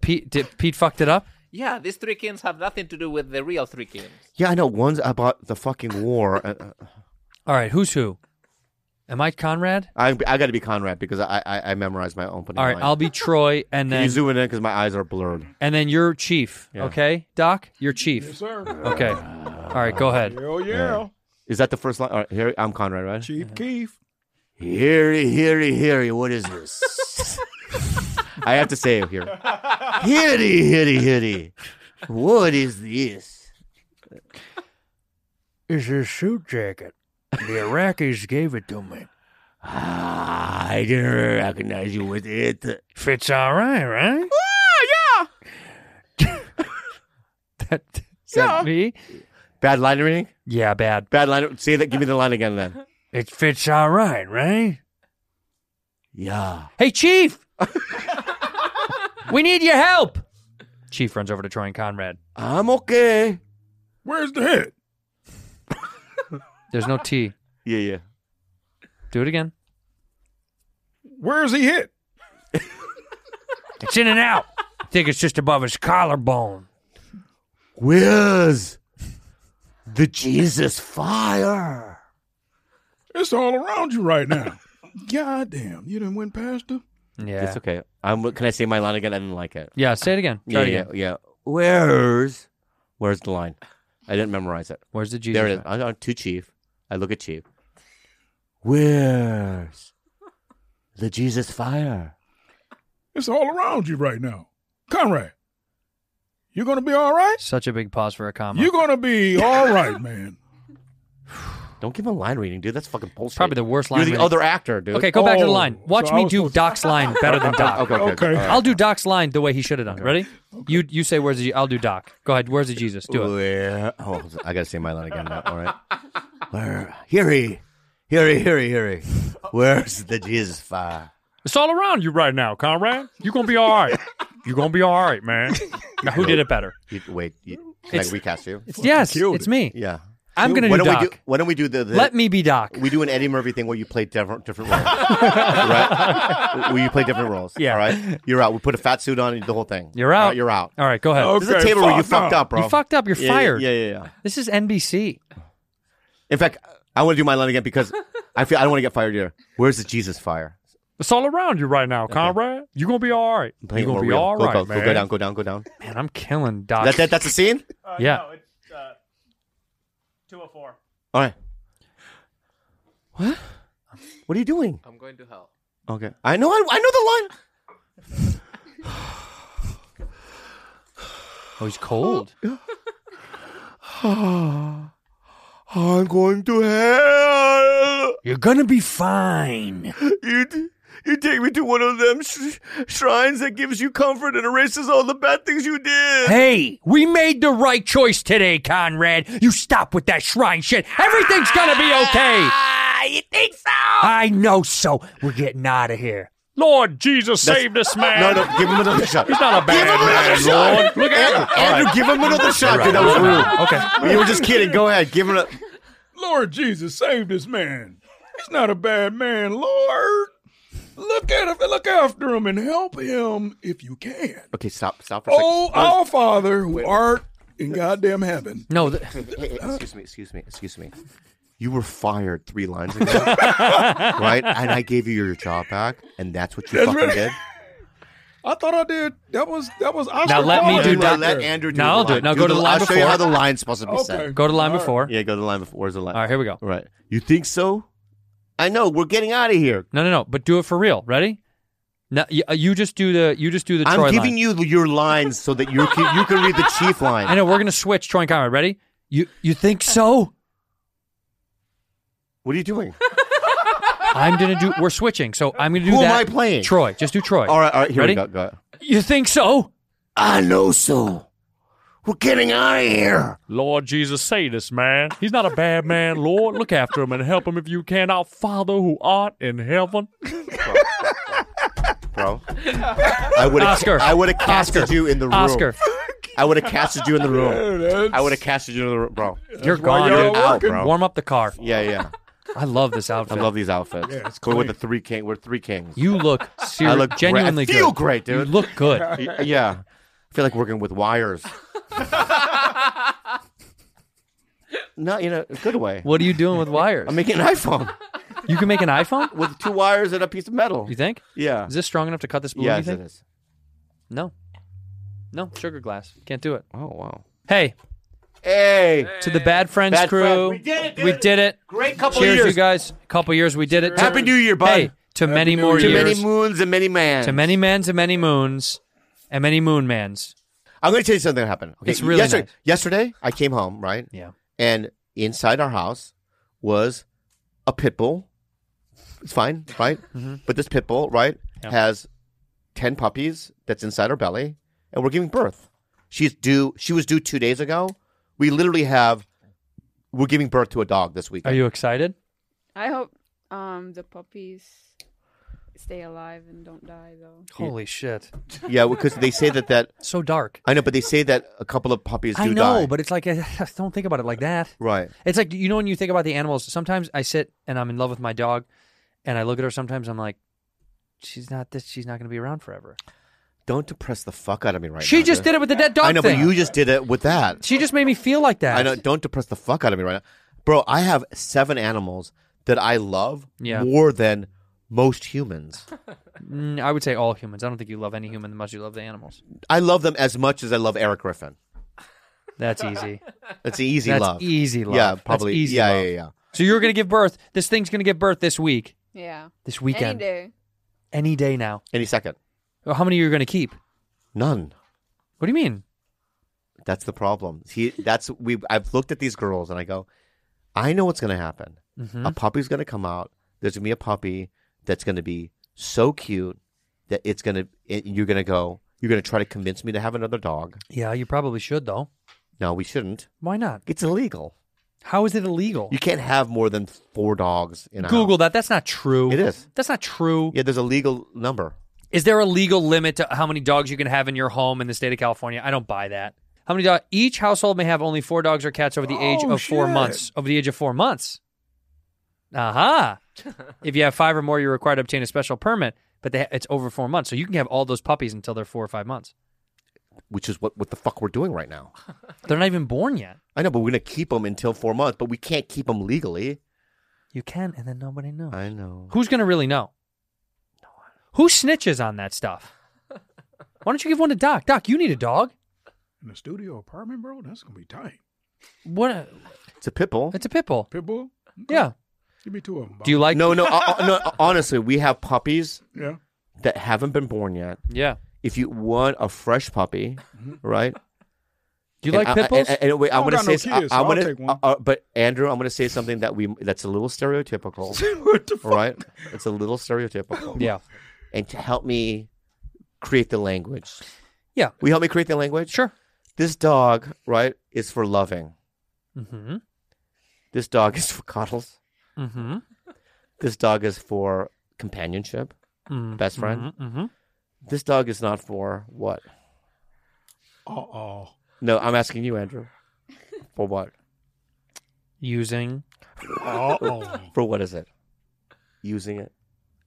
Speaker 2: Pete did, Pete fucked it up.
Speaker 6: Yeah, these three kings have nothing to do with the real three kings.
Speaker 1: Yeah, I know. One's about the fucking war. *laughs* Uh, uh,
Speaker 2: All right, who's who? Am I Conrad?
Speaker 1: I I got to be Conrad because I I, I memorized my opening.
Speaker 2: All right,
Speaker 1: line.
Speaker 2: I'll be Troy, and
Speaker 1: Can you
Speaker 2: then
Speaker 1: zoom it in because my eyes are blurred.
Speaker 2: and then you're chief.
Speaker 1: Yeah.
Speaker 2: Okay, Doc, you're chief.
Speaker 5: Sir.
Speaker 2: Okay.
Speaker 9: Ah.
Speaker 2: All right, go ahead. *laughs*
Speaker 5: Oh yeah.
Speaker 1: Is that the first line? All right, here I'm Conrad, right?
Speaker 5: Chief Keith.
Speaker 1: Heary, heary, heary. What is this? I have to say it here. Heary, heary, heary. What is this?
Speaker 9: It's a suit jacket. The Iraqis gave it to me.
Speaker 1: Ah, I didn't recognize you with it.
Speaker 9: Fits all right, right?
Speaker 2: That, is that me?
Speaker 1: Bad line reading.
Speaker 2: Yeah, bad.
Speaker 1: Bad line. Say that. Give me the line again, then.
Speaker 9: It fits all right, right?
Speaker 1: Yeah.
Speaker 2: Hey, chief, we need your help. Chief runs over to Troy and Conrad.
Speaker 1: I'm okay.
Speaker 5: Where's the head?
Speaker 2: There's no T.
Speaker 1: Yeah, yeah.
Speaker 2: Do it again.
Speaker 5: Where's he hit?
Speaker 9: It's in and out. I think it's just above his collarbone.
Speaker 1: Where's
Speaker 2: *laughs*
Speaker 1: the Jesus fire?
Speaker 5: It's all around you
Speaker 1: *laughs*
Speaker 5: right now. God damn, you didn't win, Pastor.
Speaker 2: Yeah.
Speaker 1: It's okay. I'm. Can I say my line again? I didn't like it.
Speaker 2: Yeah. Say it again. Try
Speaker 1: Yeah,
Speaker 2: it
Speaker 1: yeah,
Speaker 2: again.
Speaker 1: yeah. Where's Where's the line? I didn't memorize it.
Speaker 2: Where's the Jesus?
Speaker 1: There it is. I'm, I'm to Chief. I look at Chief. Where's the Jesus fire?
Speaker 5: It's all around you right now. Conrad, you're gonna be all right.
Speaker 2: Such a big pause for a comma.
Speaker 5: You're gonna be all right, man.
Speaker 1: Don't give him line reading, dude. That's fucking bullshit.
Speaker 2: Probably the worst line
Speaker 1: You're the
Speaker 2: reading.
Speaker 1: other actor, dude.
Speaker 2: okay, go back to the
Speaker 5: Oh,
Speaker 2: line. Watch
Speaker 5: so I
Speaker 2: me
Speaker 5: was
Speaker 2: do
Speaker 5: supposed to-
Speaker 2: Doc's line better
Speaker 1: *laughs*
Speaker 2: than Doc.
Speaker 1: Okay. Okay. okay.
Speaker 5: Okay.
Speaker 1: All right.
Speaker 2: I'll do Doc's line the way he should have done. it. Ready? You you say where's the Je- I'll do Doc. Go ahead. Where's the Jesus? Do it.
Speaker 1: Where? Oh, I gotta say my line again. Now.
Speaker 2: *laughs*
Speaker 1: All right. Where? Here he, here he, here he, here he. Where's the Jesus fire?
Speaker 9: It's all around you right now, Conrad. You're going to be all right. You're going to be all right, man.
Speaker 2: *laughs* Now who did it better?
Speaker 1: You, wait, you, can I recast you?
Speaker 2: It's, yes, it's me.
Speaker 1: Yeah.
Speaker 2: I'm gonna
Speaker 1: Why
Speaker 2: do
Speaker 1: don't
Speaker 2: Doc.
Speaker 1: we do? Why don't we do the? the
Speaker 2: Let me be Doc.
Speaker 1: We do an Eddie Murphy thing where you play different
Speaker 2: *laughs*
Speaker 1: different roles, right? Where you play different roles.
Speaker 2: Yeah.
Speaker 1: All right. You're out. We put a fat suit on and do the whole thing.
Speaker 2: You're out.
Speaker 1: All right, you're out.
Speaker 2: All right, go ahead.
Speaker 5: Okay,
Speaker 1: This is a table where you
Speaker 5: fuck
Speaker 1: fucked
Speaker 5: no.
Speaker 1: up, bro.
Speaker 2: You fucked up. You're
Speaker 1: Yeah,
Speaker 2: fired.
Speaker 1: Yeah, yeah, yeah.
Speaker 2: This is NBC.
Speaker 1: In fact, I want to do my line again because I feel I don't want to get fired here. Where's the Jesus fire?
Speaker 9: It's all around you right now, Conrad. You're going to be all right.
Speaker 1: Play
Speaker 9: You're
Speaker 1: it
Speaker 9: going
Speaker 1: more
Speaker 9: to be
Speaker 1: real.
Speaker 9: all
Speaker 1: go,
Speaker 9: right,
Speaker 1: go,
Speaker 9: man.
Speaker 1: go, go down, go down, go down.
Speaker 2: Man, I'm killing Doc.
Speaker 1: That, that that's the scene.
Speaker 7: Uh,
Speaker 2: Yeah.
Speaker 7: No, it's uh, 204.
Speaker 1: All right. What? What are you doing?
Speaker 6: I'm going to hell.
Speaker 1: Okay. I know. I, I know the line.
Speaker 2: oh, he's
Speaker 1: *gasps*
Speaker 2: cold.
Speaker 1: I'm going to hell.
Speaker 9: You're going to be fine.
Speaker 1: You, t- you take me to one of them sh- shrines that gives you comfort and erases all the bad things you did.
Speaker 9: Hey, we made the right choice today, Conrad. You stop with that shrine shit. Everything's going to be okay.
Speaker 1: Ah, you think so?
Speaker 9: I know so. We're getting out of here. Lord Jesus, save this man.
Speaker 1: *laughs* No, no, give him another shot. He's
Speaker 9: not a bad man, Lord. Look at him.
Speaker 1: Andrew, Andrew, give him another shot. dude. That was
Speaker 9: Okay.
Speaker 1: rude. You were just kidding. Go ahead. Give him a.
Speaker 5: Lord Jesus, save this man. He's not a bad man, Lord. Look at him, look after him, and help him if you can.
Speaker 1: Okay, stop. Stop for a
Speaker 5: Oh,
Speaker 1: second.
Speaker 5: our Father who art in goddamn heaven.
Speaker 2: No, th-
Speaker 1: Hey, hey, excuse me, excuse me, excuse me. You were fired three lines ago, *laughs* right? And I gave you your job back, and that's what you
Speaker 5: That's
Speaker 1: fucking
Speaker 5: right.
Speaker 1: did.
Speaker 5: I thought I did. That was that was Oscar.
Speaker 2: Now let me
Speaker 5: Wilde
Speaker 2: do
Speaker 5: right
Speaker 2: that.
Speaker 5: there.
Speaker 1: Let Andrew do
Speaker 2: No,
Speaker 1: the
Speaker 2: I'll do
Speaker 1: line.
Speaker 2: it. No, go to the line
Speaker 1: I'll show you
Speaker 2: before.
Speaker 1: how the line's supposed to be
Speaker 5: Okay.
Speaker 1: said.
Speaker 2: Go to line
Speaker 5: All right.
Speaker 2: before.
Speaker 1: Yeah, go to the line before. Where's the line?
Speaker 2: All right, here we go.
Speaker 1: All right. You think so? I know. We're getting out of here.
Speaker 2: No, no, no. But do it for real. Ready? No, you, uh, you just do the you just do the
Speaker 1: I'm
Speaker 2: Troy
Speaker 1: giving
Speaker 2: line.
Speaker 1: you your lines so that you can, you can
Speaker 2: *laughs*
Speaker 1: read the chief line.
Speaker 2: I know
Speaker 1: *laughs*
Speaker 2: we're gonna switch Troy and Conrad. Ready? You you think so?
Speaker 1: What are you doing?
Speaker 2: I'm gonna do. We're switching. So I'm gonna do
Speaker 1: Who am
Speaker 2: that.
Speaker 1: I playing?
Speaker 2: Troy. Just do Troy.
Speaker 1: All right, all right. Here
Speaker 2: Ready?
Speaker 1: we go. go.
Speaker 2: You think so?
Speaker 1: I know so. We're getting out of here.
Speaker 9: Lord Jesus, say this man. He's not a bad man, Lord. Look after him and help him if you can. Our Father who art in heaven.
Speaker 1: Bro. I would have
Speaker 2: Oscar.
Speaker 1: I would have casted
Speaker 2: Oscar.
Speaker 1: you in the room.
Speaker 2: Oscar,
Speaker 1: I would have casted you
Speaker 2: *laughs*
Speaker 1: in the room.
Speaker 5: That's-
Speaker 1: I would have casted you in the room, bro.
Speaker 2: you're
Speaker 5: why
Speaker 2: gone.
Speaker 5: y'all
Speaker 2: dude.
Speaker 1: out, bro.
Speaker 2: Warm up the car.
Speaker 1: Yeah, yeah.
Speaker 2: I love this
Speaker 1: I
Speaker 2: outfit.
Speaker 1: love these outfits.
Speaker 5: Yeah, it's
Speaker 1: We're with the
Speaker 5: clean.
Speaker 1: three king. We're three kings.
Speaker 2: You look
Speaker 1: I
Speaker 2: seriously,
Speaker 1: look great. I
Speaker 2: genuinely
Speaker 1: feel
Speaker 2: good.
Speaker 1: great, dude.
Speaker 2: You look good.
Speaker 1: Y- *laughs* yeah. I feel like working with wires. no, you know, good way.
Speaker 2: What are you doing with wires?
Speaker 1: I'm making an iPhone
Speaker 2: you can make an iPhone.
Speaker 1: with two wires and a piece of metal.
Speaker 2: You think?
Speaker 1: Yeah.
Speaker 2: Is this strong enough to cut this balloon? you
Speaker 1: Yes,
Speaker 2: think?
Speaker 1: it is.
Speaker 2: No. No sugar glass. Can't do it.
Speaker 1: Oh, wow.
Speaker 2: Hey,
Speaker 1: Hey.
Speaker 2: to the Bad Friends
Speaker 1: Bad
Speaker 2: crew.
Speaker 1: Friends. We did it, dude.
Speaker 2: We did it.
Speaker 1: Great couple
Speaker 2: Cheers,
Speaker 1: years.
Speaker 2: you guys. Couple years. We did it. To-
Speaker 1: Happy New Year, bud.
Speaker 2: Hey, to many
Speaker 5: New
Speaker 2: more
Speaker 1: to
Speaker 5: Year.
Speaker 2: years.
Speaker 1: many moons and many mans.
Speaker 2: to many mans and many moons and many moon mans.
Speaker 1: I'm going to tell you something that happened. Okay,
Speaker 2: It's really
Speaker 1: yesterday,
Speaker 2: nice.
Speaker 1: yesterday, I came home, right?
Speaker 2: Yeah.
Speaker 1: And inside our house was a pit bull. It's fine, right?
Speaker 2: *laughs* Mm-hmm.
Speaker 1: But this pit bull, right, has 10 puppies that's inside her belly, and we're giving birth. She's due, she was due two days ago. We literally have, we're giving birth to a dog
Speaker 2: *laughs*
Speaker 1: this week.
Speaker 2: Are you excited?
Speaker 4: I hope um the puppies stay alive and don't die though.
Speaker 2: Holy shit!
Speaker 1: Yeah, because they say that that,
Speaker 2: So dark.
Speaker 1: I know, but they say that a couple of puppies do
Speaker 2: I know,
Speaker 1: die.
Speaker 2: but it's like *laughs* I don't think about it like that.
Speaker 1: Right.
Speaker 2: It's like you know when you think about the animals. Sometimes I sit and I'm in love with my dog, and I look at her. Sometimes I'm like, she's not this. She's not going to be around forever.
Speaker 1: Don't depress the fuck out of me right now.
Speaker 2: she just did it with the dead dog
Speaker 1: I know,
Speaker 2: thing.
Speaker 1: but you just did it with that.
Speaker 2: she just made me feel like that.
Speaker 1: I know. Don't depress the fuck out of me right now, bro. I have seven animals that I love
Speaker 2: Yeah.
Speaker 1: more than most humans.
Speaker 2: Mm, I would say all humans. I don't think you love any human as much as you love the animals.
Speaker 1: I love them as much as I love Eric Griffin. *laughs*
Speaker 2: That's easy.
Speaker 1: That's an easy
Speaker 2: That's
Speaker 1: love.
Speaker 2: easy love.
Speaker 1: Yeah,
Speaker 2: That's
Speaker 1: probably.
Speaker 2: easy
Speaker 1: yeah,
Speaker 2: love.
Speaker 1: yeah, yeah.
Speaker 2: So you're going to give birth. This thing's going to give birth this week,
Speaker 4: Yeah.
Speaker 2: this weekend,
Speaker 4: Any day.
Speaker 2: Any day now.
Speaker 1: Any second.
Speaker 2: Well, How many are you going to keep?
Speaker 1: None.
Speaker 2: What do you mean?
Speaker 1: That's the problem. He. That's we. I've looked at these girls and I go, I know what's gonna happen. A puppy's gonna come out. There's gonna be a puppy that's gonna be so cute that it's gonna. It, you're gonna go. You're gonna try to convince me to have another dog.
Speaker 2: Yeah, you probably should though.
Speaker 1: No, we shouldn't.
Speaker 2: Why not?
Speaker 1: It's illegal.
Speaker 2: How is it illegal?
Speaker 1: You can't have more than four dogs in a
Speaker 2: Google
Speaker 1: house.
Speaker 2: that. That's not true.
Speaker 1: It is.
Speaker 2: That's not true.
Speaker 1: Yeah, there's a legal number.
Speaker 2: Is there a legal limit to how many dogs you can have in your home in the state of California? I don't buy that. How many dogs? Each household may have only four dogs or cats over the age
Speaker 5: Oh,
Speaker 2: of four
Speaker 5: shit.
Speaker 2: months. Over the age of four months. Aha. *laughs* if you have five or more, you're required to obtain a special permit, but they, it's over four months. So you can have all those puppies until they're four or five months.
Speaker 1: Which is what, what the fuck we're doing right now.
Speaker 2: They're not even born yet.
Speaker 1: I know, but we're gonna keep them until four months, but we can't keep them legally.
Speaker 2: You can, and then nobody knows.
Speaker 1: I know.
Speaker 2: Who's going to really know? Who snitches on that *laughs* stuff? Why don't you give one to Doc? Doc, you need a dog.
Speaker 5: In a studio apartment, bro, that's gonna be tight.
Speaker 2: What? A,
Speaker 1: It's a pit bull.
Speaker 2: it's a pit bull.
Speaker 5: Pitbull,
Speaker 2: Yeah.
Speaker 5: give me two of them.
Speaker 2: Do you like?
Speaker 1: No, no, uh, uh, no. Honestly, we have puppies
Speaker 5: Yeah. *laughs*
Speaker 1: that haven't been born yet.
Speaker 2: Yeah.
Speaker 1: If you want a fresh puppy,
Speaker 5: Mm-hmm.
Speaker 1: right?
Speaker 2: Do you like pit bulls?
Speaker 1: pitbulls? wait, I'm
Speaker 5: I
Speaker 1: gonna
Speaker 5: don't
Speaker 1: say.
Speaker 5: got no kids, so
Speaker 1: am
Speaker 5: I'll
Speaker 1: gonna,
Speaker 5: take one.
Speaker 1: uh, uh, but Andrew, I'm gonna say something that we that's a little stereotypical,
Speaker 5: what the *laughs* fuck?
Speaker 1: right? It's a little stereotypical.
Speaker 2: yeah.
Speaker 1: and to help me create the language.
Speaker 2: Yeah.
Speaker 1: Will you help me create the language?
Speaker 2: Sure.
Speaker 1: This dog, right, is for loving.
Speaker 2: Mm-hmm.
Speaker 1: This dog is for cuddles.
Speaker 2: Mm-hmm.
Speaker 1: This dog is for companionship, best friend.
Speaker 2: Mm-hmm.
Speaker 1: This dog is not for what?
Speaker 5: Uh oh.
Speaker 1: No, I'm asking you, Andrew. For what?
Speaker 2: Using
Speaker 5: Uh oh.
Speaker 1: For what is it? Using it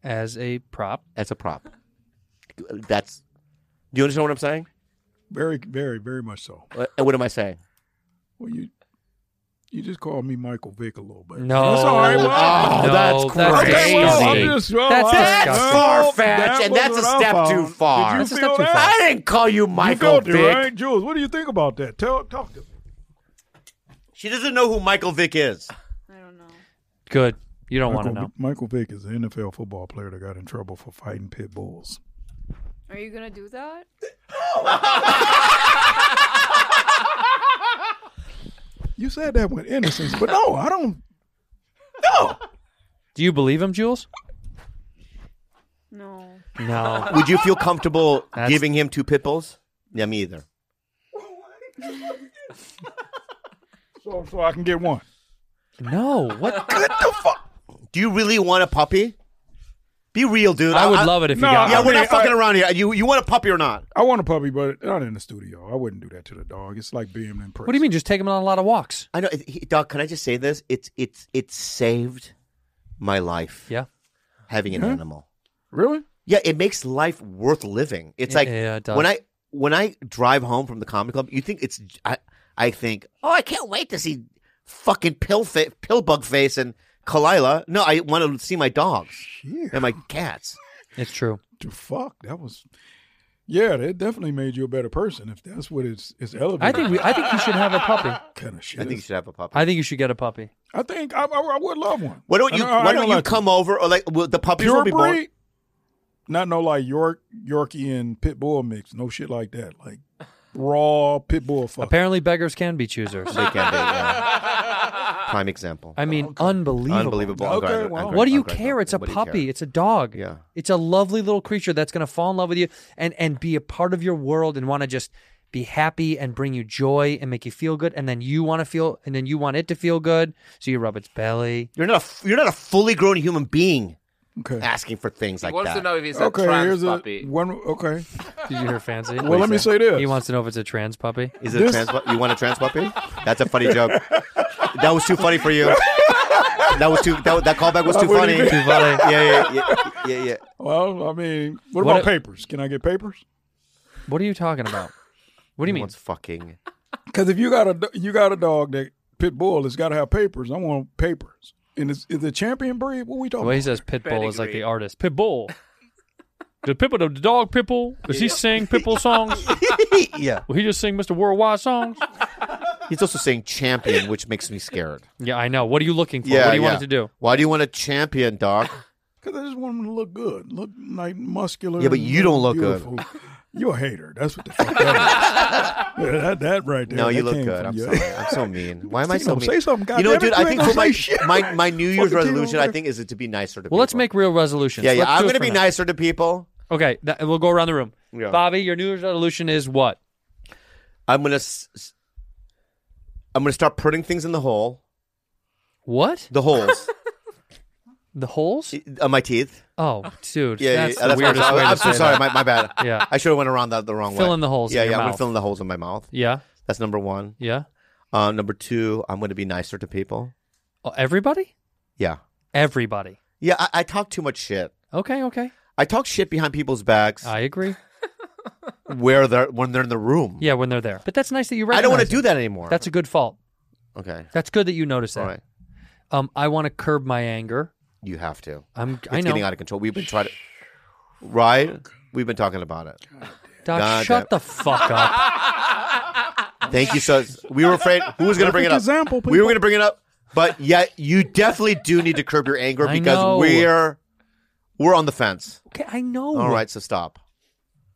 Speaker 2: as a prop.
Speaker 1: as a prop. That's. Do you understand what I'm saying?
Speaker 5: Very, very, very much so.
Speaker 1: What- And what am I saying?
Speaker 5: Well, you You just called me Michael Vick a little bit.
Speaker 2: No.
Speaker 5: That's all right. Well,
Speaker 2: No, that's crazy.
Speaker 5: Okay, well, I'm just- well,
Speaker 2: That's
Speaker 5: I-
Speaker 2: disgusting.
Speaker 5: well,
Speaker 1: far fetched,
Speaker 5: that
Speaker 1: and that's a
Speaker 5: was what I
Speaker 1: step
Speaker 5: found.
Speaker 1: too far.
Speaker 5: Did
Speaker 2: That's
Speaker 5: you
Speaker 2: a
Speaker 5: feel
Speaker 2: step too
Speaker 5: that?
Speaker 2: far.
Speaker 1: I didn't call you Michael
Speaker 5: you felt it,
Speaker 1: Vick.
Speaker 5: right, Jules? What do you think about that? Tell, talk to me.
Speaker 1: She doesn't know who Michael Vick is.
Speaker 4: I don't know.
Speaker 2: Good. You don't want to
Speaker 5: Michael,
Speaker 2: know.
Speaker 5: Michael Vick is an NFL football player that got in trouble for fighting pit bulls.
Speaker 4: Are you gonna do that?
Speaker 5: You said that with innocence, but no, I don't.
Speaker 2: Do you believe him, Jules?
Speaker 4: No.
Speaker 2: No.
Speaker 1: Would you feel comfortable
Speaker 2: That's-
Speaker 1: giving him two pit bulls? Yeah, me either.
Speaker 5: So, so I can get one.
Speaker 2: *laughs* No. What?
Speaker 1: Do you really want a puppy? Be real, dude.
Speaker 2: I would love it if
Speaker 5: No,
Speaker 2: you got.
Speaker 1: Yeah,
Speaker 5: I
Speaker 1: we're
Speaker 5: mean,
Speaker 1: not fucking
Speaker 5: I-
Speaker 1: around here. You you want a puppy or not?
Speaker 5: I want a puppy, but not in the studio. I wouldn't do that to the dog. It's like being in prison.
Speaker 2: What do you mean? Just take him on a lot of walks.
Speaker 1: I know, it- he- Doc. Can I just say this? It's it's it's saved my life.
Speaker 2: Yeah.
Speaker 1: having an
Speaker 5: Yeah.
Speaker 1: animal.
Speaker 5: Really?
Speaker 1: Yeah, it makes life worth living. It's
Speaker 2: Yeah,
Speaker 1: like
Speaker 2: yeah, it does.
Speaker 1: when I when I drive home from the comedy club, you think it's I I think oh I can't wait to see fucking pill fa- pill bug face and Kalila. No, I want to see my dogs
Speaker 5: Shit.
Speaker 1: and my cats.
Speaker 2: It's true.
Speaker 5: To fuck. That was. Yeah, that definitely made you a better person if that's what it's it's elevated.
Speaker 2: I think we, I think you should have a puppy.
Speaker 5: kind of shit.
Speaker 1: I think you should have a puppy.
Speaker 2: I think you should get a puppy.
Speaker 5: I think I, I, I would love one.
Speaker 1: why don't you
Speaker 5: I know- I
Speaker 1: Why
Speaker 5: know,
Speaker 1: don't you
Speaker 5: like,
Speaker 1: come over or like well, the puppies will
Speaker 5: pure
Speaker 1: be born?
Speaker 5: breed? Not no like York Yorkie and pit bull mix. No shit like that. Like raw pit bull. Fuck.
Speaker 2: Apparently, beggars can be choosers.
Speaker 1: They can
Speaker 2: *laughs*
Speaker 1: be, yeah. Prime example.
Speaker 2: I mean, unbelievable.
Speaker 1: Unbelievable.
Speaker 5: Okay,
Speaker 1: Ungrindable.
Speaker 5: well.
Speaker 1: Ungrindable.
Speaker 2: What do you
Speaker 1: Ungrindable.
Speaker 2: care? It's a
Speaker 1: What do you
Speaker 2: puppy.
Speaker 1: care?
Speaker 2: It's a dog.
Speaker 1: Yeah.
Speaker 2: It's a lovely little creature that's going to fall in love with you and and be a part of your world and want to just be happy and bring you joy and make you feel good and then you want to feel and then you want it to feel good so you rub its belly.
Speaker 1: You're not a f- you're not a fully grown human being
Speaker 5: Okay.
Speaker 1: asking for things
Speaker 6: He
Speaker 1: like
Speaker 6: wants
Speaker 1: that.
Speaker 6: to know if he's a
Speaker 5: Okay.
Speaker 6: trans
Speaker 5: Here's
Speaker 6: puppy.
Speaker 5: a one. Okay.
Speaker 2: Did you hear fancy?
Speaker 5: *laughs* Well, let me say this.
Speaker 2: He wants to know if it's a trans puppy.
Speaker 1: Is it a
Speaker 5: This-
Speaker 1: trans? pu- You want a trans puppy? That's a funny joke. That was too funny for you. That was too. That, that callback was too
Speaker 5: What
Speaker 1: funny.
Speaker 5: do you mean?
Speaker 2: Too funny.
Speaker 1: *laughs* Yeah, yeah, yeah, yeah, yeah.
Speaker 5: Well, I mean, what,
Speaker 2: What
Speaker 5: about
Speaker 2: a-
Speaker 5: papers? Can I get papers?
Speaker 2: What are you talking about? What do you mean?
Speaker 1: What's fucking? *laughs*
Speaker 5: Because if you got a do- you got a dog that pit bull has got to have papers. I want papers. And it's is the champion breed. What we
Speaker 2: The
Speaker 5: talking?
Speaker 2: way he
Speaker 5: about?
Speaker 2: says Pitbull is like the
Speaker 6: Pedigree.
Speaker 2: artist. Pitbull. The Pitbull, the dog Pitbull, does he sing Pitbull songs?
Speaker 1: yeah.
Speaker 2: Will he just sing Mr. Worldwide songs?
Speaker 1: He's also saying champion, which makes me scared.
Speaker 2: Yeah, I know. What are you looking for?
Speaker 1: Yeah.
Speaker 2: what do you want
Speaker 1: yeah.
Speaker 2: it to do?
Speaker 1: Why do you want a champion, Doc?
Speaker 5: Because I just want them to look good, look like muscular.
Speaker 1: Yeah, but
Speaker 5: and
Speaker 1: you don't look good.
Speaker 5: beautiful. You a hater. That's what the fuck that is. Yeah, that, that right there.
Speaker 1: No, you
Speaker 5: that
Speaker 1: look
Speaker 5: came
Speaker 1: good.
Speaker 5: from
Speaker 1: I'm
Speaker 5: you.
Speaker 1: sorry. I'm so
Speaker 2: *laughs*
Speaker 1: mean. Why am I so
Speaker 5: Tino,
Speaker 1: mean?
Speaker 5: say something,
Speaker 1: You know,
Speaker 5: goddammit.
Speaker 1: dude.
Speaker 5: You
Speaker 1: I
Speaker 5: ain't
Speaker 1: think
Speaker 5: gonna
Speaker 1: for my
Speaker 5: say shit.
Speaker 1: my my New Year's
Speaker 5: Fucking Tino
Speaker 1: resolution, I
Speaker 5: over
Speaker 1: think is to be nicer to people.
Speaker 2: Well, let's make real resolutions.
Speaker 1: Yeah, yeah.
Speaker 2: Let's do
Speaker 1: I'm
Speaker 2: it
Speaker 1: gonna
Speaker 2: for
Speaker 1: be
Speaker 2: now.
Speaker 1: nicer to people.
Speaker 2: Okay, that, we'll go around the room.
Speaker 1: Yeah.
Speaker 2: Bobby, your New Year's resolution is what?
Speaker 1: I'm gonna s- s- I'm gonna start putting things in the hole,
Speaker 2: What?
Speaker 1: the holes
Speaker 2: The holes?
Speaker 1: on my teeth.
Speaker 2: Oh, dude.
Speaker 1: Yeah,
Speaker 2: that's
Speaker 1: yeah,
Speaker 2: the
Speaker 1: that's my
Speaker 2: weirdest
Speaker 1: fault.
Speaker 2: way to
Speaker 1: I'm so
Speaker 2: say
Speaker 1: sorry.
Speaker 2: that.
Speaker 1: My, my bad.
Speaker 2: *laughs*
Speaker 1: *laughs*
Speaker 2: Yeah.
Speaker 1: I should have went around that the wrong way.
Speaker 2: Fill in the holes in
Speaker 1: Yeah,
Speaker 2: your
Speaker 1: yeah. I'm gonna
Speaker 2: mouth.
Speaker 1: fill in the holes in my mouth.
Speaker 2: Yeah,
Speaker 1: That's number one.
Speaker 2: yeah.
Speaker 1: Uh, number two, I'm gonna be nicer to people.
Speaker 2: Oh, everybody?
Speaker 1: Yeah,
Speaker 2: Everybody.
Speaker 1: yeah. I, I talk too much shit.
Speaker 2: Okay, okay.
Speaker 1: I talk shit behind people's backs
Speaker 2: I agree.
Speaker 1: where they're when they're in the room.
Speaker 2: Yeah, when they're there. But that's nice that you
Speaker 1: I don't want to
Speaker 2: recognize it.
Speaker 1: do that anymore.
Speaker 2: That's a good fault.
Speaker 1: okay.
Speaker 2: That's good that you notice that.
Speaker 1: All right.
Speaker 2: Um, I want to curb my anger.
Speaker 1: You have to.
Speaker 2: I'm.
Speaker 1: It's
Speaker 2: I know.
Speaker 1: getting out of control. We've been trying to. Right. We've been talking about it.
Speaker 2: Doc,
Speaker 1: God
Speaker 2: shut
Speaker 1: damn-
Speaker 2: the fuck
Speaker 1: *laughs*
Speaker 2: up.
Speaker 1: Thank you. So we were afraid who was going to bring it up.
Speaker 5: Perfect example,
Speaker 1: we were
Speaker 5: people.
Speaker 1: going to bring it up, *laughs* but yet you definitely do need to curb your anger
Speaker 2: I know.
Speaker 1: because we're we're on the fence.
Speaker 2: Okay, I know.
Speaker 1: All right, so stop.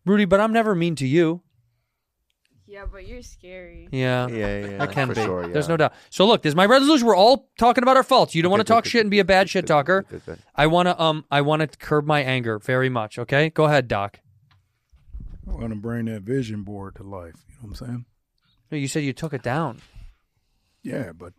Speaker 2: Rudy. But I'm never mean to you.
Speaker 4: Yeah, but you're scary.
Speaker 2: Yeah.
Speaker 1: yeah.
Speaker 2: I can
Speaker 1: for
Speaker 2: be.
Speaker 1: Sure, yeah.
Speaker 2: There's no doubt. So look, this is my resolution. We're all talking about our faults. You don't want to
Speaker 1: good,
Speaker 2: talk
Speaker 1: good,
Speaker 2: shit and be a bad shit talker.
Speaker 1: good, good.
Speaker 2: I want to um I want to curb my anger very much, okay? Go ahead, doc.
Speaker 5: I'm gonna bring that vision board to life. You know what I'm saying?
Speaker 2: No, you said you took it down.
Speaker 5: Yeah, but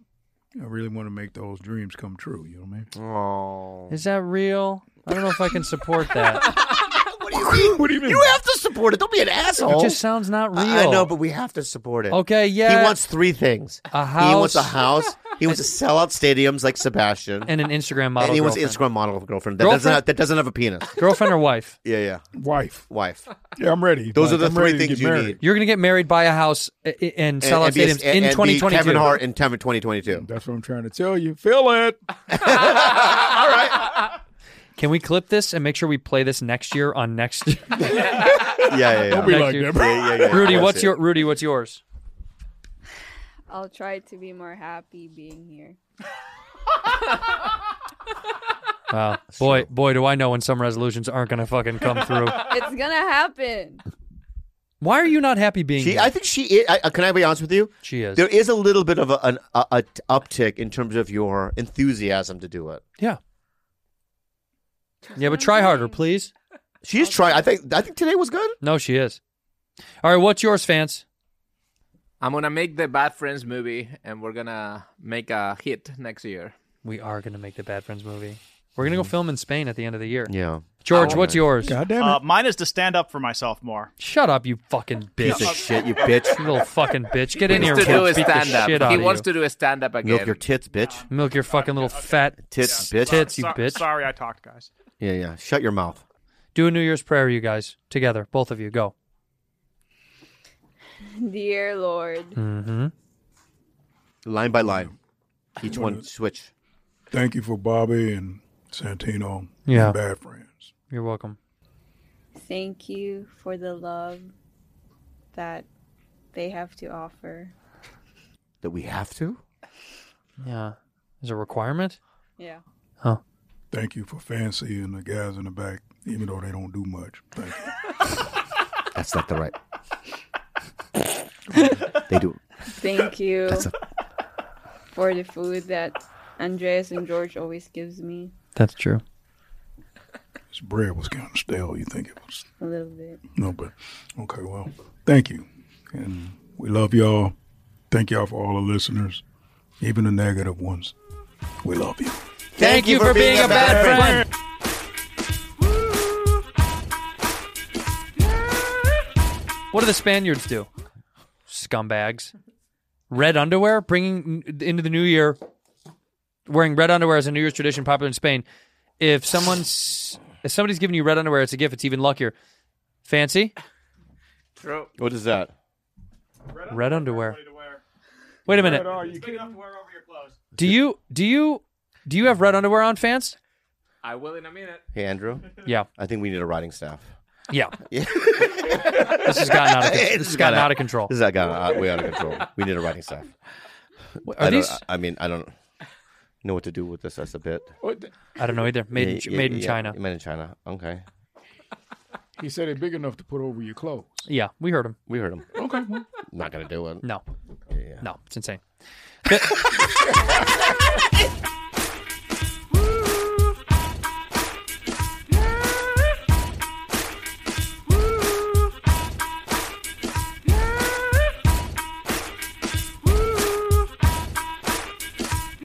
Speaker 5: I really want to make those dreams come true. You know what I mean?
Speaker 1: Oh.
Speaker 2: Is that real? I don't know if I can support
Speaker 1: *laughs*
Speaker 2: that.
Speaker 1: What do you mean?
Speaker 5: What do you mean?
Speaker 1: You have to support it. Don't be an asshole.
Speaker 2: It just sounds not real.
Speaker 1: I, I know, but we have to support it.
Speaker 2: Okay,
Speaker 1: He
Speaker 2: yeah.
Speaker 1: wants three things.
Speaker 2: A
Speaker 1: He wants a
Speaker 2: house.
Speaker 1: house.
Speaker 2: *laughs*
Speaker 1: He was to sell out stadiums like Sebastian.
Speaker 2: And an Instagram model
Speaker 1: And he was an
Speaker 2: girlfriend.
Speaker 1: Instagram model girlfriend. That doesn't
Speaker 2: Girlfriend?
Speaker 1: have, that doesn't have a penis.
Speaker 2: Girlfriend or wife?
Speaker 1: *laughs* Yeah, yeah.
Speaker 5: Wife.
Speaker 1: Wife.
Speaker 5: Yeah, I'm ready.
Speaker 1: Those are the
Speaker 5: I'm
Speaker 1: three
Speaker 5: ready to
Speaker 1: things
Speaker 5: get
Speaker 1: you
Speaker 5: married.
Speaker 1: need.
Speaker 2: You're gonna get married, buy a house, a- a- and sell out
Speaker 1: and be a-
Speaker 2: stadiums in
Speaker 1: and- and be
Speaker 2: 2022.
Speaker 1: Kevin Hart in 2022.
Speaker 5: That's what I'm trying to tell you. Feel it.
Speaker 2: Can we clip this and make sure we play this next year on next?
Speaker 1: Yeah, yeah, yeah.
Speaker 5: Don't be
Speaker 2: Thank
Speaker 5: like
Speaker 2: you.
Speaker 5: that, bro.
Speaker 1: Yeah, yeah, yeah.
Speaker 2: Rudy,
Speaker 1: That's
Speaker 2: what's
Speaker 1: it.
Speaker 2: your Rudy? What's yours?
Speaker 4: I'll try to be more happy being here. *laughs*
Speaker 2: Wow, boy, boy, do I know when some resolutions aren't gonna fucking come through.
Speaker 4: It's gonna happen. *laughs*
Speaker 2: Why are you not happy being
Speaker 1: She,
Speaker 2: here?
Speaker 1: I think she is. I, I- can I be honest with you?
Speaker 2: she is.
Speaker 1: There is a little bit of a, an a, a t- uptick in terms of your enthusiasm to do it.
Speaker 2: Yeah. Yeah, but try harder, please.
Speaker 1: She is trying. I think. I think today was good.
Speaker 2: No, she is. All right, what's yours, fans?
Speaker 6: I'm gonna make the Bad Friends movie, and we're gonna make a hit next year.
Speaker 2: We are gonna make the Bad Friends movie. We're gonna go film in Spain at the end of the year.
Speaker 1: Mm. Yeah.
Speaker 2: George, what's yours?
Speaker 5: God damn it.
Speaker 7: Uh, mine is to stand up for myself more.
Speaker 2: Shut up, you fucking bitch.
Speaker 1: Piece of shit, you bitch.
Speaker 2: *laughs* You little fucking bitch. Get in
Speaker 6: He
Speaker 2: here and
Speaker 6: wants to do a
Speaker 2: beat the
Speaker 6: stand
Speaker 2: shit
Speaker 6: up.
Speaker 2: out
Speaker 6: He
Speaker 2: of
Speaker 6: wants
Speaker 2: you.
Speaker 6: to do a stand up again.
Speaker 1: Milk your tits, bitch.
Speaker 2: Milk your fucking little fat
Speaker 1: Tits, bitch.
Speaker 2: tits, you
Speaker 7: So-
Speaker 2: bitch.
Speaker 7: Sorry, I talked, guys.
Speaker 1: Yeah, yeah. Shut your mouth.
Speaker 2: Do a New Year's prayer, you guys, together, both of you. Go.
Speaker 4: Dear Lord,
Speaker 1: Hmm. Line by line. Each one switch.
Speaker 5: Thank you for Bobby and Santino.
Speaker 2: Yeah.
Speaker 5: And bad friends.
Speaker 2: You're welcome.
Speaker 4: thank you for the love that they have to offer.
Speaker 1: That we have to.
Speaker 2: Yeah. Is a requirement?
Speaker 4: Yeah.
Speaker 5: Thank you for Fancy and the guys in the back, even though they don't do much. Thank you.
Speaker 1: That's not the right. *laughs* they do.
Speaker 4: Thank you
Speaker 1: *laughs* That's a,
Speaker 4: for the food that Andreas and George always gives me
Speaker 2: That's true.
Speaker 5: This bread was kind of stale. You think it was?
Speaker 4: a little bit.
Speaker 5: No, but okay. Well, thank you, and we love y'all. Thank y'all for all the listeners, even the negative ones. We love you.
Speaker 2: Thank, you for being a bad friend. What do the Spaniards do? Scumbags. Red underwear, bringing n- into the new year, wearing red underwear is a New Year's tradition popular in Spain. If someone's if somebody's giving you red underwear, it's a gift. It's even luckier. Fancy
Speaker 6: True.
Speaker 1: What is that?
Speaker 2: red underwear. Wait a minute.
Speaker 5: you
Speaker 2: Do you do you do you have red underwear on, fans?
Speaker 6: I will in a minute.
Speaker 1: Hey, Andrew.
Speaker 2: Yeah,
Speaker 1: I think we need a writing staff.
Speaker 2: yeah. this has gotten out
Speaker 1: *laughs*
Speaker 2: of this has gotten out of control.
Speaker 1: This is got uh, way out of control. We need a writing staff. I
Speaker 2: Are
Speaker 1: don't.
Speaker 2: these?
Speaker 1: I mean, I don't know what to do with this. That's a bit.
Speaker 2: I don't know either. Made in,
Speaker 1: Yeah,
Speaker 2: Ch-
Speaker 1: yeah,
Speaker 2: made in
Speaker 1: yeah,
Speaker 2: China.
Speaker 1: Made in China. Okay,
Speaker 5: He said it big enough to put over your clothes.
Speaker 2: Yeah, we heard him.
Speaker 1: we heard him.
Speaker 2: Oh.
Speaker 5: Okay. well,
Speaker 1: Not gonna do it.
Speaker 2: No,
Speaker 1: Yeah, yeah.
Speaker 2: no, it's insane.